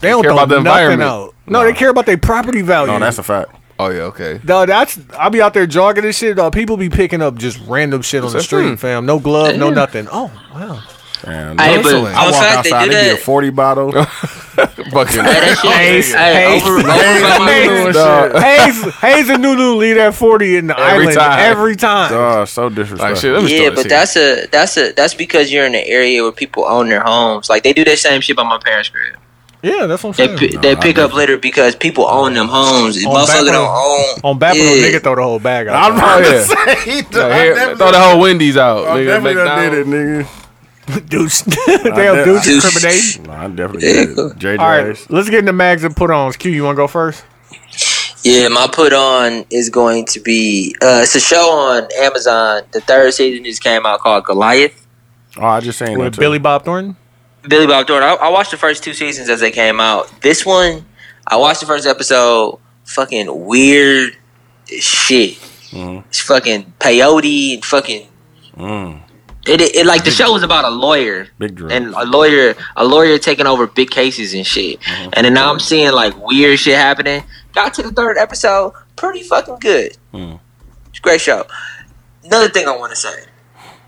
They don't
care
throw
about the
nothing
environment.
out. No, they care about their property value.
No, that's a fact.
Oh yeah, okay.
No, that's I be out there jogging and shit. Dog. People be picking up just random shit on the
That's
street,
true.
fam. No glove, no nothing. Oh wow,
Damn,
Hey, but
Excellent. I walk
outside they
outside,
do
they be a
that.
forty bottle.
Hey, that shit- hey, over- over by my
Hayes,
door.
Dog.
Hayes, Hayes and Nunu leave that forty in the
Every
island
time.
every time.
Dog, so
Like
disrespectful.
shit. Let me
Yeah,
start
but
this
that's a that's a that's because you're in an area where people own their homes. Like they do that same shit by my parents' crib.
Yeah, that's what I'm
They
saying.
pi- they pick up litter because people own them homes. Motherfucker
back
don't
road-
own.
on back road,
Yeah.
nigga throw the whole bag out.
I'm about
Oh, yeah.
to say,
here.
dog,
Yeah,
I
here-
definitely-
throw the whole Wendy's out.
I
nigga,
definitely done
McDonald's.
did it, nigga.
Deuce, damn
did-
Deuce
I-
discriminating.
No, I definitely did it. JJ.
All right, let's get into mags and put ons. Q, you want to go first?
Yeah, my put on is going to be uh, it's a show on Amazon. The third season just came out called Goliath.
Oh, I just seen that
With
too.
Billy Bob Thornton.
Billy Bob Thornton. I, I watched the first two seasons as they came out. This one, I watched the first episode. Fucking weird shit. It's fucking peyote and fucking.
Mm,
It, it, it like the show was about a lawyer
big drug.
and a lawyer a lawyer taking over big cases and shit. And then now I'm seeing like weird shit happening. Got to the third episode, pretty fucking good.
Mhm.
It's a great show. Another thing I want to say,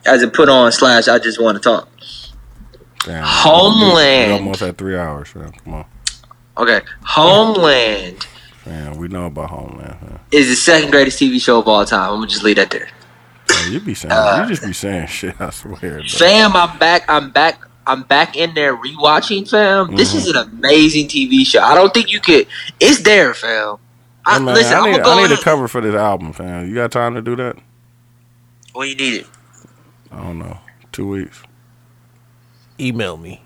as a put on slash, I just want to talk.
Damn.
Homeland.
We almost at three hours, man. Come on.
Okay, Homeland
Man, we know about Homeland. Man.
is the second greatest TV show of all time. I'm gonna just leave that there.
Man, you be saying, you just be saying shit. I swear. dog.
Fam, I'm back. I'm back. I'm back in there rewatching, fam. This is an
Mm-hmm.
amazing TV show. I don't think you could. It's there, fam. I,
Hey, man,
listen,
I
I
need,
am gonna
I
go.
need
in-
a cover for this album, fam. You got time to do that?
When you need it.
I don't know. Two weeks.
Email me.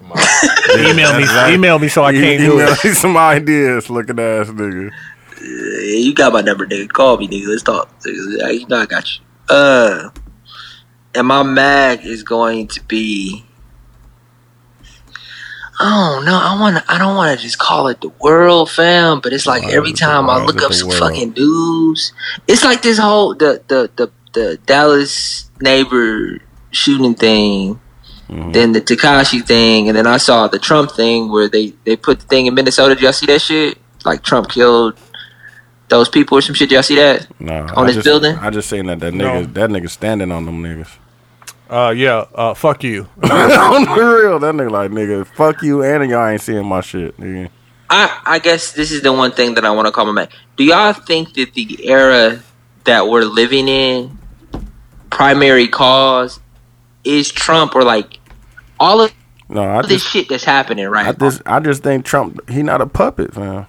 email me. Email me so I
You
can't do
E- email
it.
me some ideas, looking ass nigga.
Yeah, Eh, you got my number, nigga. Call me, nigga. Let's talk. Nigga. I- You know I got you. Uh, and my mag is going to be. Oh no, I want. to I don't want to just call it the world, fam. But it's like
Why
every
is it-
time
why
I
is
look
it
up
the
some
world?
fucking news, it's like this whole the the the, the Dallas neighbor shooting thing.
Mhm.
Then the Takashi thing, and then I saw the Trump thing where they, they put the thing in Minnesota. Did y'all see that shit? Like Trump killed those people or some shit. Did y'all see that?
Nah,
On
I
this
just,
building?
I just seen that that
No.
nigga that nigga standing on them niggas.
Uh, yeah. Uh, fuck you.
on the real, that nigga like nigga, fuck you, and y'all ain't seeing my shit, nigga.
I I guess this is the one thing that I want to call my man. Do y'all think that the era that we're living in, primary cause, is Trump or like all of
No, I
this
just,
shit that's happening right
I just, I just think Trump, he not a puppet, man.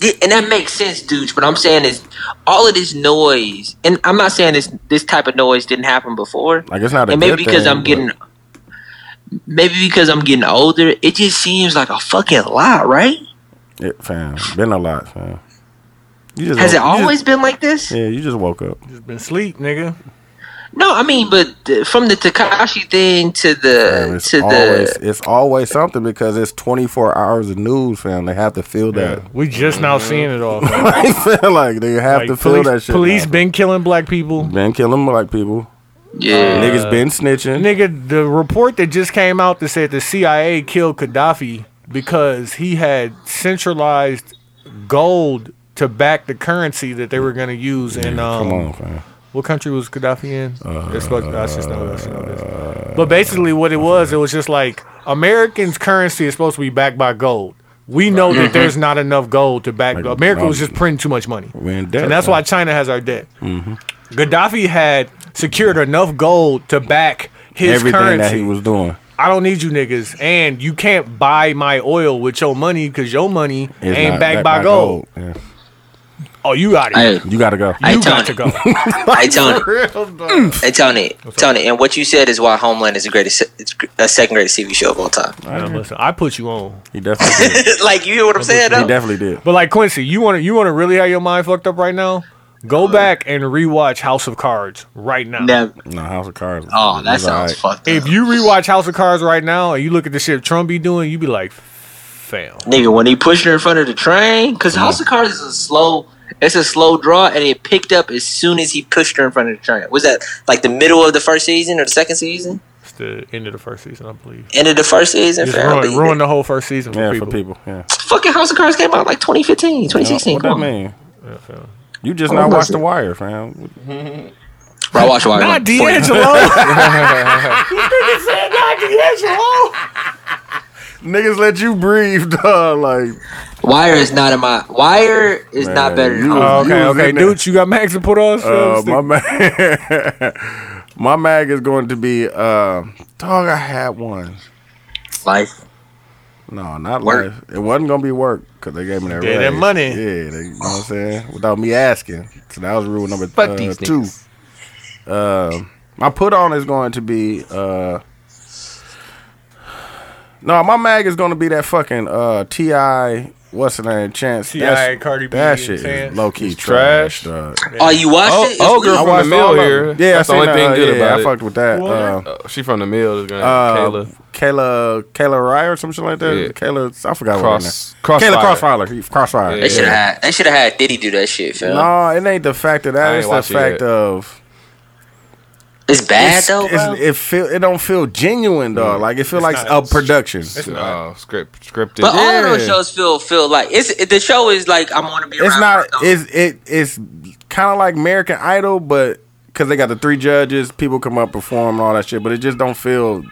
Yeah, and that makes sense, dudes. But I'm saying is all of this noise, and I'm not saying this this type of noise didn't happen before.
Like it's not a
and maybe
good
because
thing,
I'm
but-
getting, maybe because I'm getting older, it just seems like a fucking lot, right?
it, fam, been a lot, fam. You just
Has it
woke- you just-
always Uh, been like this?
yeah, you just woke up.
Just been sleep, nigga.
No, I mean, but th- from the Takashi thing to the
Fam, it's
to
always,
the
it's always something because it's twenty four hours of news, fam. They have to feel that.
We just now seeing it all. man.
I feel like they have
Like,
Mm-hmm. to feel
police,
that shit.
police
now, fam.
been killing black people.
been killing black people.
yeah,
Niggas been snitching.
Uh, Nigga, the report that just came out that said the CIA killed Gaddafi because he had centralized gold to back the currency that they were going to use in um,
Come on, fam.
what country was Gaddafi in? It's supposed- I should know, I should know this. But basically, what it was, it was just like Americans' currency is supposed to be backed by gold. We know that there's not enough gold to back.
Mm-hmm. Like,
America was
um,
just printing too much money,
We in debt. Mm-hmm.
and that's
fam.
why China has our debt. Gaddafi had secured enough gold to back his
everything
currency.
that he was doing.
I don't need you niggas, and you can't buy my oil with your money because your money
is
ain't
not
backed by gold.
Yeah.
Oh, you got it.
Hey,
You gotta go.
Hey,
You got
Tony.
to go.
hey Tony, hey Tony, Tony, and what you said is why Homeland is the greatest, it's gr- uh, second greatest TV show of all time.
Now, listen, I put you on.
He definitely did.
like you hear what I'm saying?
He
Though?
definitely did.
But like Quincy, you want to you want to really have your mind fucked up right now? Go back and rewatch House of Cards right now.
Never.
No, House of Cards.
Oh, that
was
sounds
alright.
fucked up.
If you rewatch House of Cards right now and you look at the shit Trump be doing, you be like, "Fail."
Nigga, when he pushed her in front of the train, because House of Cards is a slow, it's a slow draw, and it picked up as soon as he pushed her in front of the train. Was that like the middle of the first season or the second season?
since the end of the first season, I believe.
End of the first season,
Just
fam.
ruined,
leave it.
ruined the whole first season for
Yeah,
people.
for people. Yeah.
Fucking House of Cards came out like 2015, 2016.
What that
Come on.
mean?
yeah.
You just Oh, not watched The Wire, fam.
Bro, I watched Wire.
Not
like
D'Angelo.
Niggas let you breathe, dog. Like,
Wire is not in my. Wire is
Man,
not better than
you-
House.
Oh,
You
okay,
was
okay,
in there.
dude, you got Max to put on. so
uh,
stick-
my mag, uh, my mag is going to be, uh, dog. I had one.
Life.
No, not
Work.
life. It wasn't gonna be work because they gave me that.
Yeah, that
raise.
money.
Yeah, they, you know what I'm saying. Without me asking, so that was rule number
Fuck
uh,
these
two.
niggas.
Uh, my put on is going to be. Uh, no, my mag is going to be that fucking uh, Ti. What's the name? Chance.
T.I., Cardi B,
That
and
shit
Chance.
is low key
It's
trash.
trash.
dog.
Oh, you watched
Oh,
it?
oh,
It's-
girl from the
watched all
mill
of it.
here.
Yeah,
that's
I
the only
seen
thing
that.
good
yeah,
about
I
it.
fucked with that. Uh,
Uh, she from the mill. Uh,
uh,
Kayla.
Kayla, Kayla Rye or something like that.
Yeah.
Kayla, I forgot
Cross-
what her name. Kayla
Crossfire.
Crossfire. He- Crossfire.
Yeah.
They should have had. They should have had Diddy do that shit, fam.
No, it ain't the fact of
I
that.
ain't
It's the
watched it
fact
yet.
of
It's bad though,
it's-
bro.
it feel it don't feel genuine,
Mm.
dog. Like it feel
It's
like
not.
a production.
It's not.
Oh, script scripted.
but all of
yeah.
those shows feel feel like it's it- the show is like I'm gonna be.
it's
around
not
for
it's it it's kind of like american idol but because they got the three judges people come up perform and all that shit but it just don't feel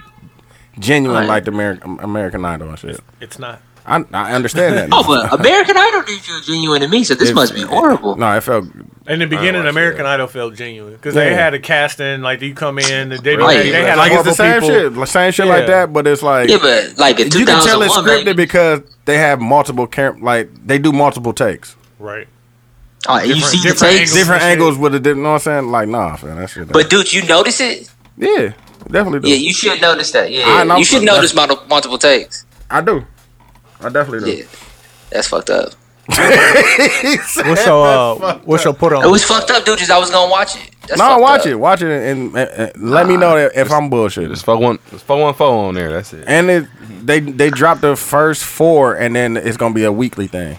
genuine
Right.
like the american american idol and shit
it's not.
i, I understand that
Oh, but American Idol didn't feel genuine to me, so this
It's-
must be horrible.
no it felt
In the beginning,
watched
American Idol felt genuine because
Yeah.
they had a casting. Like you come in, they, they,
Right.
they, had
like it's the same
people.
shit like, same shit like
Yeah.
that but it's like
yeah, but like in
you can tell it's
2001,
scripted
baby,
because they have multiple cam- like they do multiple takes
Right.
oh, you
different-
see the
different
takes,
angles.
different
Shit.
angles with it you know what i'm saying like nah fam, that shit
but dude, you notice it.
yeah definitely do
Yeah, you should notice that.
I
Yeah,
know-
you should notice multiple, multiple takes.
i do i definitely do
Yeah, that's fucked up.
What's your uh, what's your put on?
It was fucked up, dude. Just I was gonna watch it. That's
No,
fucked
watch
up.
it, watch it, and, and- and let me know that if I'm bullshitting.
Just fuck one, just fuck one phone on there. That's it.
And it, they they dropped the first four, and then it's gonna be a weekly thing.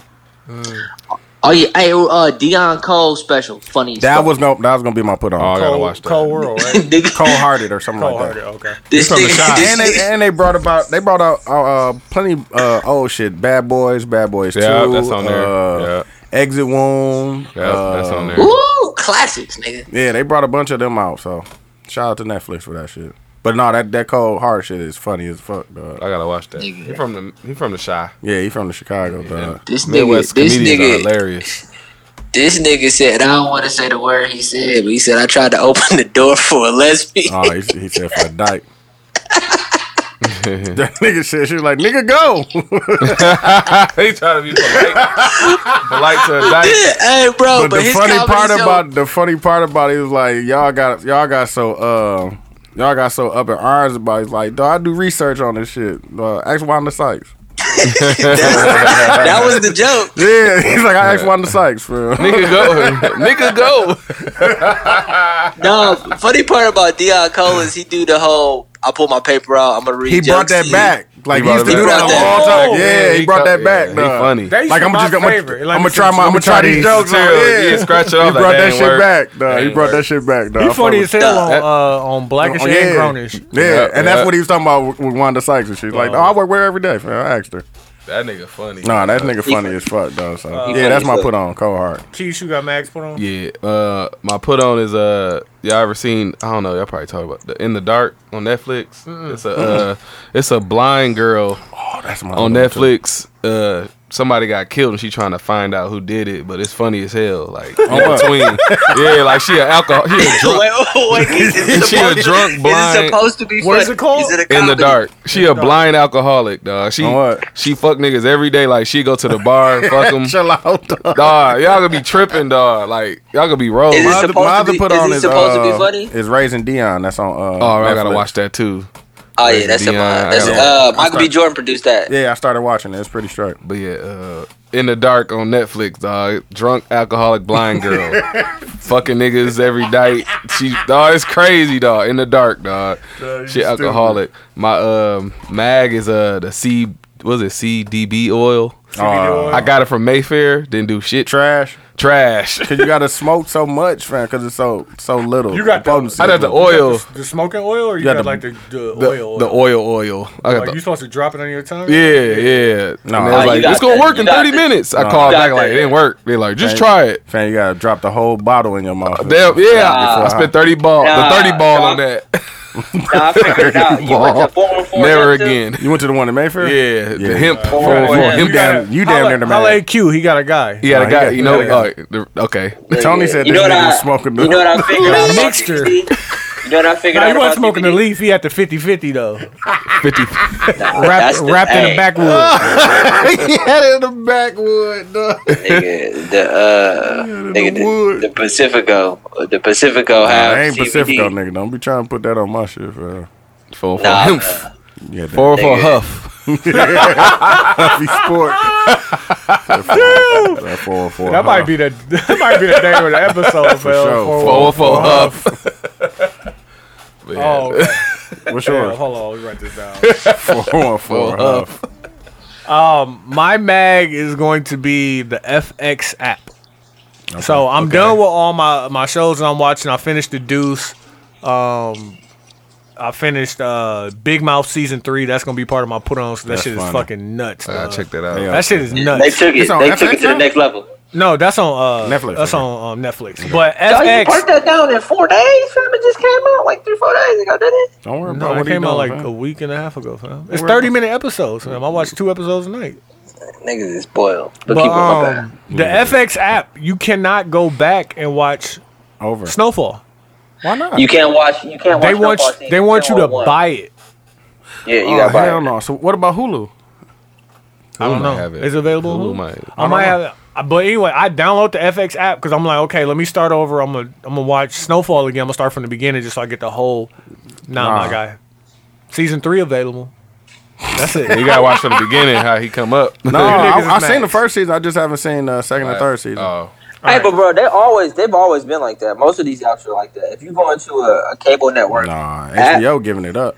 Oh yeah, hey, uh, Dion Cole special, funny. as
That
fuck.
was no, that was gonna be my put
Oh, I
on.
gotta
Cold-
watch that.
Cold World, right?
Nigga,
Cold hearted or something
Cold
like
hearted.
that.
Okay.
Uh,
this
from the
nigga,
shop.
this
And they and they brought about they brought out uh, uh, plenty uh, old shit. Bad boys, bad boys.
Yeah,
2,
that's on there.
uh,
Yeah.
Exit wound.
Yeah, that's on there.
Woo, classics, nigga.
Yeah, they brought a bunch of them out. So shout out to Netflix for that shit. But no, that that cold hard shit is funny as fuck, dog.
I gotta watch that.
Nigga.
He from the he from the shy.
Yeah, he from the Chicago, dog.
This nigga,
Midwest
this
comedians are
nigga,
hilarious.
this nigga said, I don't want to say the word he said, but he said I tried to open the door for a lesbian.
Oh, he, he said for a dyke. That nigga said she was like, nigga go.
he try to be polite, polite to a dyke.
Yeah, hey, bro,
but
Oh,
but,
the
his
funny
comedy
part
show-
about the funny part about it is like y'all got y'all got so uh y'all got so up in arms about it. It's like, dog, I do research on this shit. Uh, ask Wanda Sykes.
that was the joke.
Yeah, he's like, I asked Wanda Sykes for
Nigga go, nigga go.
No, funny part about Dion Cole is he do the whole. I pull my paper out. I'm gonna read.
He brought
jokes to
that
you."
back. Like he,
brought
used to
it
do
back.
that
He
all
brought
the
that
time.
back.
Yeah, he brought that back.
Yeah,
dog.
He funny.
That used
Like
to
I'm
be my
just gonna,
favorite. Like,
I'm gonna try my, I'm gonna
let me
try
try
these
these
jokes out.
materials.
Yeah,
Yeah, scratch it
He
off, like,
brought
that
that
ain't
shit
work.
back. dog.
That
He
ain't
brought that
work.
shit back. dog. I
He
fuck
funny
with
as hell on uh, on Blackish
Oh,
and Grownish.
Yeah,
Yeah,
and that's
yeah.
what he was talking about with, with Wanda Sykes. And she's like, oh, I work with her every day. Man. I asked her.
That nigga funny.
Nah, that nigga
He-
funny as fuck, though. So.
he
yeah, that's
funny
my
as fuck.
put on, cold hard.
Keith, you got Max put on.
Yeah. Uh, my put on is uh, y'all ever seen? I don't know. Y'all probably talk about the In the Dark on Netflix. It's a uh, it's a blind girl
Oh, that's my
on
one, too.
Netflix. Uh, somebody got killed and she trying to find out who did it, but it's funny as hell. Like in
what?
between, yeah, like she an alcohol, she a drunk,
Wait, wait, wait. Is it
she a
supposed,
drunk
is it
blind.
supposed to be?
What is
funny?
it called?
Is it a
in the
comedy?
dark. She a blind alcoholic, dog. She
On what?
she fuck niggas every day. Like she go to the bar, fuck them.
Chill out, dog.
Dog, y'all gonna be tripping, dog. Like y'all gonna be rolling.
Is it
My other-
supposed
my
to
other
be-
put
is
on
it
is
supposed to be
uh,
funny?
Is Raising Dion. That's on. Uh,
Oh, I gotta
Netflix.
watch that too.
Oh yeah, that's a
Dion,
mine.
I
That's
gotta
uh, Michael B. Jordan produced that.
Yeah, I started watching it. It's pretty straight.
But yeah, uh, in the dark on Netflix, dog. Drunk alcoholic blind girl, fucking niggas every night. She, dog, it's crazy, dog. In the dark, dog. She alcoholic. My um mag is uh the C, was it CDB oil?
Uh,
I got it from Mayfair. Didn't do shit.
trash.
Trash.
Cause you gotta smoke so much, fam. Cause it's so so little.
You got the-
potency.
I got the oil,
The, the smoking oil, or you,
got
got,
the-
like the, the,
the
oil, Oh,
the
oil.
oil, oil. I got
Like, you
the.
supposed to drop it on your tongue?
Yeah, yeah. No,
No,
and they
nah,
was
you
like,
got
it's gonna
that,
work
you
in
got
30
that.
minutes.
Nah.
I called
You got
back like it
that.
didn't work. They like just
Hey.
try it.
Fam, you gotta drop the whole bottle in your mouth.
Damn, yeah.
Nah.
I spent 30 ball,
Nah,
the 30 ball
nah.
on that.
Nah, I figured it out. You went to four four.
Never again.
You went to the one in Mayfair?
Yeah,
Yeah.
the hemp.
Four, four,
hemp
You damn, you damn near the
Holla
man.
at Q. He got a guy.
Nah,
Yeah, the
he
guy,
got-
you know,
he got-
uh, the- okay.
Tony said
You
this
know what
nigga was
I-
smoking.
You know what I figured out? about
Mixture.
DPD? You know what I figured
No,
out?
he wasn't
about
smoking the
DPD?
leaf. He had the 50 50 though.
50.
Wrapped,
That's the
wrapped in the
thing.
backwood.
he had it in the backwood, dog.
Nigga, the uh, nigga, the, the Pacifico, uh, the Pacifico
I
have
ain't
CBD.
Pacifico, nigga. Don't be trying to put that on my shit, fam.
Four for
Nah,
hemp.
uh,
Yeah, that
Four for
nigga.
huff.
Huffy sport. that four four.
That might be the that might be the name of the episode,
For
fam.
sure.
For-
Four for huff. But yeah.
Oh, okay.
What's
Damn,
yours?
hold on, let me write this down.
Four one four. Huff.
Um, my mag is going to be the FX app. So I'm done with all my my shows that I'm watching. I finished The Deuce. Um, I finished uh Big Mouth season three. That's gonna be part of my put on. So that
That's
shit
funny.
is fucking nuts.
I
dog.
check that out.
Yeah.
That shit is
They
nuts.
took it.
It's on
They
FX
took it to
now?
the next level.
No, that's on uh
Netflix,
Netflix. That's
okay.
on um, Netflix. But
Dog, you
FX
burnt that down in four days. Fam, it just came out like three, four days ago, didn't it?
Don't worry
No,
about
it
what he
came
doing.
out like
fam.
a week and a half ago, fam. It's
Where-
30 minute episodes, fam. I watch two episodes a night.
Niggas is spoiled. But,
But
keep on my
um, the FX app, you cannot go back and watch
Over.
Snowfall.
Why not?
back. You can't watch. You can't watch.
They want
football
you,
season.
they want you to
can't watch one.
buy it.
Yeah, you
oh,
gotta buy.
hell
it.
no. So what about Hulu?
I don't
might
know.
have it.
It's available.
Hulu
Hulu?
might.
I might have it. I- But anyway, I download the FX app because I'm like, okay, let me start over. I'm gonna I'm gonna watch Snowfall again. I'm gonna start from the beginning just so I get the whole. Nah,
Nah.
my guy. Season three available. That's it.
You gotta watch from the beginning how he come up.
No,
You
I,
niggas is
I seen
mad.
the first season. I just haven't seen the second or third season.
Uh,
Oh,
Hey, but bro, they always they've always been like that. Most of these apps are like that. If you go into a, a cable network,
Nah, HBO giving it up.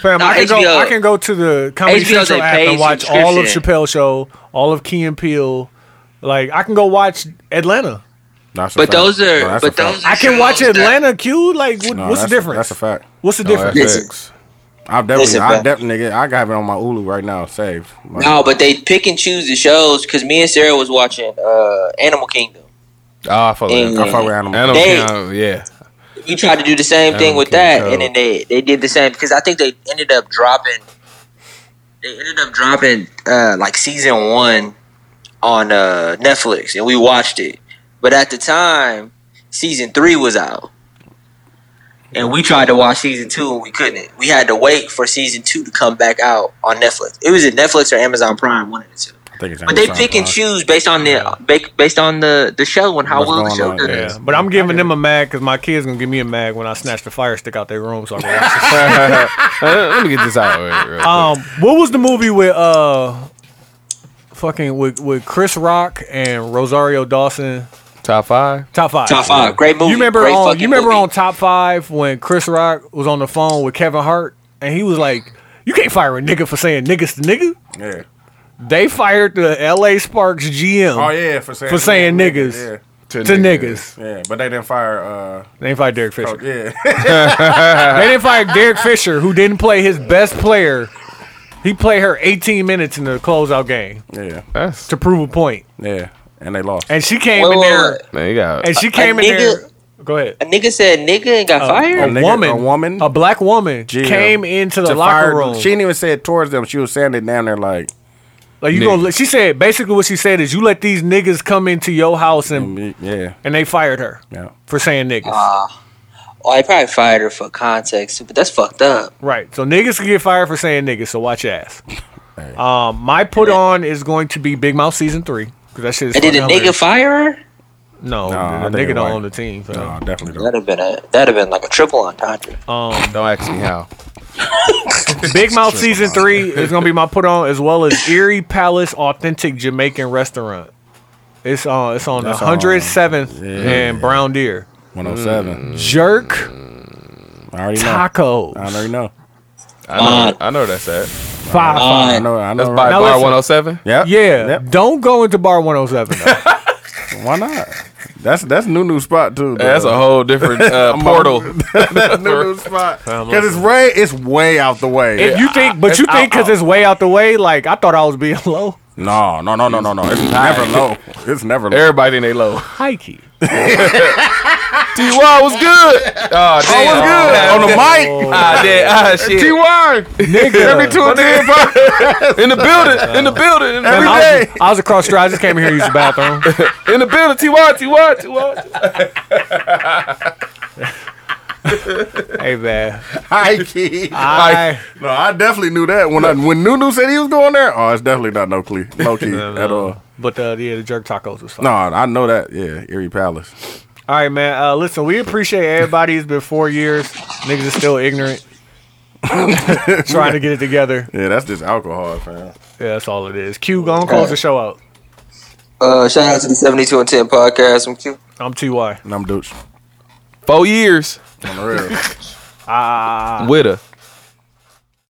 Fam,
Nah,
I, can go,
HBO.
I can go to the Comedy
HBO,
Central
they
app
pay
and watch all of
subscription.
Chappelle Show, all of Key and Peele. Like I can go watch Atlanta.
That's a
But
fact.
those are-
No, that's
but
a fact.
those are-
I can watch
Shows that-
Atlanta. Q. Like what,
No,
what's
that's
the
a-
difference?
That's a fact.
What's the
No,
difference?
that's
Listen.
facts.
I'm definitely,
Listen,
I
bro.
definitely, nigga, I got it on my Hulu right now, saved. Like,
no, but they pick and choose the shows. Because me and Sarah was watching uh, Animal Kingdom.
Ah, I fuck with
And-
I
that.
fuck with Animal.
Animal
They-
Kingdom, yeah.
We tried to do the same
Animal
thing with
Kingdom
that,
show.
and then they they did the same because I think they ended up dropping. They ended up dropping uh, like season one on uh, Netflix, and we watched it. But at the time, season three was out, and we tried to watch season two, and we couldn't. We had to wait for season two to come back out on Netflix. It was at Netflix or Amazon Prime, one of the two.
I think it's
But they
Amazon
pick and
Prime.
choose based on the ba- based on the the show and how
What's
well the
going
show
on,
does.
yeah.
Yeah, but I'm giving them a mag because my kid's gonna give me a mag when I snatch the fire stick out their room so I can watch it.
Let me get this out. Real quick.
um, what was the movie with uh, fucking with with Chris Rock and Rosario Dawson?
Top five.
Top five.
Top five, great movie.
You remember
great
on
fucking
you remember
movie.
on Top Five when Chris Rock was on the phone with Kevin Hart and he was like, "You can't fire a nigga for saying niggas to nigga."
Yeah.
They fired the L.A. Sparks GM.
Oh yeah, for saying
For saying niggas. To niggas,
Yeah, yeah, but they didn't fire. uh
they didn't fire Derek Fisher.
oh, Yeah,
They didn't fire Derek Fisher, who didn't play his best player. He played her 18 minutes in the closeout game
yeah,
That's
to prove a point,
yeah, and they lost.
and she came
Wait,
in
wait,
there,
wait.
man. You got
and she came in
nigga-
there. Go ahead.
a nigga said nigga and got
A
fired.
nigga-
woman,
a woman
a black woman,
GM
came into the
To
locker
fire-
room.
She didn't even say it towards them. She was saying it down there like
like you
Nigga.
gonna, let- she said basically what she said is you let these niggas come into your house and
me- yeah,
and they fired her
yeah.
for saying niggas.
Oh, I probably fired her for context, but that's fucked up.
Right. So niggas can get fired for saying niggas. So watch your ass. Um, my put on is going to be Big Mouth season three because that shit is.
And did a
fucking
nigga
hilarious.
fire her?
No,
Nah, I
the
think it
nigga don't
white.
own the team. so.
No, definitely don't.
That'd have been a that'd have been like a triple entendre.
it. Don't ask me how.
Big Mouth season three is gonna be my put on, as well as Erie Palace Authentic Jamaican Restaurant. It's on. It's on
That's on-
hundred seventh and Brown Deer.
One hundred
Mm.
seven.
Jerk
Mm. I already know. I
tacos.
already know.
I know. I know that's that.
Five.
I
Uh,
know. I know.
That's by
Now
bar oh
listen.
one hundred seven.
Yep.
Yeah.
Yep.
oh Don't go into bar one hundred seven.
Why not? That's that's new new spot too.
That's a
dog.
whole different uh,
I'm
portal.
on- that's new new spot because it's way it's way out the way.
If you think, but
It's
you think
out,
because it's way out the way. Like I thought I was being low.
no no no no no no. It's never low. It's never low.
Everybody in they low.
Hikey.
T-Y was good. Oh,
On
damn.
the mic.
Ah, damn. Ah, shit.
T-Y. Every two and ten po-
in the building. In the building. In the
Every
building.
I was,
day.
I was across the street. I just came here to use the bathroom.
In the building. T-Y. T-Y. T-Y.
hey man,
Hi, kid.
I
No, I definitely knew that when I, when Nunu said he was going there. Oh, it's definitely not no key, no key at all.
but uh, yeah, the jerk tacos was fine.
No, I know that. Yeah, Erie Palace.
All right, man. Uh, listen, we appreciate everybody. It's been four years. Niggas are still ignorant, trying to get it together.
Yeah, that's just alcohol, fam.
Yeah, that's all it is. Q, go on, close the show out.
Uh, shout out to the 72 and 10 podcast. I'm Q.
I'm Ty.
And I'm douche.
Four years
On the real.
Ah,
with her.